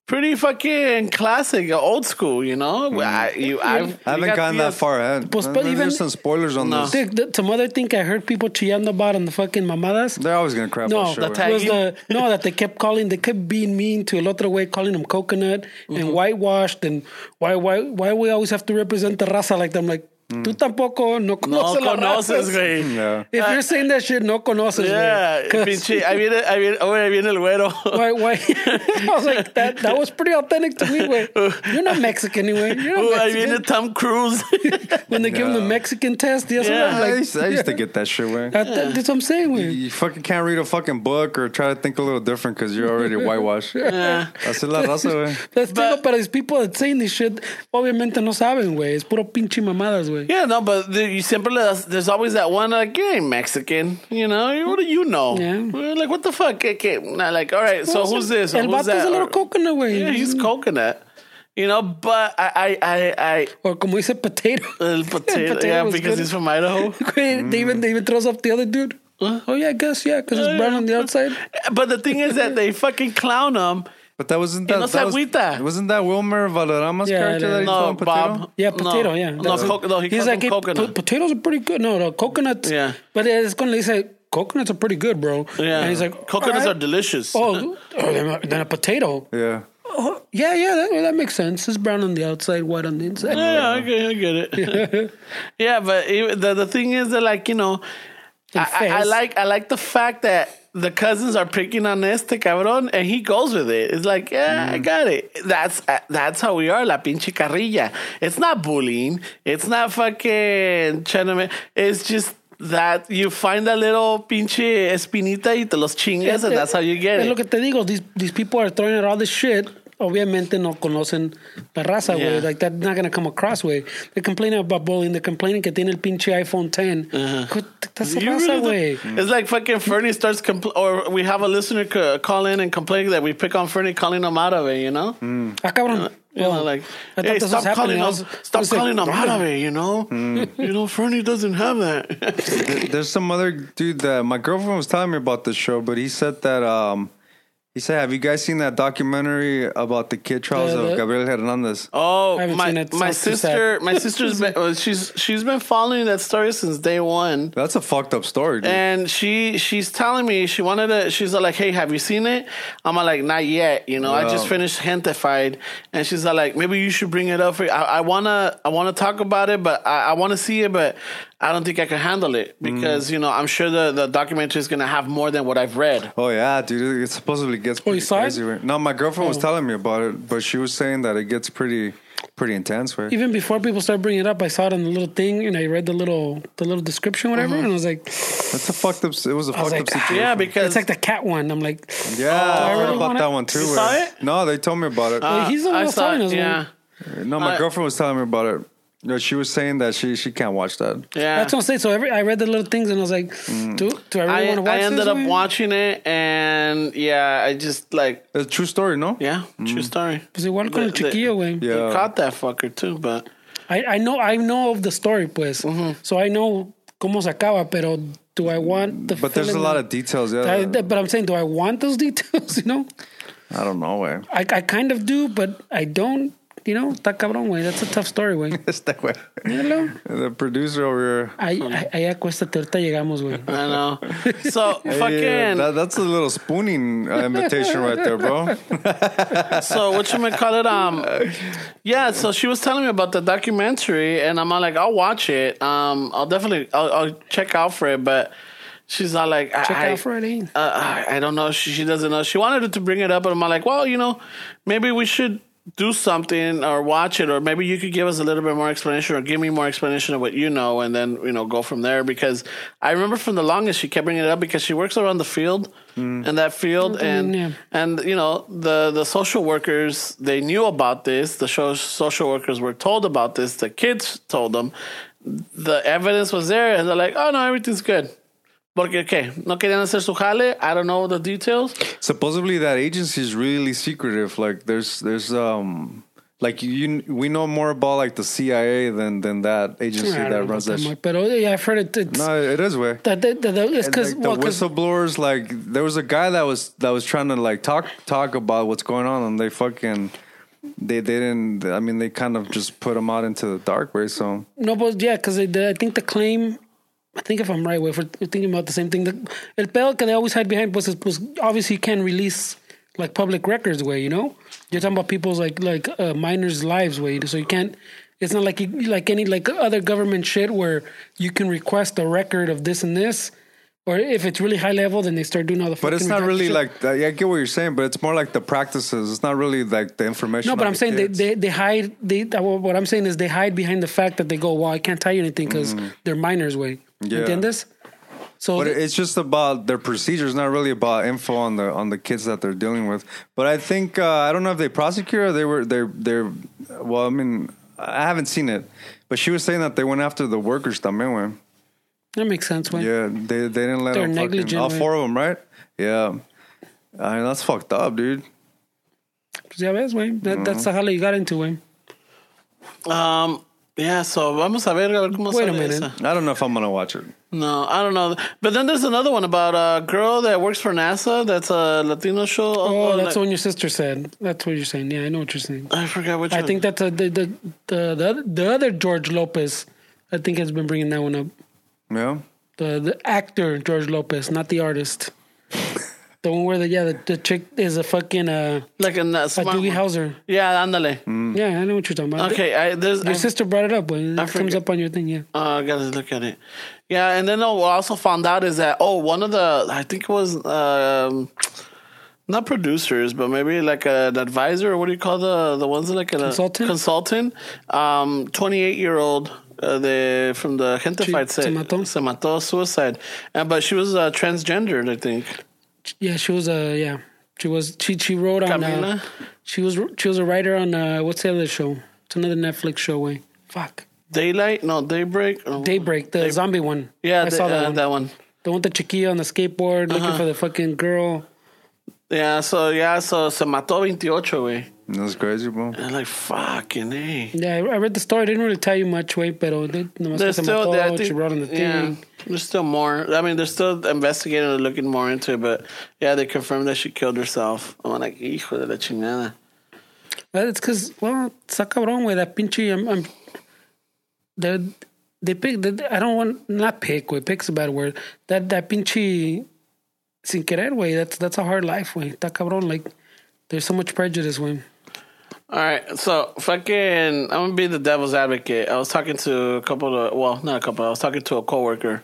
S1: Pretty fucking classic, old school, you know. I, you, I've,
S3: I Mm-hmm. haven't gotten that far ahead.
S2: Pues, but
S3: Maybe
S2: even-
S3: there's some spoilers on
S1: No.
S3: this.
S2: Dick, th- some other thing I heard people chillando about on the fucking mamadas.
S3: They're always gonna crap
S2: No,
S3: on shit.
S1: the
S3: right?
S1: tag-
S2: was the no that they kept calling they kept being mean to a lot of the way calling them coconut
S1: Mm-hmm.
S2: and whitewashed and why why why we always have to represent the raza like them like
S1: Mm.
S2: tú tampoco no
S1: No
S2: conoces, la
S1: conoces,
S2: raza."
S1: güey.
S3: yeah.
S2: If you're saying that shit, no conoces.
S1: Yeah,
S2: güey. 'Cause
S1: pinche, ahí viene, ahí viene, oh, ahí viene el güero.
S2: Why? Why? I was like, that. That was pretty authentic to me. Güey. You're not Mexican, anyway. You're
S1: Oh,
S2: not
S1: ahí viene
S2: Mexican.
S1: Tom Cruise.
S2: When they give them the
S3: No.
S2: Mexican test, yes,
S1: Yeah.
S2: I'm
S3: I
S2: like,
S3: used, I used to get that shit, man.
S2: that- that- that's what I'm saying. güey.
S3: You fucking can't read a fucking book or try to think a little different because you're already whitewashed. Así la raza, güey.
S2: That's
S1: But-
S2: but, para these people that saying this shit, obviamente no saben, güey. Es puro pinche mamadas, güey.
S1: yeah, no, but the, you simply there's, there's always that one like you ain't Mexican, you know? What do you know?
S2: Yeah.
S1: We're Like what the fuck? Okay, nah, like all right, so who's this? Or
S2: El
S1: who's
S2: vato es
S1: that?
S2: el
S1: Or-
S2: little coconut, güey. Mm.
S1: yeah, he's coconut. You know, but I, I, I,
S2: or como dice potato.
S1: I el potato,
S2: potato
S1: yeah,
S2: was
S1: because
S2: good.
S1: he's from Idaho.
S2: Güey,
S3: Mm.
S2: they, even, they even throws up the other dude.
S1: Oh,
S2: Oh, yeah, I guess, yeah, because it's brown on the outside.
S1: But the thing is that they fucking clown him.
S3: But that wasn't
S1: Y
S3: that.
S1: no se
S3: that was,
S1: agüita.
S3: Wasn't that Wilmer Valderrama's
S2: Yeah,
S3: character
S2: it
S3: that he
S2: is.
S1: No,
S3: called Potato?
S1: Bob.
S2: Yeah,
S1: No.
S2: potato, yeah.
S1: No,
S2: that's it.
S1: co- no, he calls them
S2: "Hey, po-
S1: coconut."
S2: potatoes are pretty good. No, no, coconuts.
S1: Yeah.
S2: But it's going to say, coconuts are pretty good, bro.
S1: Yeah.
S2: And he's like,
S1: coconuts
S2: "All
S1: are
S2: right."
S1: delicious.
S2: Oh, oh, then a- then a potato.
S3: Yeah.
S2: Oh, yeah, yeah, that, that makes sense. It's brown on the outside, white on the inside.
S1: Yeah, I get, I get it. yeah, but it, the the thing is that like you know, I, I, I
S2: Confess.
S1: like I like the fact that the cousins are picking on este cabrón, and he goes with it. It's like, yeah,
S2: Mm.
S1: I got it. That's uh, that's how we are, la pinche carrilla. It's not bullying. It's not fucking trying to. ma- It's just. That you find a little pinche espinita y te los chingas, and that's how you get
S2: Es lo
S1: it.
S2: que te digo. These, these people are throwing out all this shit. Obviamente no conocen la raza, güey.
S1: Yeah.
S2: Like, that's not going to come across, güey. They're complaining about bullying. They're complaining que tiene el pinche iPhone 10. Güey, That's
S1: Uh-huh.
S2: la
S1: You
S2: raza,
S1: really
S2: güey.
S1: do- It's like fucking Fernie starts compl- or we have a listener c- call in and complain that we pick on Fernie calling him out of it, you know?
S2: Ah, cabrón.
S1: You know, like, hey, stop calling
S2: I
S1: him,
S2: was- I
S1: stop
S2: was like,
S1: calling him out
S2: "Damn."
S1: of it, you know? You know, Fernie doesn't have that.
S3: There- There's some other dude that my girlfriend was telling me about this show, but he said that um he said, Have you guys seen that documentary about the kid trials
S2: Yeah,
S3: of
S2: the-
S3: Gabriel Hernandez?
S1: oh,
S2: I haven't
S1: my
S2: seen it.
S1: my
S2: Sounds too
S1: sister,
S2: sad.
S1: my sister's been, uh, she's she's been following that story since day one.
S3: That's a fucked up story, dude.
S2: Eh.
S1: And she she's telling me she wanted to. She's like, "Hey, have you seen it?" I'm like, "Not yet." You know, I just
S3: Wow.
S1: finished Hentified, and she's like, "Maybe you should bring it up. For, I, I wanna I wanna talk about it, but I, I wanna see it, but I don't think I can handle it
S2: Mm.
S1: because you know I'm sure the the documentary is gonna have more than what I've read."
S3: Oh yeah, dude! It supposedly gets
S2: Oh, you
S3: pretty
S2: saw it?
S3: crazy. Right? No, my girlfriend was
S2: Oh.
S3: telling me about it, but she was saying that it gets pretty, pretty intense. Right?
S2: even before people started bringing it up, I saw it on the little thing and I read the little the little description, whatever, and I was like,
S3: That's a fucked up. It was a
S2: was
S3: Mm-hmm. fucked up
S2: like, ah.
S3: situation.
S1: Yeah, because
S2: it's like the cat one. I'm like, Oh.
S3: Yeah, I heard about
S2: Everyone-
S3: that one too.
S1: You
S3: right?
S1: saw it?
S3: No, they told me about it.
S2: Wait, he's the one
S1: I
S2: that's
S1: saw
S2: telling
S1: it,
S2: us,
S1: yeah.
S2: man.
S3: no,
S1: Uh,
S3: my
S1: I-
S3: girlfriend was telling me about it. No, she was saying that she she can't watch that.
S1: Yeah,
S2: That's what I'm saying. So every, I read the little things and I was like,
S3: Mm.
S2: do, do
S1: I,
S2: I really want to watch
S1: I ended
S2: this,
S1: up
S2: man?
S1: watching it, and yeah, I just like
S3: It's a true story, no?
S1: yeah, true
S2: Mm.
S1: story.
S2: Pues igual con el
S1: The- the-
S2: chiquillo, güey.
S3: Yeah.
S1: They caught that fucker too, but.
S2: I, I know I know of the story, pues.
S1: Mm-hmm.
S2: So I know cómo se acaba, pero do I want the
S3: But there's a
S2: feeling
S3: lot
S2: that-
S3: of details. Yeah,
S2: I-
S3: that-
S2: but I'm saying, do I want those details? You know,
S3: I don't know where.
S2: I, I kind of do, but I don't. You know, está cabrón, güey. That's a tough story, güey.
S3: It's that way.
S2: Hello.
S3: The producer over here.
S2: Ahí, ahí- ahí acuéstate, ahorita llegamos, güey.
S3: Ah,
S1: I know. So
S3: Yeah,
S1: fucking.
S3: that- that's a little spooning uh, invitation right there, bro.
S1: so what you might call it? Um, yeah. So she was telling me about the documentary, and I'm all like, I'll watch it. Um, I'll definitely, I'll, I'll check out for it. But she's not like, I,
S2: Check
S1: I,
S2: out eh? Friday.
S1: uh, I- I don't know. She, she doesn't know. She wanted to bring it up, and I'm like, well, you know, maybe we should do something or watch it, or maybe you could give us a little bit more explanation or give me more explanation of what you know, and then you know go from there. Because I remember from the longest she kept bringing it up because she works around the field, and that field, and
S2: yeah.
S1: and you know the the social workers they knew about this. The show, social workers were told about this. The kids told them. The evidence was there, and they're like, oh no, everything's good. Porque, ¿qué? No querían hacer su jale. I don't know the details.
S3: supposedly that agency is really secretive like there's there's um like you we know more about like the CIA than than that agency
S2: I don't know
S3: that
S2: about
S3: runs
S2: that
S3: that
S2: much,
S3: shit.
S2: Pero yeah, I've heard it. It's,
S3: No, it is way.
S2: that, that, that, it's
S3: And,
S2: because
S3: like, the whistleblowers like there was a guy that was that was trying to like talk talk about what's going on and they fucking they, they didn't I mean they kind of just put him out into the dark way so
S2: No, but yeah, because I think the claim, I think if I'm right, if we're thinking about the same thing, the, el pedo que they always hide behind was, was obviously you can't release like public records way, you know? You're talking about people's like like uh, minors' lives way, so you can't. It's not like you, like any like other government shit where you can request a record of this and this, or if it's really high level, then they start doing all the.
S3: but it's
S2: fucking
S3: not really
S2: redacted shit.
S3: like that. Yeah, I get what you're saying but it's more like the practices it's not really like the information
S2: No, but
S3: on
S2: I'm
S3: the
S2: saying they,
S3: kids.
S2: they, they hide. They uh, wh- what I'm saying is they hide behind the fact that they go, "Well, I can't tell you anything because they're minors." Way,
S3: Mm. Yeah.
S2: entiendes? So
S3: But it's just about their procedures, not really about info on the on the kids that they're dealing with. But I think uh, I don't know if they prosecuted. Or they were they they're well. I mean, I haven't seen it, but she was saying that they went after the workers. También, güey.
S2: that makes sense. Way,
S3: Yeah, they they didn't let
S2: They're
S3: them fucking,
S2: negligent,
S3: all
S2: güey.
S3: four of them, right? Yeah, I mean that's fucked up, dude. Mm.
S2: Pues ya ves, way. That, That's the hell you got into, way.
S1: Um, Yeah, so vamos a ver, a ver cómo
S2: Wait a
S1: sale
S2: minute.
S1: esa.
S3: I don't know if I'm gonna watch it.
S1: No, I don't know. But then there's another one about a girl that works for NASA. That's a Latino show.
S2: Oh, that's
S1: like-
S2: the one your sister said. That's what you're saying. Yeah, I know what you're saying.
S1: I forgot which.
S2: I
S1: one.
S2: think that's uh the, the the the other- the other George Lopez. I think has been bringing that one up.
S3: Yeah.
S2: The the actor George Lopez, not the artist. the one where the yeah the, the chick is a fucking uh,
S1: like in that
S2: a
S1: smart.
S2: Doogie
S1: one.
S2: Howser.
S1: Yeah, ándale.
S3: Mm.
S2: Yeah, I know what you're talking about.
S1: Okay, I, there's.
S2: Your
S1: I-
S2: sister brought it up when
S1: Oh. I
S2: it comes
S1: forget-
S2: up on your thing. Yeah.
S1: Uh, I gotta look at it. Yeah, and then uh, what I also found out is that oh, one of the I think it was um, not producers, but maybe like an advisor or what do you call the the ones that like a
S2: Consultant?
S1: Consultant, um, twenty eight year old. Uh, the from the gente
S2: She-
S1: fight
S2: se mató?
S1: se mató suicide, uh, but she was uh, transgendered, I think.
S2: Yeah, she was a yeah. She was she she wrote on. Uh,
S1: Camila?
S2: she was she was a writer on uh, what's the other show? It's another Netflix show. Way fuck
S1: Daylight, no daybreak. Oh,
S2: Daybreak, the zombie one.
S1: yeah,
S2: I saw that
S1: uh, Uh-huh.
S2: one.
S1: that one.
S2: The one with the chiquilla on the skateboard looking for the fucking girl.
S1: Yeah, so yeah, so se mató 28, güey.
S3: That's crazy, bro.
S1: And like fucking eh.
S2: Yeah, I I read the story. I didn't really tell you much, wait, pero they- nomás que
S1: There's
S2: se
S1: still,
S2: mató,
S1: I
S2: she
S1: think-
S2: wrote on the thing.
S1: yeah, there's still more. I mean, they're still investigating and looking more into it, but yeah, they confirmed that she killed herself. I'm like, hijo de la chingada.
S2: But it's because, well, está cabrón, güey, that pinche, I'm, I'm, they, they pick, they, I don't want, not pick, güey, pick's a bad word. That, that pinche, sin querer, güey, that's, that's a hard life, güey. Está cabrón, like, there's so much prejudice, güey.
S1: All right, so fucking, I'm gonna be the devil's advocate. I was talking to a couple of, well, not a couple. I was talking to a coworker.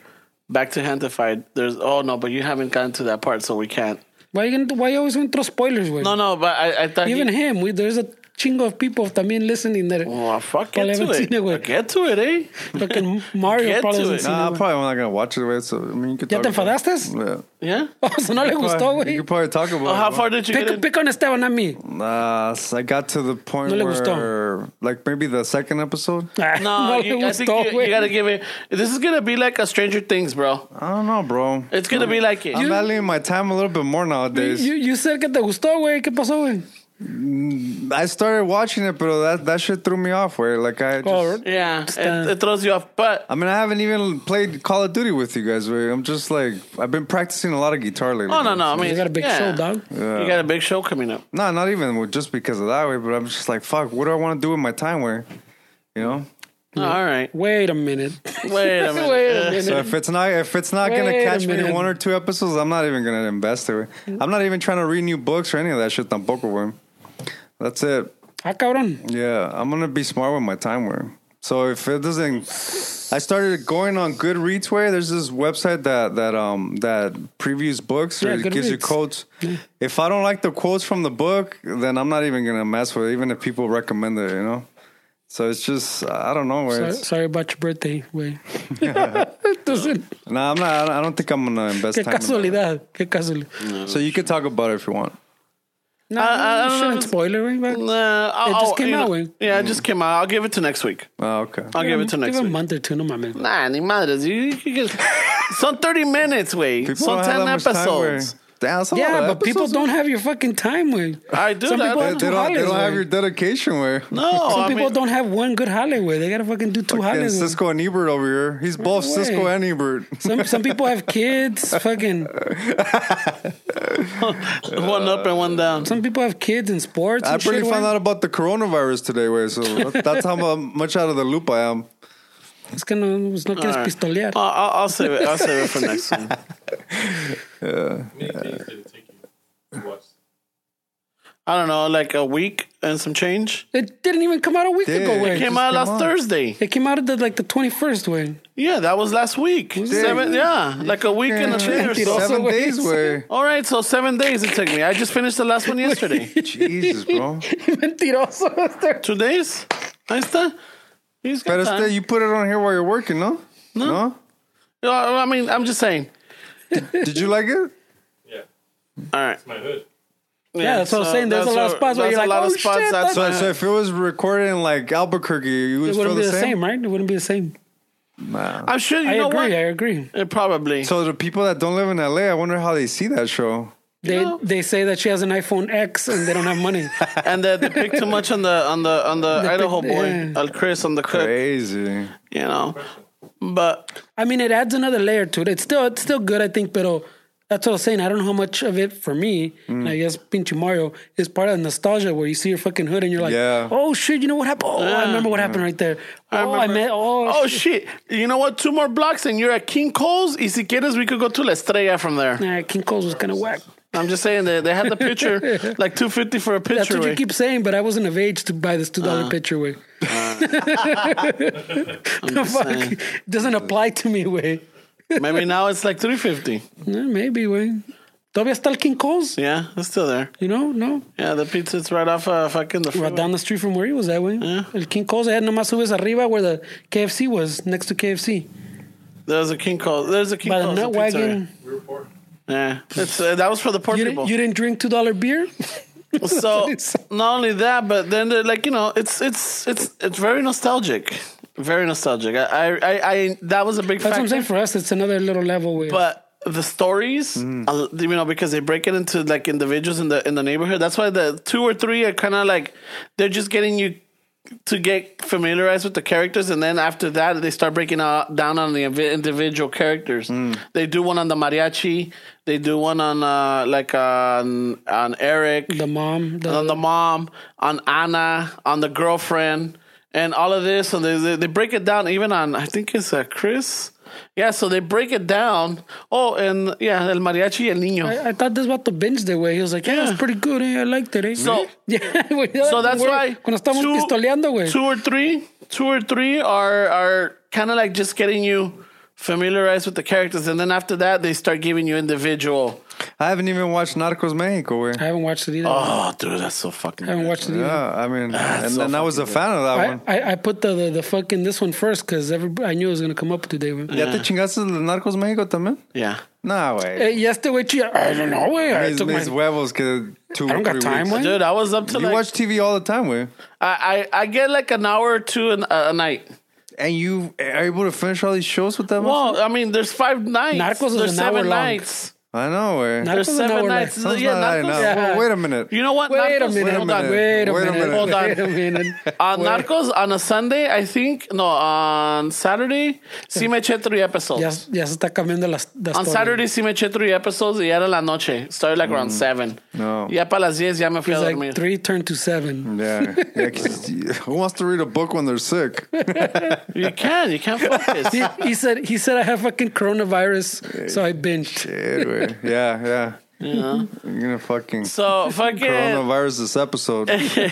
S1: Back to Hantified. There's, oh no, but you haven't gotten to that part, so we can't.
S2: Why you, gonna- why you always going to throw spoilers, güey?
S1: No, no, but I, I thought he-
S2: Even him, we, there's a chingo of people también listening that
S1: Oh, I fuck
S2: Well, I
S1: get to
S2: haven't
S1: it.
S2: seen it, güey.
S1: I get to it, eh?
S2: fucking Mario
S1: Get
S2: probably
S1: to
S2: hasn't
S1: it.
S2: seen
S3: Nah,
S2: it,
S3: I'm
S2: güey.
S3: probably not gonna watch it, way. So I mean, you could
S2: ¿Ya
S3: talk
S2: te
S3: about it.
S2: enfadaste?
S3: Yeah.
S1: Yeah.
S2: Oh, so no le gustó,
S3: You
S2: güey.
S3: could probably talk about
S1: Oh,
S3: it.
S1: how
S3: bro.
S1: far did you get?
S2: Pick,
S1: in?
S2: pick on Esteban, not me.
S3: Nah, so I got to the point
S2: No le gustó.
S3: where, like, maybe the second episode.
S2: Ah,
S1: No,
S2: le
S1: you, I think
S2: gustó,
S1: you,
S2: güey.
S1: you gotta give it. This is gonna be like a Stranger Things, bro.
S3: I don't know, bro.
S1: It's gonna be like it.
S3: I'm valuing my time a little bit more nowadays.
S2: You, you said que te gustó, güey. ¿Qué pasó, güey?
S3: I started watching it, but that that shit threw me off. Where like I,
S2: Oh,
S3: just,
S1: yeah, it,
S2: uh,
S1: it throws you off. But
S3: I mean, I haven't even played Call of Duty with you guys. Where I'm just like, I've been practicing a lot of guitar lately.
S1: no, no, no. I mean,
S2: you got a big
S1: yeah.
S2: show, dog.
S1: You got a big show coming up.
S3: No, not even with- just because of that way. But I'm just like, fuck. What do I want to do with my time? Where, you know.
S1: All right.
S2: Wait a minute.
S1: Wait a minute.
S2: Wait a
S1: Uh,
S2: minute.
S3: So if it's not if it's not gonna
S2: Wait a
S3: catch me in
S2: minute. Mm-hmm.
S3: one or two episodes, I'm not even gonna invest it. I'm not even trying to read new books or any of that shit. Tampoco, güey. That's it.
S2: ah, cabrón.
S3: Yeah, I'm gonna be smart with my time. Where so if it doesn't, I started going on Goodreads. Way there's this website that that um that previews books or
S2: Yeah,
S3: it gives you
S2: Goodreads.
S3: quotes. If I don't like the quotes from the book, then I'm not even gonna mess with it, even if people recommend it. You know. So it's just I don't know where.
S2: Sorry,
S3: It's,
S2: sorry about your birthday, güey. Entonces,
S3: nah, I'm not. I don't think I'm gonna invest
S2: qué
S3: time. in it.
S2: casualidad. Qué casualidad.
S3: So you can talk about it if you want.
S2: No,
S1: Mm. Uh, I- I
S2: no,
S1: don't know.
S2: shouldn't spoiler, güey. but-
S1: Nah, I'll-
S2: It just
S1: I'll-
S2: came
S1: you
S2: out,
S1: know-
S2: güey.
S1: Yeah, it just came out. I'll give it to next week.
S3: Oh, okay.
S1: I'll give it to
S2: Give
S1: next
S2: a
S1: week.
S2: month or two, no mames.
S1: Nah, ni madres. You, you, can get- son 30 minutes, wait.
S3: People
S1: Son
S3: don't have
S1: 10
S3: that much time, güey.
S1: episodes.
S3: Damn, that's a lot
S2: Yeah,
S3: of
S2: but people
S3: episodes,
S2: don't have your fucking time, güey.
S1: I do
S2: Some
S1: that.
S2: people
S3: They,
S2: have two
S3: they don't. They
S2: holidays,
S3: don't have
S2: güey.
S3: your dedication. Where
S1: No,
S2: Some
S1: I
S2: people
S1: mean,
S2: don't have one good holiday, güey. They gotta fucking do two
S3: Fucking
S2: holidays.
S3: Cisco and Ebert over here. He's both
S2: way.
S3: Cisco and Ebert.
S2: Some some people have kids, fucking.
S1: one up and one down.
S2: Some people have kids in sports.
S3: I
S2: and shit,
S3: barely found
S2: güey.
S3: out about the coronavirus today, way. So that- that's how mu- much out of the loop I am.
S2: Es que no, pues no quieres
S1: All right.
S2: pistolear.
S1: I'll, I'll, I'll save it. I'll save it for next time.
S4: many days did it take you to watch?
S1: I don't know, like a week and some change.
S2: It didn't even come out a week
S3: Dude.
S2: ago,
S1: It
S2: güey.
S1: came
S3: just
S1: out
S3: came
S1: last
S3: out.
S1: Thursday.
S2: It came out at the, like the 21st, güey.
S1: Yeah, that was last week. Seven, yeah, like a week and a day or so.
S2: Mentiroso,
S3: Seven
S2: güey.
S3: days, way.
S1: All right, so seven days it took me. I just finished the last one yesterday.
S3: Jesus, bro.
S2: Mentiroso. este.
S1: Two days? Ahí está. He's got
S3: Better
S1: time.
S3: still, you put it on here while you're working, no? No.
S1: No, I mean, I'm just saying.
S3: Did you like it?
S4: Yeah,
S1: All right.
S4: it's my hood.
S2: Yeah, that's what I'm saying. There's a lot of spots where you're like, oh, shit, that's-
S3: So, so if it was recorded in like Albuquerque, you would
S2: It
S3: feel
S2: wouldn't be
S3: the
S2: the
S3: same.
S2: same, right? It wouldn't be the same.
S3: Nah.
S1: I'm sure you
S2: I
S1: know
S2: agree. I
S1: what?
S2: agree.
S1: Eh, probably.
S3: So the people that don't live in LA, I wonder how they see that show.
S2: They
S1: know.
S2: they say that she has an iPhone X and they don't have money.
S1: and that they pick too much on the on the on the,
S2: They
S1: Idaho
S2: pick-
S1: boy,
S2: yeah.
S1: Al Chris on the clip,
S3: Crazy.
S1: you know. But
S2: I mean, it adds another layer to it. It's still it's still good, I think. But that's what I was saying. I don't know how much of it for me. And
S1: Mm.
S2: I guess Pinchy Mario is part of the nostalgia where you see your fucking hood and you're like,
S3: Yeah.
S2: oh shit, you know what happened? Oh, I remember what happened right there.
S1: Ah. I
S2: oh, I
S1: remember-
S2: met. Oh,
S1: oh
S2: shit.
S1: shit! You know what? Two more blocks and you're at King Cole's. Y si quieres, we could go to La Estrella from there.
S2: Nah, King Cole's was kind of whack.
S1: I'm just saying that they had the picture, like two fifty for a picture.
S2: That's what you
S1: right?
S2: keep saying, but I wasn't of age to buy this two dollar
S1: Uh-huh.
S2: picture way. the
S1: just
S2: fuck
S1: saying.
S2: doesn't apply to me way.
S1: Maybe now it's like three fifty.
S2: Yeah, maybe way. Todavía está el King Cole's,
S1: Yeah, it's still there.
S2: you know? No,
S1: Yeah, the pizza it's right off uh, fucking the.
S2: right
S1: freeway.
S2: down the street from where he was that way.
S1: Uh-huh.
S2: El King Cole's, I had nomás subes arriba where the KFC was next to KFC
S1: There's a King Cole. There's a King
S2: by the
S1: Cole.
S2: nut wagon.
S4: We were poor.
S1: Yeah, it's, uh, that was for the poor
S2: You
S1: people.
S2: didn't, you didn't drink two dollar beer.
S1: so
S2: It's-
S1: not only that, but then they're like you know, it's it's it's it's very nostalgic, very nostalgic. I I, I, I that was a big
S2: That's what I'm
S1: factor.
S2: saying. For us, it's another little level way.
S1: but the stories,
S2: Mm.
S1: uh, you know, because they break it into like individuals in the in the neighborhood. That's why the two or three are kind of like they're just getting you to get familiarized with the characters, and then after that, they start breaking out down on the invi- individual characters.
S2: Mm.
S1: They do one on the mariachi. They do one on uh, like on on Eric
S2: the mom, the,
S1: on the mom, on Anna, on the girlfriend, and all of this. And they, they, they break it down even on, I think it's uh, Chris. Yeah, so they break it down. Oh, and yeah, El Mariachi El Niño.
S2: I, I thought this was the bench the way. He was like, yeah, it's
S1: Yeah.
S2: pretty good. Eh? I liked it. Eh?
S1: So-
S2: yeah, güey,
S1: So that's
S2: güey,
S1: why
S2: Cuando estamos pistoleando, güey.
S1: two or three, two or three are are kind of like just getting you familiarized with the characters, and then after that they start giving you individual.
S3: I haven't even watched Narcos Mexico,
S2: I
S3: güey.
S2: haven't watched it either.
S1: Oh, dude, that's so fucking.
S2: I haven't
S1: good.
S2: watched it either.
S3: Yeah, I mean, and
S1: ah, so
S3: then I was a fan of that
S2: I,
S3: one.
S2: I, I put the, the, the fucking this one first because I knew it was going to come up today, güey.
S3: ¿Ya te chingaste el Narcos México también?
S1: Yeah.
S3: Nah, güey.
S2: Eh, y este güey chilla. I don't know, güey. I
S3: Mis,
S2: took
S3: mis
S2: my-
S3: huevos que two,
S2: I don't got
S3: three
S2: time,
S3: weeks.
S2: güey.
S1: Dude, I was up to
S3: You
S1: like
S3: watch TV all the time, güey.
S1: I, I I get like an hour or two an, a night.
S3: And you are able to finish all these shows with that much?
S1: Well, I mean, there's five nights.
S2: Narcos is
S1: there's
S2: an hour
S1: seven
S2: long.
S1: nights.
S3: I know,
S2: Narcos
S3: güey.
S1: There's
S2: is an
S1: seven
S2: hour
S1: nights.
S2: long.
S3: Sounds
S1: yeah,
S3: not right
S1: Narcos.
S3: now. Well, wait a minute.
S1: You know what?
S2: Wait a
S1: Narcos-
S2: minute.
S1: Hold on.
S2: Wait a
S3: Wait a
S2: minute.
S3: minute.
S1: Hold on.
S2: Wait a minute.
S1: On
S2: Wait.
S1: Narcos on a Sunday, I think. No, on Saturday, sí me eché three episodes.
S2: Ya, ya se está cambiando las. las
S1: On
S2: story.
S1: Saturday, sí me eché three episodes y ya era la noche. Started like around seven.
S3: Mm. No.
S1: Ya para las diez ya me fui
S2: It's
S1: a
S2: like
S1: dormir.
S2: three turned to seven.
S3: Yeah. yeah 'cause you- who wants to read a book when they're sick?
S1: You can, you can't focus.
S2: He, he said he said I have fucking coronavirus, so I binged.
S3: Shit, güey. Yeah, yeah.
S1: know?
S3: You're gonna fucking
S1: so fucking
S3: coronavirus this episode.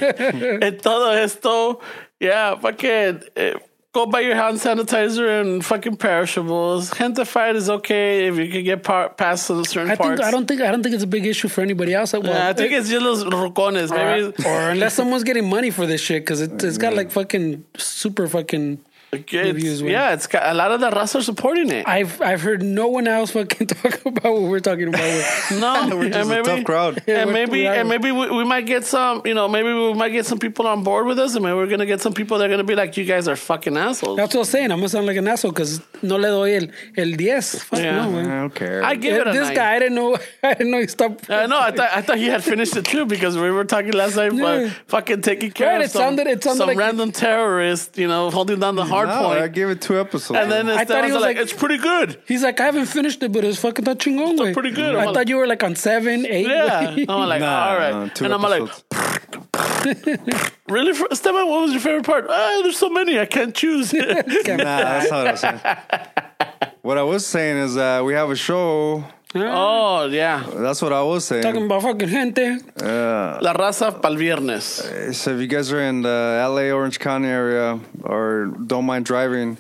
S1: en todo esto, yeah, fucking. eh, Go buy your hand sanitizer and fucking perishables. Hand fight is okay if you can get par- past some certain
S2: I
S1: parts.
S2: think I don't think I don't think it's a big issue for anybody else. Well,
S1: Yeah, I think
S2: it-
S1: it's just los rocones. Maybe
S2: or, or unless someone's getting money for this shit because it, it's got like fucking super fucking.
S1: Okay, it's,
S2: reviews win.
S1: yeah, it's got a lot of the raza are supporting it.
S2: I've I've heard no one else fucking talk about what we're talking about.
S1: no,
S3: Which is
S1: and
S3: a
S1: maybe,
S3: tough crowd.
S2: Yeah,
S1: and
S2: we're-
S1: maybe,
S2: we're-
S1: and maybe we, we might get some. You know, maybe we might get some people on board with us, and maybe we're gonna get some people that are gonna be like, "You guys are fucking assholes."
S2: That's what I'm saying. I'm gonna sound like an asshole because no le doy el el diez. Fuck
S1: Yeah.
S2: no, man. Eh,
S3: I don't care.
S1: I give it a
S2: this
S1: nine.
S2: guy, I didn't know. I didn't know he stopped.
S1: I know. Uh, I thought I thought he had finished it too because we were talking last night about
S2: Yeah.
S1: fucking taking care
S2: Right,
S1: of
S2: it
S1: some,
S2: sounded- it sounded
S1: some
S2: like-
S1: random terrorist, you know, holding down the hard
S3: no, I
S1: point,
S3: gave it two episodes.
S1: and then
S2: I
S1: instead
S2: thought
S1: I
S2: he
S1: was
S2: was
S1: like,
S2: like-
S1: "It's pretty good."
S2: He's like, I haven't finished it, but it's fucking that chingón, güey.
S1: pretty good.
S2: I
S1: I'm
S2: thought
S1: like-
S2: you were like on seven, eight.
S1: Yeah, Oh.
S2: güey.
S1: I'm like,
S3: Nah,
S1: all right,
S3: no, two
S1: and I'm like,
S3: episodes.
S1: really, Fr- Esteban, what was your favorite part? Ah, there's so many, I can't choose.
S3: nah, that's not what I was saying. What I was saying is that we have a show.
S1: oh yeah,
S3: That's what I was saying.
S2: Talking about fucking gente.
S3: Uh,
S1: La raza pal viernes.
S3: so if you guys are in the LA Orange County area or don't mind driving,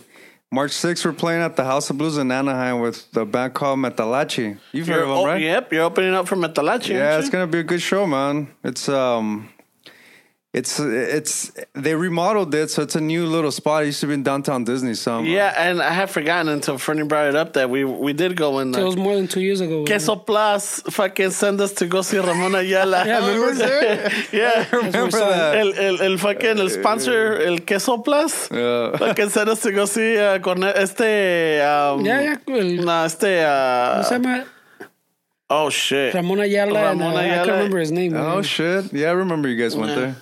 S3: March 6th we're playing at the House of Blues in Anaheim with the band called Metalachi. You've heard
S1: You're,
S3: of them,
S1: oh,
S3: right?
S1: Yep, you're opening up for Metalachi.
S3: Yeah,
S1: aren't
S3: it's
S1: you?
S3: gonna be a good show, man. It's um, it's it's they remodeled it, so it's a new little spot. It used to be in downtown Disney. Some
S1: Yeah, and I had forgotten until Fernie brought it up that we we did go in
S2: It
S1: there.
S2: was more than two years ago. güey.
S1: Queso Plus fucking send us to go see Ramon Ayala.
S2: Yeah,
S3: Oh, it was there?
S1: yeah.
S3: remember that.
S1: El, el, el fucking el sponsor, el Queso Plus.
S3: Yeah.
S1: Fucking send us to go see uh, Cornel, este. Um,
S2: Yeah, yeah. El,
S1: No, este.
S2: ¿Cómo se
S1: Uh,
S2: llama?
S1: Oh shit.
S2: Ramon Ayala.
S1: Ramon
S2: and, uh, I
S1: Ayala.
S2: can't remember his name.
S3: Oh, shit. Yeah, I remember you guys went
S1: Yeah.
S3: there.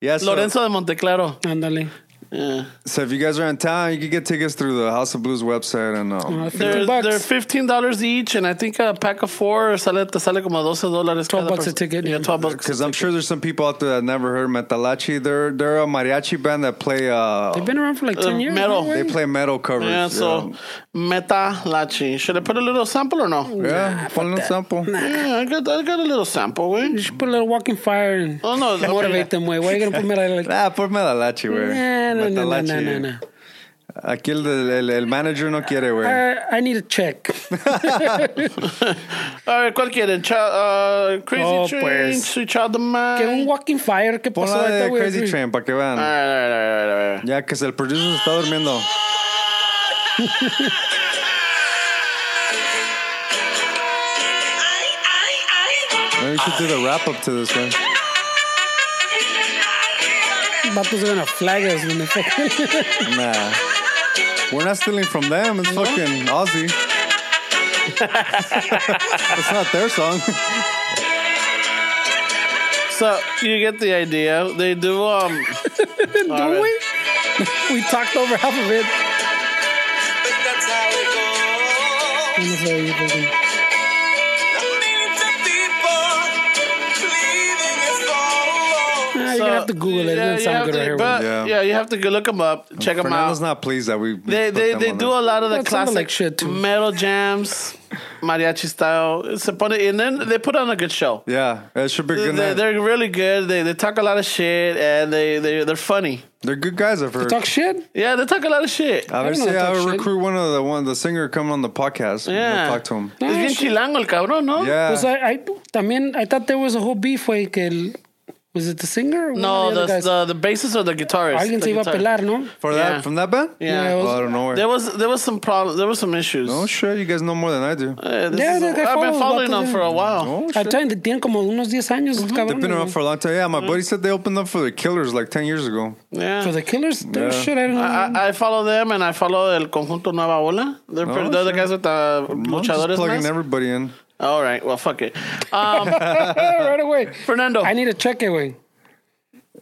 S3: Yeah, so,
S1: Lorenzo de Monteclaro.
S2: Andale.
S1: Yeah.
S3: so if you guys are in town, you can get tickets through the House of Blues website and um,
S2: Uh, 50
S1: They're,
S2: bucks.
S1: they're fifteen dollars each, and I think a pack of four sale te sale como doce dólares.
S2: 12
S1: cada
S2: bucks a
S1: person.
S2: ticket,
S1: Yeah,
S2: yeah.
S1: twelve bucks.
S3: Because I'm sure there's some people out there that never heard Metalachi. They're they're a mariachi band that play uh
S2: They've been around for like 10 years.
S1: metal.
S2: no way.
S3: they play metal covers.
S1: Yeah, so Meta Lachi. Should I put a little sample or no?
S3: yeah, fun little sample.
S1: Yeah, I got I got a little sample,
S2: You
S1: güey.
S2: should put a little walking fire and
S1: Oh no,
S2: motivate them, way. Why are you going to put me like that?
S3: Ah, por Metalachi, güey.
S2: Nah, no, no, no,
S3: Metalachi.
S2: no, no, no.
S3: Aquí el, el, el manager no quiere,
S1: Ah,
S3: güey.
S2: I, I need a check.
S1: A ver, ¿cuál quieren? Cha- uh, Crazy
S2: Oh,
S1: Train,
S2: pues.
S1: Sweet Child of
S2: que un
S1: Mine.
S2: walking fire. ¿Qué pasó?
S3: Ponla
S2: ahorita,
S3: de
S2: güey?
S3: Crazy Train para que vean.
S1: A ver, a ver, a ver, a ver.
S3: Ya, que el producer está durmiendo.
S5: Ay, ay, ay.
S3: Maybe we should do the wrap up to this one.
S2: Vatos are going to flag us when they fuck.
S3: Nah. We're not stealing from them. It's fucking Aussie. it's not their song.
S1: So you get the idea. They do um.
S2: Do we? We talked over half of it.
S5: But that's how it goes.
S2: No sé, yo creo que-
S5: Millions of people leaving us alone.
S2: Ah, you're going to
S1: so-
S2: have to Google it.
S1: Yeah,
S2: it doesn't
S1: you
S2: sound
S1: have
S2: good
S1: to-
S2: right here.
S1: but,
S2: güey.
S3: Yeah.
S1: yeah. you have to go look them up, check them
S3: Fernando's
S1: out.
S3: not pleased that we. we
S1: They
S3: put
S1: they,
S3: them
S1: they
S3: on
S1: do
S3: there.
S1: a lot of the
S2: That sounded
S1: classic
S2: like shit, too.
S1: metal jams, mariachi style. Se pone, and then they put on a good show.
S3: Yeah, it should be good.
S1: They,
S3: They're, they're,
S1: they're really good. They they talk a lot of shit and they they they're funny.
S3: good guys. I've heard.
S2: Talk shit?
S1: Yeah, they talk a lot of shit.
S3: I would
S2: I don't know
S3: say
S2: if
S3: I
S2: talk
S3: would
S2: shit.
S3: recruit one of the one the singer coming on the podcast. We'll
S1: Yeah.
S3: talk to him.
S1: Es bien
S2: shit.
S1: chilango el cabrón, ¿no?
S3: Yeah,
S2: Pues I, I, también, I thought there was a whole beef, güey, que el... Was it the singer? or one
S1: No,
S2: of the
S1: the
S2: other guys?
S1: the, the bassist or the guitarist.
S2: Alguien
S1: the
S2: se iba a
S1: guitar-
S2: pelar, ¿no?
S3: for
S1: yeah.
S3: that from that band.
S1: Yeah. Yeah, it
S3: oh,
S2: was-
S3: I don't know where.
S1: There was there was some problem. There was some issues.
S3: Oh shit, you guys know more than I do.
S1: Uh, this
S2: Yeah,
S1: is-
S2: that guy
S1: I've
S2: follows
S1: been following
S2: Bato
S1: them for a while.
S3: Oh
S2: Al
S3: shit,
S2: time, tienen como unos 10 años,
S3: they've been around
S2: cabrón.
S3: for a long time. Yeah, my buddy said they opened up for the Killers like ten years ago.
S1: Yeah. Ah.
S2: For the killers?
S3: Yeah.
S2: There's Shit, I don't know.
S1: I, I follow them and I follow El Conjunto Nueva Ola. They're,
S3: Oh,
S1: pretty, they're the
S3: shit.
S1: guys with the
S3: I'm just
S1: luchadores.
S3: plugging
S1: más.
S3: everybody in.
S1: All right, well, fuck it. Um,
S2: right away.
S1: Fernando,
S2: I need a check it, güey.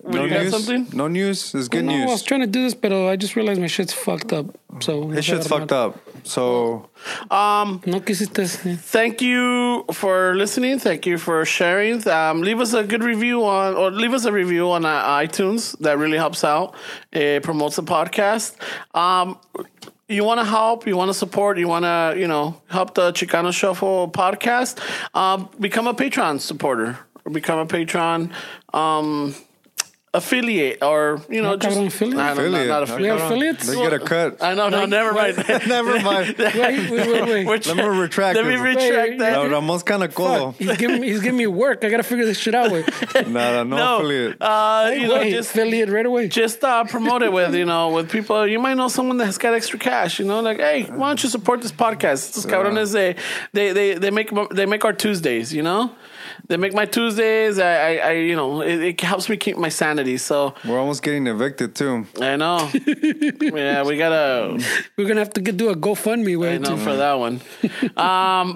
S1: would you
S3: news.
S1: got something?
S3: No news is good
S2: No, I was
S3: news.
S2: trying to do this, but uh, I just realized my shit's fucked up. So
S3: His shit's fucked up. So
S1: Um,
S2: No quisiste.
S1: thank you for listening. Thank you for sharing. Um, leave us a good review on, or leave us a review on uh, iTunes. That really helps out. It promotes the podcast. Um, you want to help, you want to support, you want to, you know, help the Chicano Shuffle podcast. Um, become a Patreon supporter or become a Patreon um, affiliate or, you know,
S2: No,
S1: just
S2: cabrón, affiliate?
S1: I don't know,
S3: affiliate.
S1: not
S3: I
S1: affiliate.
S2: We are
S3: don't know.
S2: affiliates?
S3: They get a cut.
S1: I know, no, never mind.
S3: Never mind.
S2: Wait, wait, wait, wait.
S1: Which-
S3: Let me retract
S1: Let me
S3: it.
S1: retract that.
S3: No, Ramon's kind of cool.
S2: Fuck, he's giving me, he's giving me work. I gotta figure this shit out. Wait,
S3: No, no, no
S1: no,
S3: affiliate.
S1: Uh, you know,
S2: wait
S1: just
S2: affiliate right away.
S1: just uh, promote it with you know with people. You might know someone that has got extra cash. You know, like hey, why don't you support this podcast? Estos cabrones they they they they make they make our Tuesdays. You know, they make my Tuesdays. I I, I you know it, it helps me keep my sanity. So
S3: We're almost getting evicted too.
S1: I know, yeah, we gotta
S2: We're gonna have to get, do a GoFundMe.
S1: I
S2: Wait,
S1: know for that one. Um,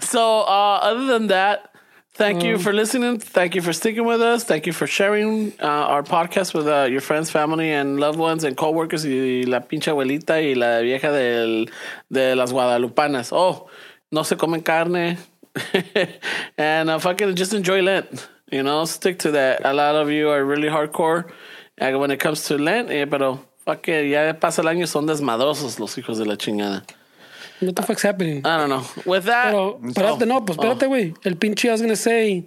S1: so, uh, other than that, thank you for listening. Thank you for sticking with us. Thank you for sharing uh, our podcast with uh, your friends, family, and loved ones, and coworkers. Y la pinche abuelita y la vieja del, de las Guadalupanas. Oh, no se comen carne. and uh, fucking just enjoy Lent. You know, stick to that. A lot of you are really hardcore uh, when it comes to Lent, eh, pero fuck it, ya pasa el año, son desmadrosos los hijos de la chingada.
S2: what the fuck's happening?
S1: I don't know. With that,
S2: Pero, espérate, no, pues espérate, güey. El pinche, I was gonna say,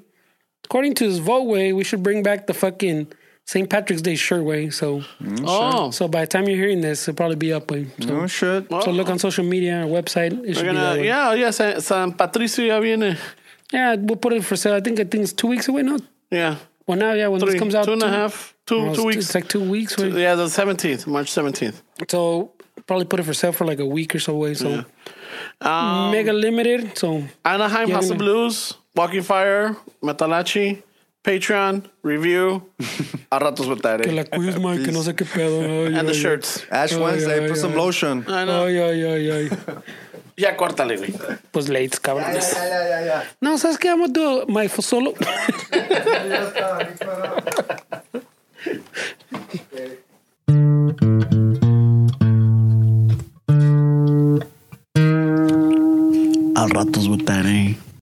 S2: according to his vote, way, we should bring back the fucking St. Patrick's Day shirt, way. So,
S1: oh,
S2: so by the time you're hearing this, it'll probably be up, way. So,
S3: Oh shit.
S2: so look on social media, our website. It should
S1: we're
S2: be
S1: gonna,
S2: that way.
S1: yeah, yeah, San, San Patricio ya viene.
S2: Yeah, we'll put it for sale. I think I think it's two weeks away. No,
S1: Yeah,
S2: well now, yeah, when
S1: three,
S2: this comes out,
S1: two and a
S2: two-
S1: half, two,
S2: no, it's
S1: two
S2: two-
S1: weeks.
S2: It's like two weeks. right?
S1: yeah, the 17th, March 17th.
S2: So probably put it for sale for like a week or so away. So
S1: Um,
S2: mega limited. So
S1: Anaheim
S2: Yeah,
S1: House
S2: gonna-
S1: of Blues, Walking Fire, Metalachi, Patreon, review. A ratos with that. eh?
S2: que la cuides, man, que no sé qué pedo. Ay,
S1: And the
S2: ay,
S1: shirts.
S3: Ash
S2: Oh,
S3: Wednesday,
S2: yeah,
S3: put
S2: yeah.
S3: some lotion.
S1: I know.
S2: Ay, ay, ay, ay.
S1: Ya córtale, güey.
S2: Pues lates,
S3: Ya,
S2: cabrones.
S3: ya, ya, ya, ya.
S2: No, ¿sabes qué? Vamos a do my f- solo.
S3: Ya está, ahí para-
S1: Al rato os votaré.